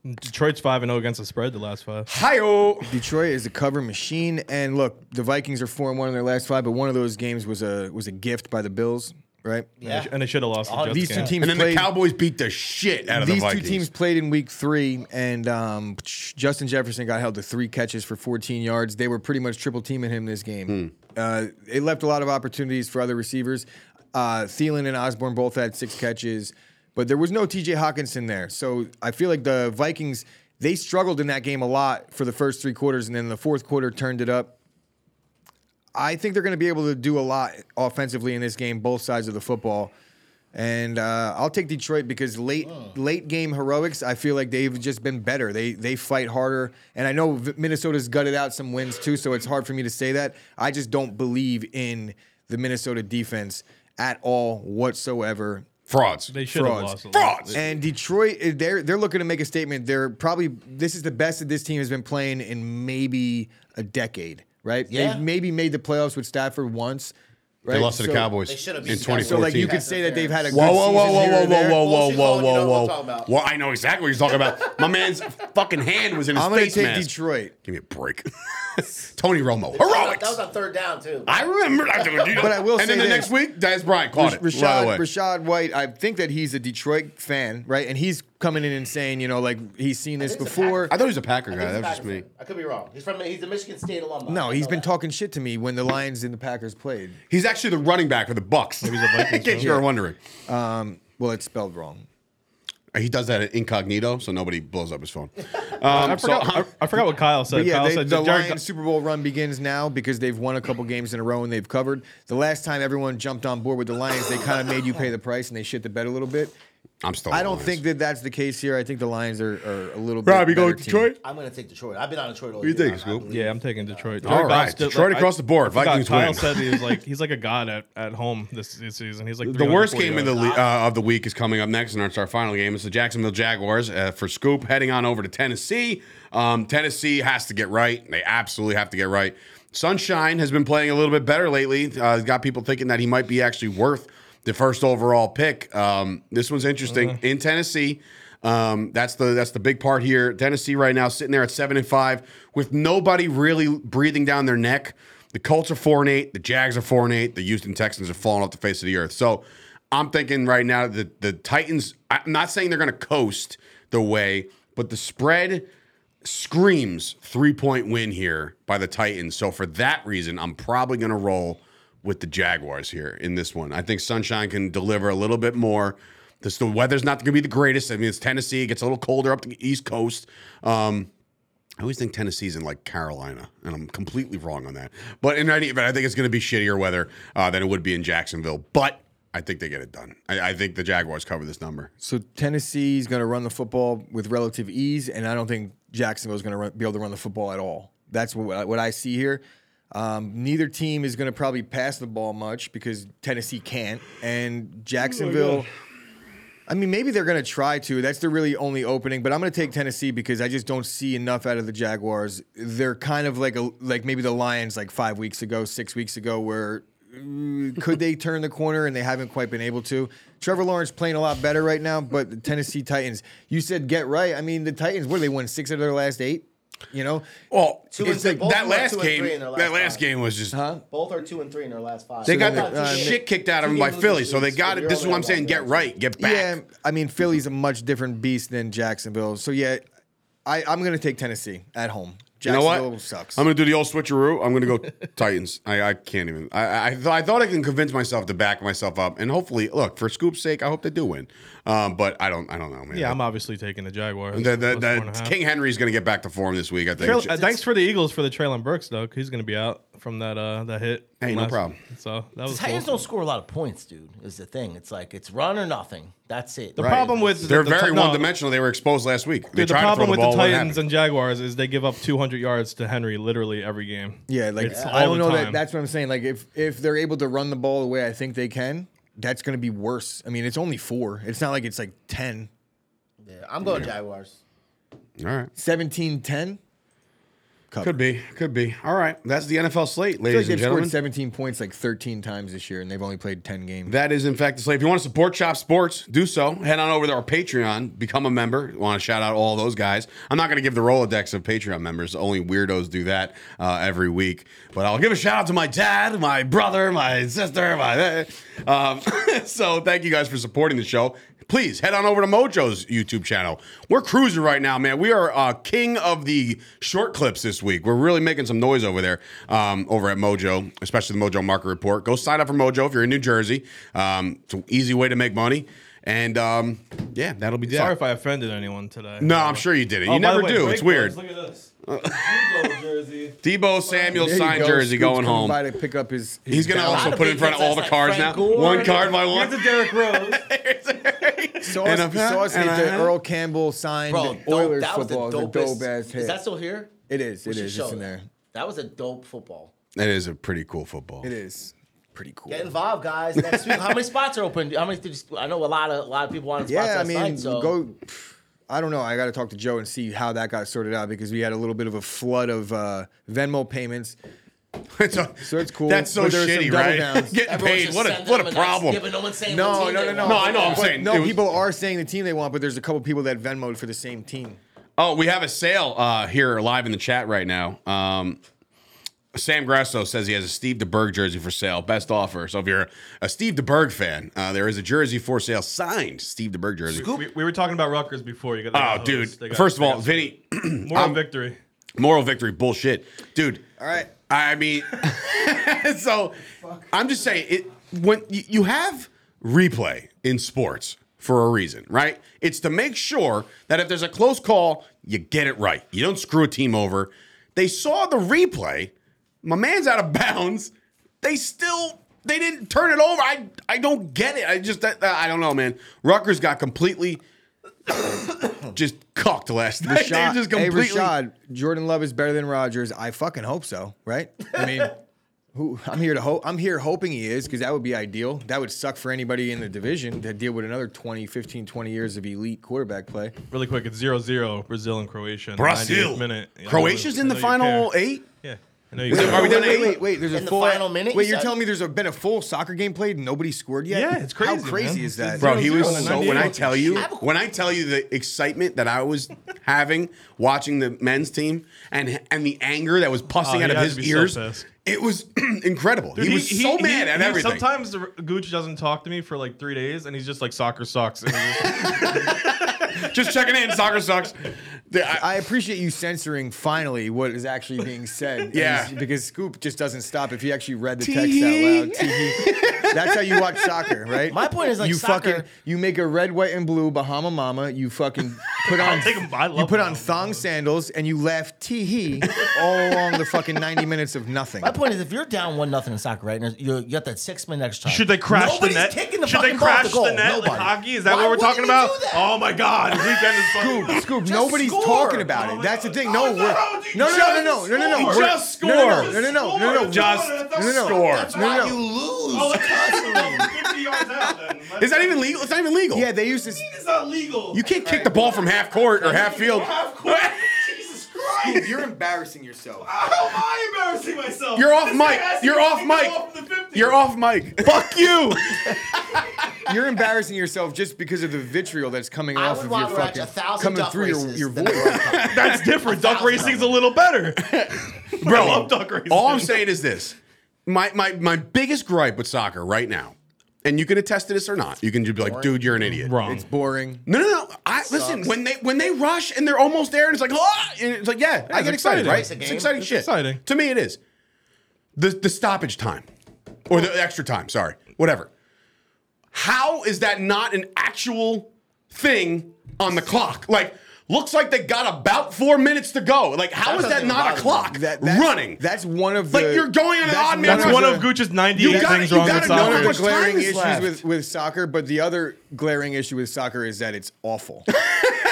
S4: Detroit's five and zero against the spread the last five.
S1: Hi-yo.
S2: Detroit is a cover machine, and look, the Vikings are four and one in their last five, but one of those games was a was a gift by the Bills, right?
S3: Yeah.
S4: And they should have lost.
S3: Oh,
S4: the
S3: these
S4: Jets
S2: Uh, These two
S4: game.
S2: teams
S1: And then
S2: played.
S1: the Cowboys beat the shit out of
S2: these
S1: the Vikings.
S2: two teams played in week three, and um, Justin Jefferson got held to three catches for 14 yards. They were pretty much triple teaming him this
S1: Hmm.
S2: game. Uh, it left a lot of opportunities for other receivers. Uh, Thielen and Osborne both had six catches, but there was no TJ Hawkinson there. So I feel like the Vikings, they struggled in that game a lot for the first three quarters, and then the fourth quarter turned it up. I think they're going to be able to do a lot offensively in this game, both sides of the football. And uh, I'll take Detroit because late late game heroics, I feel like they've just been better. They they fight harder, and I know V- Minnesota's gutted out some wins too, so it's hard for me to say that. I just don't believe in the Minnesota defense at all whatsoever.
S1: frauds.
S4: They should have
S2: Frauds.
S4: lost. the-
S1: frauds.
S2: And Detroit, eh, they're they're looking to make a statement. They're probably this is the best that this team has been playing in maybe a decade, right?
S3: Yeah.
S2: They've maybe made the playoffs with Stafford once. Right?
S1: they lost to the
S2: So-
S1: Cowboys
S3: They should have
S1: in
S3: beat them.
S1: 2014.
S2: So like you
S3: That's
S2: could say that
S3: unfair.
S2: they've had a good
S1: Whoa, whoa, whoa,
S2: season
S1: whoa,
S2: here
S1: whoa,
S2: and there.
S1: whoa, whoa,
S3: Bullshit
S1: whoa,
S3: calling, you
S1: whoa,
S3: know what I'm
S1: whoa,
S3: talking
S1: whoa.
S3: about.
S1: Well, I know exactly what he's talking about. My man's fucking hand was in his
S2: I'm gonna
S1: face
S2: take
S1: mask.
S2: Detroit.
S1: Give me a break. Tony Romo.
S3: That was
S1: Heroics.
S3: on third down too.
S1: I remember. but
S2: But I will
S1: And
S2: say
S1: then the
S2: this.
S1: next week, Dez Bryant caught it.
S2: Rashad,
S1: by the way.
S2: Rashad White, I think that he's a Detroit fan, right? And he's coming in and saying, you know, like he's seen this
S3: think it's a
S2: before.
S1: I thought he was a Packer
S3: I
S1: guy.
S3: think
S1: That
S3: he's
S1: was just me.
S3: Pakistan. I could be wrong. He's from he's a Michigan State alumni.
S2: No,
S3: I
S2: he's
S3: know
S2: been
S3: that.
S2: talking shit to me when the Lions and the Packers played.
S1: He's actually the running back for the Bucks. in case you were wondering.
S2: Well, it's spelled wrong.
S1: He does that incognito, so nobody blows up his phone. Um,
S4: I forgot. I, I forgot what Kyle said.
S2: But yeah,
S4: Kyle
S2: they,
S4: said
S2: the
S4: Jared
S2: Lions
S4: Go-
S2: Super Bowl run begins now because they've won a couple games in a row and they've covered. The last time everyone jumped on board with the Lions, they kind of made you pay the price and they shit the bed a little bit.
S1: I'm still.
S2: I don't
S1: Lions.
S2: think that that's the case here. I think the Lions are, are a little bit.
S1: Robbie going
S2: better
S1: to
S2: team.
S1: Detroit.
S3: I'm gonna take Detroit. I've been on Detroit all
S1: do you
S3: year.
S1: think,
S3: I- I
S1: Scoop?
S3: believe
S4: Yeah, I'm taking Detroit.
S1: All
S4: Jared
S1: right,
S4: Goff's still-
S1: Detroit
S4: I-
S1: across the board.
S4: I forgot
S1: Vikings
S4: Kyle
S1: win.
S4: said he was like he's like a god at, at home this, this season. He's like
S1: The worst
S4: 340
S1: game of the
S4: yards.
S1: le- uh, of the week is coming up next, and it's our final game. It's the Jacksonville Jaguars uh, for Scoop heading on over to Tennessee. Um, Tennessee has to get right. They absolutely have to get right. Sunshine has been playing a little bit better lately. Uh, it's got people thinking that he might be actually worth the first overall pick. Um, this one's interesting in Tennessee. Um, that's the that's the big part here. Tennessee right now sitting there at seven and five with nobody really breathing down their neck. The Colts are four and eight. The Jags are four and eight. The Houston Texans are falling off the face of the earth. So I'm thinking right now that the Titans. I'm not saying they're going to coast the way, but the spread screams three point win here by the Titans. So for that reason, I'm probably going to roll with the Jaguars here in this one. I think Sunshine can deliver a little bit more. This, the weather's not going to be the greatest. I mean, it's Tennessee. It gets a little colder up the East Coast. Um, I always think Tennessee's in like Carolina, and I'm completely wrong on that. But in any event, I think it's going to be shittier weather uh, than it would be in Jacksonville. But I think they get it done. I, I think the Jaguars cover this number.
S2: So Tennessee's going to run the football with relative ease, and I don't think Jacksonville's going to be able to run the football at all. That's what I- what I see here. Um, neither team is going to probably pass the ball much because Tennessee can't,
S4: Oh
S2: and Jacksonville. I mean, maybe they're going to try to. That's their really only opening. But I'm going to take Tennessee because I just don't see enough out of the Jaguars. They're kind of like a like maybe the Lions like five weeks ago, six weeks ago, where mm, could they turn the corner and they haven't quite been able to. Trevor Lawrence playing a lot better right now, but the Tennessee Titans. You said get right. I mean, the Titans. What do they win? Six out of their last eight. You know,
S1: Well,
S3: Two
S1: it's
S3: and-
S1: like that
S3: Baltimore two
S1: last
S3: and
S1: game.
S3: three in their last
S1: that last
S3: five.
S1: game was just
S3: Both are two and three in their last five.
S1: they got
S2: then
S1: the
S2: they- uh,
S1: shit kicked out of them
S3: two
S1: by
S3: game
S1: Philly.
S3: losing
S1: so they
S3: streak,
S1: got
S3: so
S1: it.
S3: you're
S1: This is
S3: only
S1: what
S3: on
S1: I'm saying.
S3: one
S1: Get
S3: game.
S1: right. Get back.
S2: Yeah, I mean Philly's a much different beast than Jacksonville. So yeah, I, I'm going to take Tennessee at home.
S1: You know
S2: Jacksonville
S1: what?
S2: sucks.
S1: I'm gonna do the old switcheroo. I'm gonna go Titans. I, I can't even. I I, th- I thought I can convince myself to back myself up, and hopefully, look for Scoop's sake, I hope they do win. Um, but I don't. I don't know, man.
S4: Yeah, I'm obviously taking the Jaguars.
S1: The, the,
S4: Plus four and a
S1: the
S4: half.
S1: King Henry's gonna get back to form this week. I think.
S4: Trail- uh, thanks for the Eagles for the Traylon Burks though. 'cause He's gonna be out from that uh that hit.
S1: Hey,
S4: from
S1: no
S4: last-
S1: problem.
S4: So that was
S3: Titans
S4: cool.
S3: don't score a lot of points, dude. Is the thing. It's like it's run or nothing. That's it.
S4: The problem with
S1: They're
S4: the,
S1: very
S4: the, no,
S1: one dimensional. They were exposed last week. They
S4: dude, the
S1: tried
S4: problem
S1: to
S4: with
S1: throw the ball.
S4: the
S1: what
S4: Titans
S1: happened?
S4: and Jaguars is they give up 200 yards to Henry literally every game.
S2: yeah, like
S4: It's
S2: I
S4: all
S2: don't
S4: the
S2: know that.
S4: time.
S2: That's what I'm saying. Like if if they're able to run the ball the way I think they can, that's going to be worse. I mean, it's only four. It's not like it's like 10,
S3: Yeah, I'm going Jaguars.
S1: All right.
S2: 17, 10. Cover.
S1: Could be. Could be. All right. That's the NFL slate,
S2: I feel like
S1: ladies
S2: they've
S1: and gentlemen.
S2: scored 17 points like 13 times this year, and they've only played 10 games.
S1: That is, in fact, the slate. If you want to support Chop Sports, do so. Head on over to our Patreon, become a member. want to shout out all those guys. I'm not going to give the Rolodex of Patreon members. Only weirdos do that uh, every week. But I'll give a shout out to my dad, my brother, my sister, my. Um, so thank you guys for supporting the show. Please head on over to Mojo's YouTube channel. We're cruising right now, man. We are uh, king of the short clips this week. We're really making some noise over there, um, over at Mojo, especially the Mojo Market Report. Go sign up for Mojo if you're in New Jersey. Um, it's an easy way to make money, and um, yeah, that'll be
S4: Sorry
S1: that.
S4: if I offended anyone today.
S1: No, I'm sure you didn't.
S4: Oh,
S1: you
S4: by the
S1: never
S4: way,
S1: do.
S4: Drake
S1: It's weird.
S4: Barnes, Look at this. Eagle jersey.
S1: Debo Samuel
S2: There you
S1: signed
S2: go.
S1: jersey
S2: Scoop's
S1: going
S2: coming
S1: home.
S2: By to pick up his, his
S1: He's gonna
S2: ballot.
S1: also
S3: of
S1: put in
S3: big
S1: front of all the
S3: hits,
S1: cards
S3: like
S1: now.
S3: Frank Gore.
S1: One card by
S4: Here's
S1: one.
S4: a Derrick Rose.
S2: Sauce,
S1: And a-
S2: Sauce hit
S1: and
S2: the
S1: a-
S2: Earl Campbell signed
S3: Bro, dope,
S2: Oilers
S3: that was the
S2: football. It was a
S3: dopest.
S2: dope ass hit.
S3: Is that still here?
S2: it is.
S3: We
S2: It
S3: should
S2: is.
S3: show
S2: It's in
S3: it.
S2: there.
S3: That was a dope football.
S1: That is a pretty cool football.
S2: It is pretty cool.
S3: Get involved, guys. Next week, how many spots are open? How many? Did you, I know a lot of a lot of people wanted spots.
S2: Yeah, I
S3: last
S2: mean,
S3: night, so.
S2: go. pff, I don't know. I got to talk to Joe and see how that got sorted out because we had a little bit of a flood of uh, Venmo payments.
S1: It's a-
S2: So it's cool.
S1: That's so
S2: But there were some
S1: shitty,
S2: double
S1: right?
S2: downs.
S1: Getting
S3: Everyone
S1: paid.
S3: just
S1: What a
S3: send
S1: what
S3: them
S1: a
S3: nice
S1: problem.
S3: gift, but no one's saying what
S2: No,
S3: team
S2: no,
S3: they
S2: no, no.
S3: want.
S1: No, I know, I'm
S2: But
S1: saying it
S2: no.
S1: was-
S2: people are saying the team they want, but there's a couple people that Venmoed for the same team.
S1: Oh, we have a sale uh, here live in the chat right now. Um, Sam Grasso says he has a Steve DeBerg jersey for sale, best offer. So if you're a Steve DeBerg fan, uh, there is a jersey for sale signed Steve DeBerg jersey.
S4: We, we were talking about Rutgers before you got. they
S1: Oh,
S4: got
S1: dude!
S4: hosed. They got-
S1: First of
S4: they
S1: all,
S4: got
S1: Vinny,
S4: screwed. moral victory.
S1: moral victory, bullshit, dude.
S2: All right.
S1: I mean, so I'm just saying it when you, you have replay in sports for a reason, right? It's to make sure that if there's a close call, you get it right. You don't screw a team over. They saw the replay. My man's out of bounds. They still they didn't turn it over. I I don't get it. I just that, I don't know, man. Rutgers got completely just cucked last night. They
S2: Rashad,
S1: just
S2: hey,
S1: completely
S2: Rashad, Jordan Love is better than Rodgers. I fucking hope so, right? I mean, who I'm here to hope I'm here hoping he is because that would be ideal. That would suck for anybody in the division to deal with another 20, 15, 20 years of elite quarterback play.
S4: Really quick, it's 0-0 Brazil and Croatia. in the 98th
S1: Brazil.
S4: Minute. I know-
S1: Croatia's in the
S4: I know you
S1: final
S4: care.
S1: eight.
S4: Yeah. I know you.
S1: Wait,
S4: care.
S1: are we
S2: wait,
S1: done at
S2: wait,
S1: eight?
S2: wait, wait, There's a
S3: In the
S2: full
S3: final minute,
S2: Wait,
S3: you
S2: you're
S3: said?
S2: telling me there's a, been a full soccer game played? and Nobody scored yet?
S4: Yeah, it's
S2: How
S4: crazy,
S2: crazy
S4: man.
S2: is that?
S1: Bro, he
S4: Zero,
S1: was
S4: zero,
S1: so.
S4: ninety
S1: When I
S4: eight.
S1: tell you,
S3: I have a-
S1: when I tell you the excitement that I was having watching the men's team and and the anger that was
S4: Oh,
S1: pussing
S4: he
S1: out of
S4: had
S1: his
S4: to be so
S1: ears,
S4: pissed.
S1: it was incredible. he, was so mad at
S4: he-
S1: everything.
S4: Sometimes the- Gooch doesn't talk to me for like three days, and he's just like soccer sucks. And he's just-
S1: Just checking in, soccer sucks. Yeah, I-
S2: I appreciate you censoring finally what is actually being said.
S1: Yeah.
S2: Is- Because Scoop just doesn't stop if you actually read the text out loud. Tee-hee. That's how you watch soccer, right?
S3: My point is, like,
S2: you
S3: soccer-
S2: fucking you make a red, white, and blue Bahama Mama. You fucking put on
S4: take 'em- I love
S2: you put on
S4: Bahama
S2: thong
S4: Mamas.
S2: sandals and you laugh tee hee all along the fucking ninety minutes of nothing.
S3: My point is, if you're down one nothing in soccer, right, and you you got that six minute extra time,
S4: Should they crash
S3: Nobody's
S4: the net?
S3: Kicking the
S4: Should they
S3: fucking ball at
S4: crash
S3: the, goal.
S4: the net
S3: Nobody.
S4: like hockey? Is that
S3: Why
S4: what we're
S3: wouldn't
S4: talking
S3: you
S4: about?
S3: do that?
S4: Oh my god, this weekend is fucking-
S2: Scoop,
S3: Just
S2: nobody's
S3: score.
S2: talking about it. That's the thing. No, we're,
S5: oh,
S2: no, no, no, no, no, no, no,
S4: Just
S2: we're-
S4: score.
S2: No, no, no, no, no, no, no, no.
S4: Just
S2: no, no, no.
S1: score.
S3: That's
S2: No,
S3: why
S2: no.
S3: you lose.
S5: Oh,
S1: Is that even legal? It's not even legal.
S2: Yeah, they used this.
S5: It's not legal.
S1: You can't kick the ball from half court or half field.
S5: Half court. Jesus Christ.
S2: You're embarrassing yourself.
S5: How am I embarrassing myself?
S1: You're off
S5: This guy
S1: mic.
S5: asked me
S1: You're
S5: to
S1: off
S5: kick
S1: mic.
S5: it from the 50.
S1: You're off mic. Fuck you.
S2: You're embarrassing yourself just because of the vitriol that's coming
S3: I
S2: off
S3: would
S2: of your
S3: rather watch
S2: fucking
S3: a thousand
S2: coming
S3: duck
S2: through your,
S3: races
S2: your
S3: than
S2: voice.
S4: That's different. Duck racing's a little better. Bro, I love duck racing.
S1: All I'm saying is this: my my my biggest gripe with soccer right now, and you can attest to this or not. You can just be like, dude, you're an idiot.
S4: wrong.
S2: It's boring.
S1: No, no, no. I listen when they when they rush and they're almost there, and it's like, ah, and it's like, yeah, I
S4: it's
S1: get excited,
S4: exciting.
S1: right? It's,
S4: It's a
S3: game.
S1: exciting
S4: It's
S1: shit.
S4: exciting.
S1: To me, it is. The the stoppage time, or the extra time. Sorry, whatever. How is that not an actual thing on the clock? Like. Looks like they got about four minutes to go. Like, how is
S3: That
S1: that
S3: doesn't
S1: not a
S3: bother
S1: clock
S2: That, that's,
S1: running?
S2: That's one of the.
S1: Like, you're going on an odd man
S4: That's
S1: run.
S4: one of Gucci's 98
S1: You gotta-
S4: things
S1: you
S4: wrong with
S1: gotta know
S4: soccer.
S1: how
S2: one of
S1: much
S2: the
S1: time
S2: glaring
S1: is
S2: issues
S1: left.
S2: with, with soccer, but the other glaring issue with soccer is that it's awful.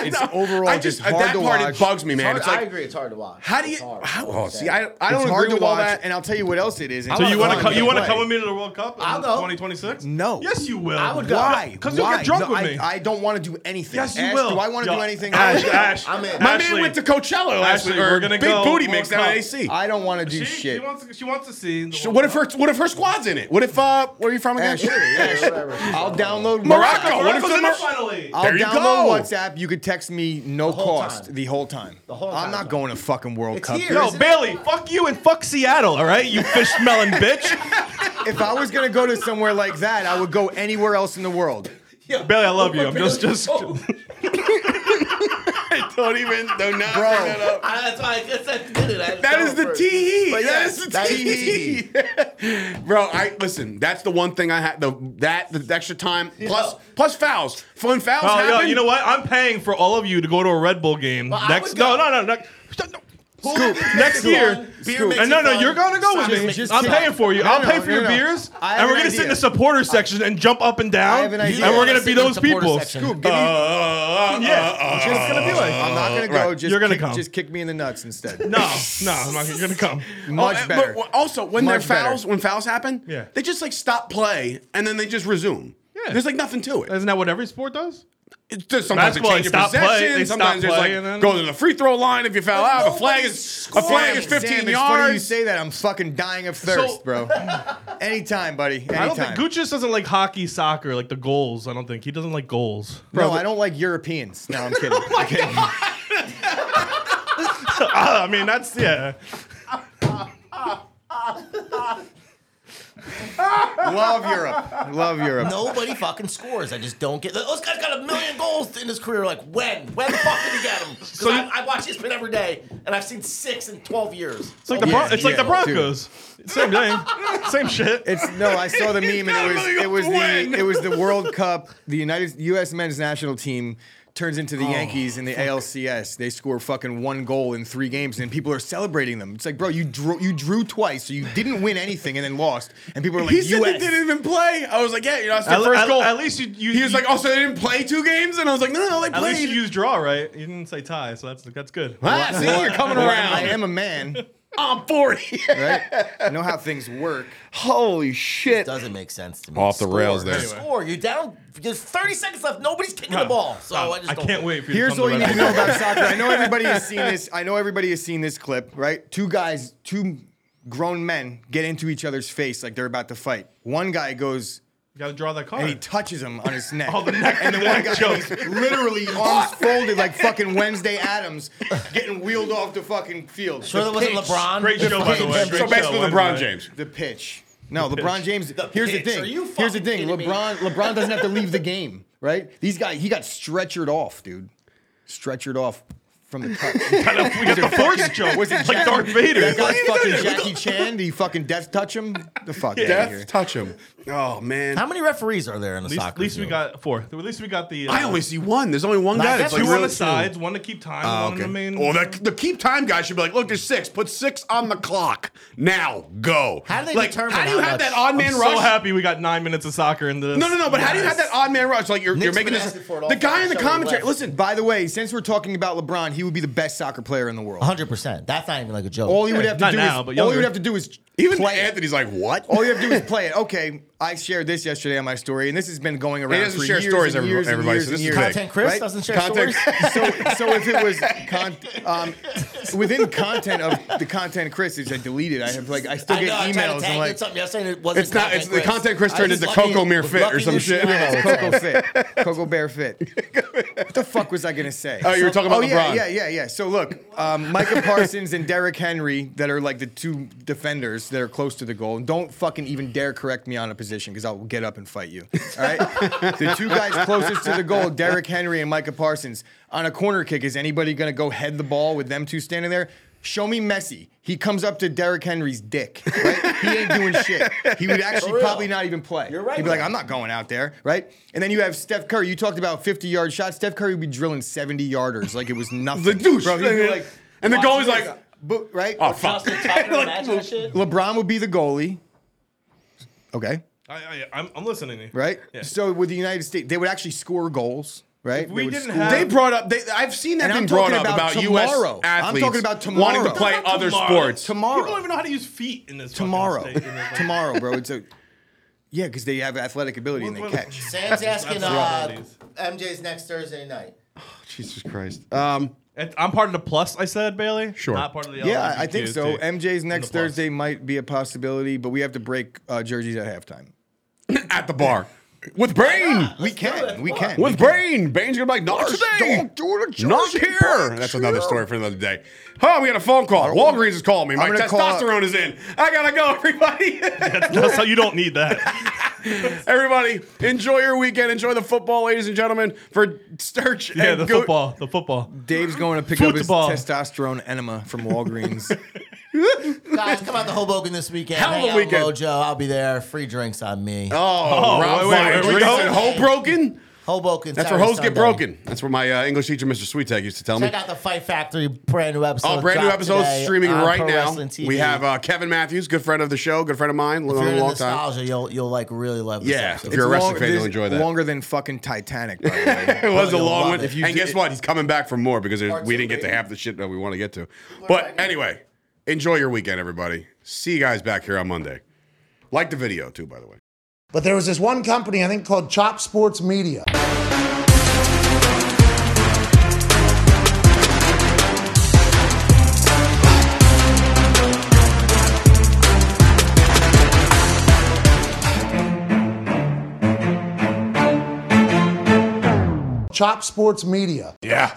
S2: It's overall
S1: I
S2: just,
S1: just,
S2: hard
S1: that
S2: to
S1: part
S2: watch.
S1: it bugs me, man.
S3: Hard-
S1: It's
S3: I
S1: like,
S3: agree. It's hard to watch.
S1: how do you?
S3: It's hard.
S1: How, oh, see, I, I don't
S2: it's hard
S1: agree
S2: to
S1: with
S2: watch,
S1: all that.
S2: and I'll tell you what else it is.
S4: So you want
S3: Fun
S4: to come?
S3: to
S4: You want to
S2: play.
S4: come with me to the World Cup? in
S3: I'll go.
S4: 2026?
S2: No.
S4: Yes, you will.
S3: I would go.
S2: Why?
S4: 'Cause you'll
S2: Why?
S4: get drunk
S2: No,
S4: with
S2: I,
S4: me.
S2: I don't want to do anything.
S4: Yes, you
S2: Ash,
S4: will.
S2: Do I want to
S4: Yo,
S2: do anything?
S4: Ash, Ash,
S3: I'm in.
S1: My
S4: Ashley.
S1: man went to Coachella last
S4: Ashley,
S1: week, or
S4: we're gonna
S1: Big
S4: go
S1: Booty
S4: World
S1: Mix down
S4: Cup.
S1: at AC.
S2: I don't want to do
S4: she,
S2: shit.
S4: She wants. She wants to see. the
S1: So
S4: World
S1: what if
S4: Cup.
S1: her? What if her squad's in it? What if? uh Where are you from
S2: Yeah,
S1: again?
S2: sure, yeah, sure. I'll download
S1: Morocco.
S2: Oh,
S1: What if
S4: Morocco's
S1: it's
S4: in
S1: in
S4: the
S1: Morocco?
S4: final eight.
S2: I'll
S1: There you
S2: download
S1: go.
S2: WhatsApp. You could text me no
S3: whole
S2: cost
S3: time.
S2: the whole time.
S3: The whole
S2: I'm
S3: time.
S2: not going to fucking World
S3: It's
S2: Cup.
S3: here.
S2: dude.
S4: No, Bailey, fuck you and fuck Seattle, all right? You fish smelling bitch.
S2: If I was gonna go to somewhere like that, I would go anywhere else in the world.
S4: Bailey, I love you. I'm just, just.
S1: don't even. Don't not
S2: Bro.
S1: bring that up.
S3: I, that's why I guess I did it. I just
S1: That
S3: fell
S1: is the
S3: first.
S1: tee.
S2: But
S1: that
S2: yeah,
S1: is the
S2: that is the
S4: E.
S1: tee. Bro, I listen. That's the one thing I had. The that the extra time plus plus fouls. Fun fouls
S4: Oh,
S1: happen.
S4: yo, you know what? I'm paying for all of you to go to a Red Bull game
S3: Well, I
S4: next.
S3: would
S4: No,
S3: go.
S4: no, no, no. Shut- no.
S3: Who
S2: Scoop.
S3: gets
S4: Next
S3: the
S4: year.
S3: one?
S4: Scoop.
S3: Beer makes
S4: And no,
S3: it
S4: no,
S3: fun.
S4: you're gonna go with
S3: Simon
S4: me.
S3: makes-
S4: I'm
S2: kidding.
S4: paying for you.
S2: No,
S4: I'll
S2: no,
S4: pay for
S2: no,
S4: your
S2: no.
S4: beers,
S2: I have
S4: and we're
S2: an
S4: gonna sit in
S2: idea.
S4: the supporter section and jump up and down,
S2: I have an idea.
S4: and we're gonna
S3: Sit
S4: be
S3: in the
S4: those
S3: supporter
S4: people.
S3: section.
S2: Scoop, give me.
S1: Uh,
S4: Yeah,
S1: uh,
S4: just gonna be like,
S2: I'm not gonna go.
S1: right.
S2: Just
S4: You're gonna
S2: kick,
S4: come.
S2: Just kick me in the nuts instead.
S4: No, no, I'm not you're gonna come.
S1: Oh,
S2: Much
S1: and-
S2: better.
S1: But also, when their
S2: Much better.
S1: fouls, when fouls happen,
S4: Yeah.
S1: they just like stop play and then they just resume.
S4: Yeah.
S1: There's like nothing to it.
S4: Isn't that what every sport does?
S1: It's just sometimes they
S4: Basketball,
S1: change
S4: they
S1: your
S4: stop play,
S1: possession.
S4: they stop
S1: sometimes there's
S4: play,
S1: like
S4: and Oh, then-
S1: go to the free throw line if you foul out. A flag is a flag is
S2: Sam,
S1: 15
S2: it's Funny you
S1: yards.
S2: say that. I'm fucking dying of thirst,
S4: So-
S2: bro. Anytime, buddy. Anytime.
S4: I don't think Gucci doesn't like hockey, soccer, like the goals. I don't think he doesn't like goals.
S2: Bro, I don't like Europeans. No, I'm kidding.
S1: Oh
S2: Okay.
S4: I mean, that's yeah.
S2: Love Europe. Love Europe.
S3: Nobody fucking scores. I just don't get. This guy's got a million goals in his career. Like when? When the fuck did he get them? Because
S4: So you-
S3: I, I watch E this bit every day, and I've seen six in twelve years.
S4: It's like the Bron-
S2: Yeah,
S4: it's like the
S2: yeah,
S4: Broncos. Same thing. Same shit.
S2: It's no, I saw the meme and
S1: got
S2: it was
S1: really
S2: it
S1: win.
S2: was the it was the World Cup. The United U.S. men's national team turns into
S1: Oh,
S2: the Yankees in the ALCS. They score fucking one goal in three games and people are celebrating them. It's like, bro, you drew you drew twice, so you didn't win anything and then lost, and people are like,
S1: he said
S2: U.S.
S1: they didn't even play. I was like, yeah, you know, that's
S4: at,
S1: their first
S4: at-
S1: goal.
S4: at least you, you
S1: he was
S4: you-
S1: like, oh, so they didn't play two games, and I was like, no, no, no, they
S4: at least you
S1: played.
S4: used draw, right? You didn't say tie, so that's that's good.
S1: Ah, see, you're coming
S2: Well,
S1: around.
S2: I am a man,
S1: oh, I'm 40.
S2: right? I know how things work.
S1: Holy shit!
S3: Doesn't make sense to me.
S1: Off the rails there.
S4: Anyway.
S3: Score. You're down. There's 30 seconds left. Nobody's kicking the ball. So
S4: Uh,
S3: I just
S4: I
S3: don't
S4: can't wait for you. to
S2: Here's
S4: come
S2: all
S4: to
S2: you
S4: Red
S2: need to
S4: Bull.
S2: know about soccer. I know everybody has seen this. I know everybody has seen this clip, right? Two guys, two grown men get into each other's face like they're about to fight. One guy goes
S4: You gotta draw that
S2: and he
S4: card.
S2: touches him on his neck.
S4: Oh, the neck-
S2: and the
S4: the
S2: one
S4: neck
S2: guy
S4: joke.
S2: is literally arms folded like fucking Wednesday Adams, getting wheeled off the fucking field.
S3: Sure,
S2: the
S3: that wasn't
S2: pitch,
S3: LeBron.
S4: Great show, by the way.
S1: So
S4: Great
S1: basically,
S4: show,
S1: LeBron
S4: anyway.
S1: James.
S2: The pitch. No, LeBron James. here's
S3: pitch.
S2: the thing.
S3: Are you
S2: here's the
S3: fucking
S2: thing.
S3: kidding me?
S2: LeBron. LeBron doesn't have to leave the game, right? These guys. He got stretchered off, dude. Stretchered off. from the cut.
S6: we got the force joke. Was it like Darth Vader?
S2: that guy's fucking Jackie Chan. Do you fucking death touch him? The fuck yeah.
S1: Death, touch him. Oh man.
S3: How many referees are there in the
S4: At least,
S3: soccer?
S4: at least we
S3: field?
S4: got four. At least we got the. Uh,
S1: I only see one. There's only one
S3: Nah,
S1: guy.
S3: that's
S1: That's
S4: two
S1: like
S3: who
S4: on
S1: really
S4: the sides, one to keep time, one on the main.
S1: Oh, Well, the, the keep time guy should be like, look, there's six. Put six on the clock now. Go.
S3: How do they
S1: like,
S3: determine
S1: How do you
S3: how
S1: have
S3: much-
S1: that odd man
S4: I'm
S1: rush?
S4: so happy we got nine minutes of soccer in this.
S1: no, no, no. But how do you have that odd man rush? Like you're, you're
S3: Nick's
S1: making
S3: been
S1: this.
S3: asking for it all
S1: The guy
S3: fucking
S1: in the
S3: show.
S1: commentary.
S3: Left.
S1: Listen,
S2: By the way, since we're talking about LeBron, he would be the best soccer player in the world.
S3: 100%. That's not even like a joke.
S2: All he would have to
S4: not
S2: do
S4: now,
S2: is
S4: but
S2: all
S4: younger.
S2: he would have to do is
S1: even
S2: play. it.
S1: Anthony's like, what?
S2: All you have to do is play it. Okay, I shared this yesterday on my story, and this has been going around.
S1: doesn't
S2: for
S1: share
S2: years
S1: stories,
S2: and
S1: every-
S2: years and
S1: everybody,
S2: years
S1: so this
S2: and
S1: is
S2: years.
S1: big.
S3: Content Chris
S2: Right?
S3: doesn't share
S1: Contact-
S3: stories.
S2: so, so if it was con- um, within content of the content, Chris, which I deleted, I have like I still
S3: I
S2: get
S3: know, I tried to
S2: emails
S3: tag
S2: and
S3: you
S2: like
S3: something yesterday. and It wasn't
S1: It's not. It's the content Chris
S3: I
S1: turned
S3: was
S1: into
S3: lucky-
S1: Coco Mere
S3: was
S1: Fit or
S3: lucky
S1: some
S3: this
S1: shit.
S3: year.
S2: yeah, Coco Fit, Coco Bear Fit. What the fuck was I gonna say?
S1: Oh, you were talking about
S2: oh, yeah,
S1: LeBron.
S2: yeah, yeah, yeah. So look, um, Micah Parsons and Derrick Henry, that are like the two defenders that are close to the goal. Don't fucking even dare correct me on a position because I'll get up and fight you. All right, the two guys closest to the goal, Derrick Henry and Micah Parsons, on a corner kick. Is anybody gonna go head the ball with them two standing there? Show me Messi. He comes up to Derrick Henry's dick. Right? He ain't doing shit. He would actually
S3: real.
S2: probably not even play.
S3: You're right,
S2: He'd be like,
S3: man.
S2: I'm not going out there, right? And then you have Steph Curry. You talked about 50 yard shots. Steph Curry would be drilling 70 yarders like it was nothing.
S1: The douche.
S2: Bro, he'd be like,
S1: and the
S2: watch
S1: goalie's
S2: this.
S1: like,
S2: Bo- right?
S1: oh fuck.
S3: Justin Tucker, imagine that shit.
S2: LeBron would be the goalie. Okay,
S4: I, I, I'm, I'm listening. to you.
S2: right?
S4: Yeah.
S2: So with the United States, they would actually score goals, right?
S4: we
S2: They would
S4: didn't
S2: score-
S4: have-
S1: They brought up. They, I've seen that
S2: And
S1: been
S2: I'm
S1: brought
S2: talking
S1: up about,
S2: about
S1: U.S.
S2: tomorrow. I'm
S1: athletes
S2: talking about
S1: wanting to
S2: tomorrow.
S1: play
S2: Not
S1: other
S4: Tomorrow.
S1: sports.
S2: Tomorrow.
S4: People don't even know how to use feet in this. fucking
S2: tomorrow,
S4: state, and it's like-
S2: tomorrow, bro. It's a yeah, because they have athletic ability and they
S4: Look, look.
S2: catch.
S3: Sam's asking uh,
S4: Absolutely.
S3: MJ's next Thursday night.
S1: Jesus Christ. Um,
S4: It- I'm part of the plus. I said Bailey.
S1: Sure.
S4: Not part of the.
S2: Yeah, I
S4: LGBTQ
S2: think so.
S4: too.
S2: MJ's
S4: In
S2: next
S4: the plus.
S2: Thursday might be a possibility, but we have to break uh, jerseys at halftime.
S1: at the bar with Brain.
S2: We can, we can.
S1: With Brain. Brain's gonna be like, not today.
S2: Don't do the
S1: Not
S2: Jersey
S1: here.
S2: box
S1: That's another
S2: here.
S1: story for another day. Huh? We got a phone call. Walgreens is calling me. My
S2: gonna call-
S1: testosterone is in. I gotta go, everybody.
S4: That's how you don't need that.
S1: everybody, enjoy your weekend. Enjoy the football, ladies and gentlemen. For Sturch
S4: Yeah,
S1: and
S4: the
S1: Go-
S4: football. The football.
S2: Dave's going to pick
S4: Football.
S2: up his testosterone enema from Walgreens.
S3: Guys, come out to Hoboken this weekend.
S1: Hell of a
S3: Hang out with
S1: weekend.
S3: Mojo. I'll be there. Free drinks on me.
S1: Oh, Rob
S4: wait, wait,
S1: Vine
S4: where we
S1: drinks
S4: go?
S1: and hoe broken.
S3: Hoboken.
S1: That's
S3: Saturday,
S1: where hoes get
S3: Sunday.
S1: broken. That's where my uh, English teacher, Mr. Sweettag, used to tell me.
S3: Check out the Fight Factory brand new episode.
S1: All brand new
S3: dropped
S1: episodes
S3: today
S1: streaming
S3: on
S1: right
S3: Pro
S1: now.
S3: Wrestling TV.
S1: We have uh, Kevin Matthews, good friend of the show, good friend of mine,
S3: If you're
S1: long,
S3: into
S1: long time.
S3: nostalgia, you'll you'll like really love. This
S1: Yeah,
S3: episode.
S1: if you're a
S2: It's
S1: wrestling
S2: long-
S1: fan, you'll
S2: this-
S1: enjoy that.
S2: Longer than fucking Titanic, by the way.
S1: It was a
S3: You'll
S1: long
S3: love
S1: one.
S3: it. If
S2: you
S1: And
S2: do-
S1: guess what? He's coming back for more because there's,
S3: Part
S1: we
S3: two,
S1: didn't get to
S3: baby.
S1: half the shit that we want to get to. But anyway, enjoy your weekend, everybody. See you guys back here on Monday. Like the video, too, by the way.
S7: But there was this one company, I think called Chop Sports Media. Chop Sports Media.
S1: Yeah.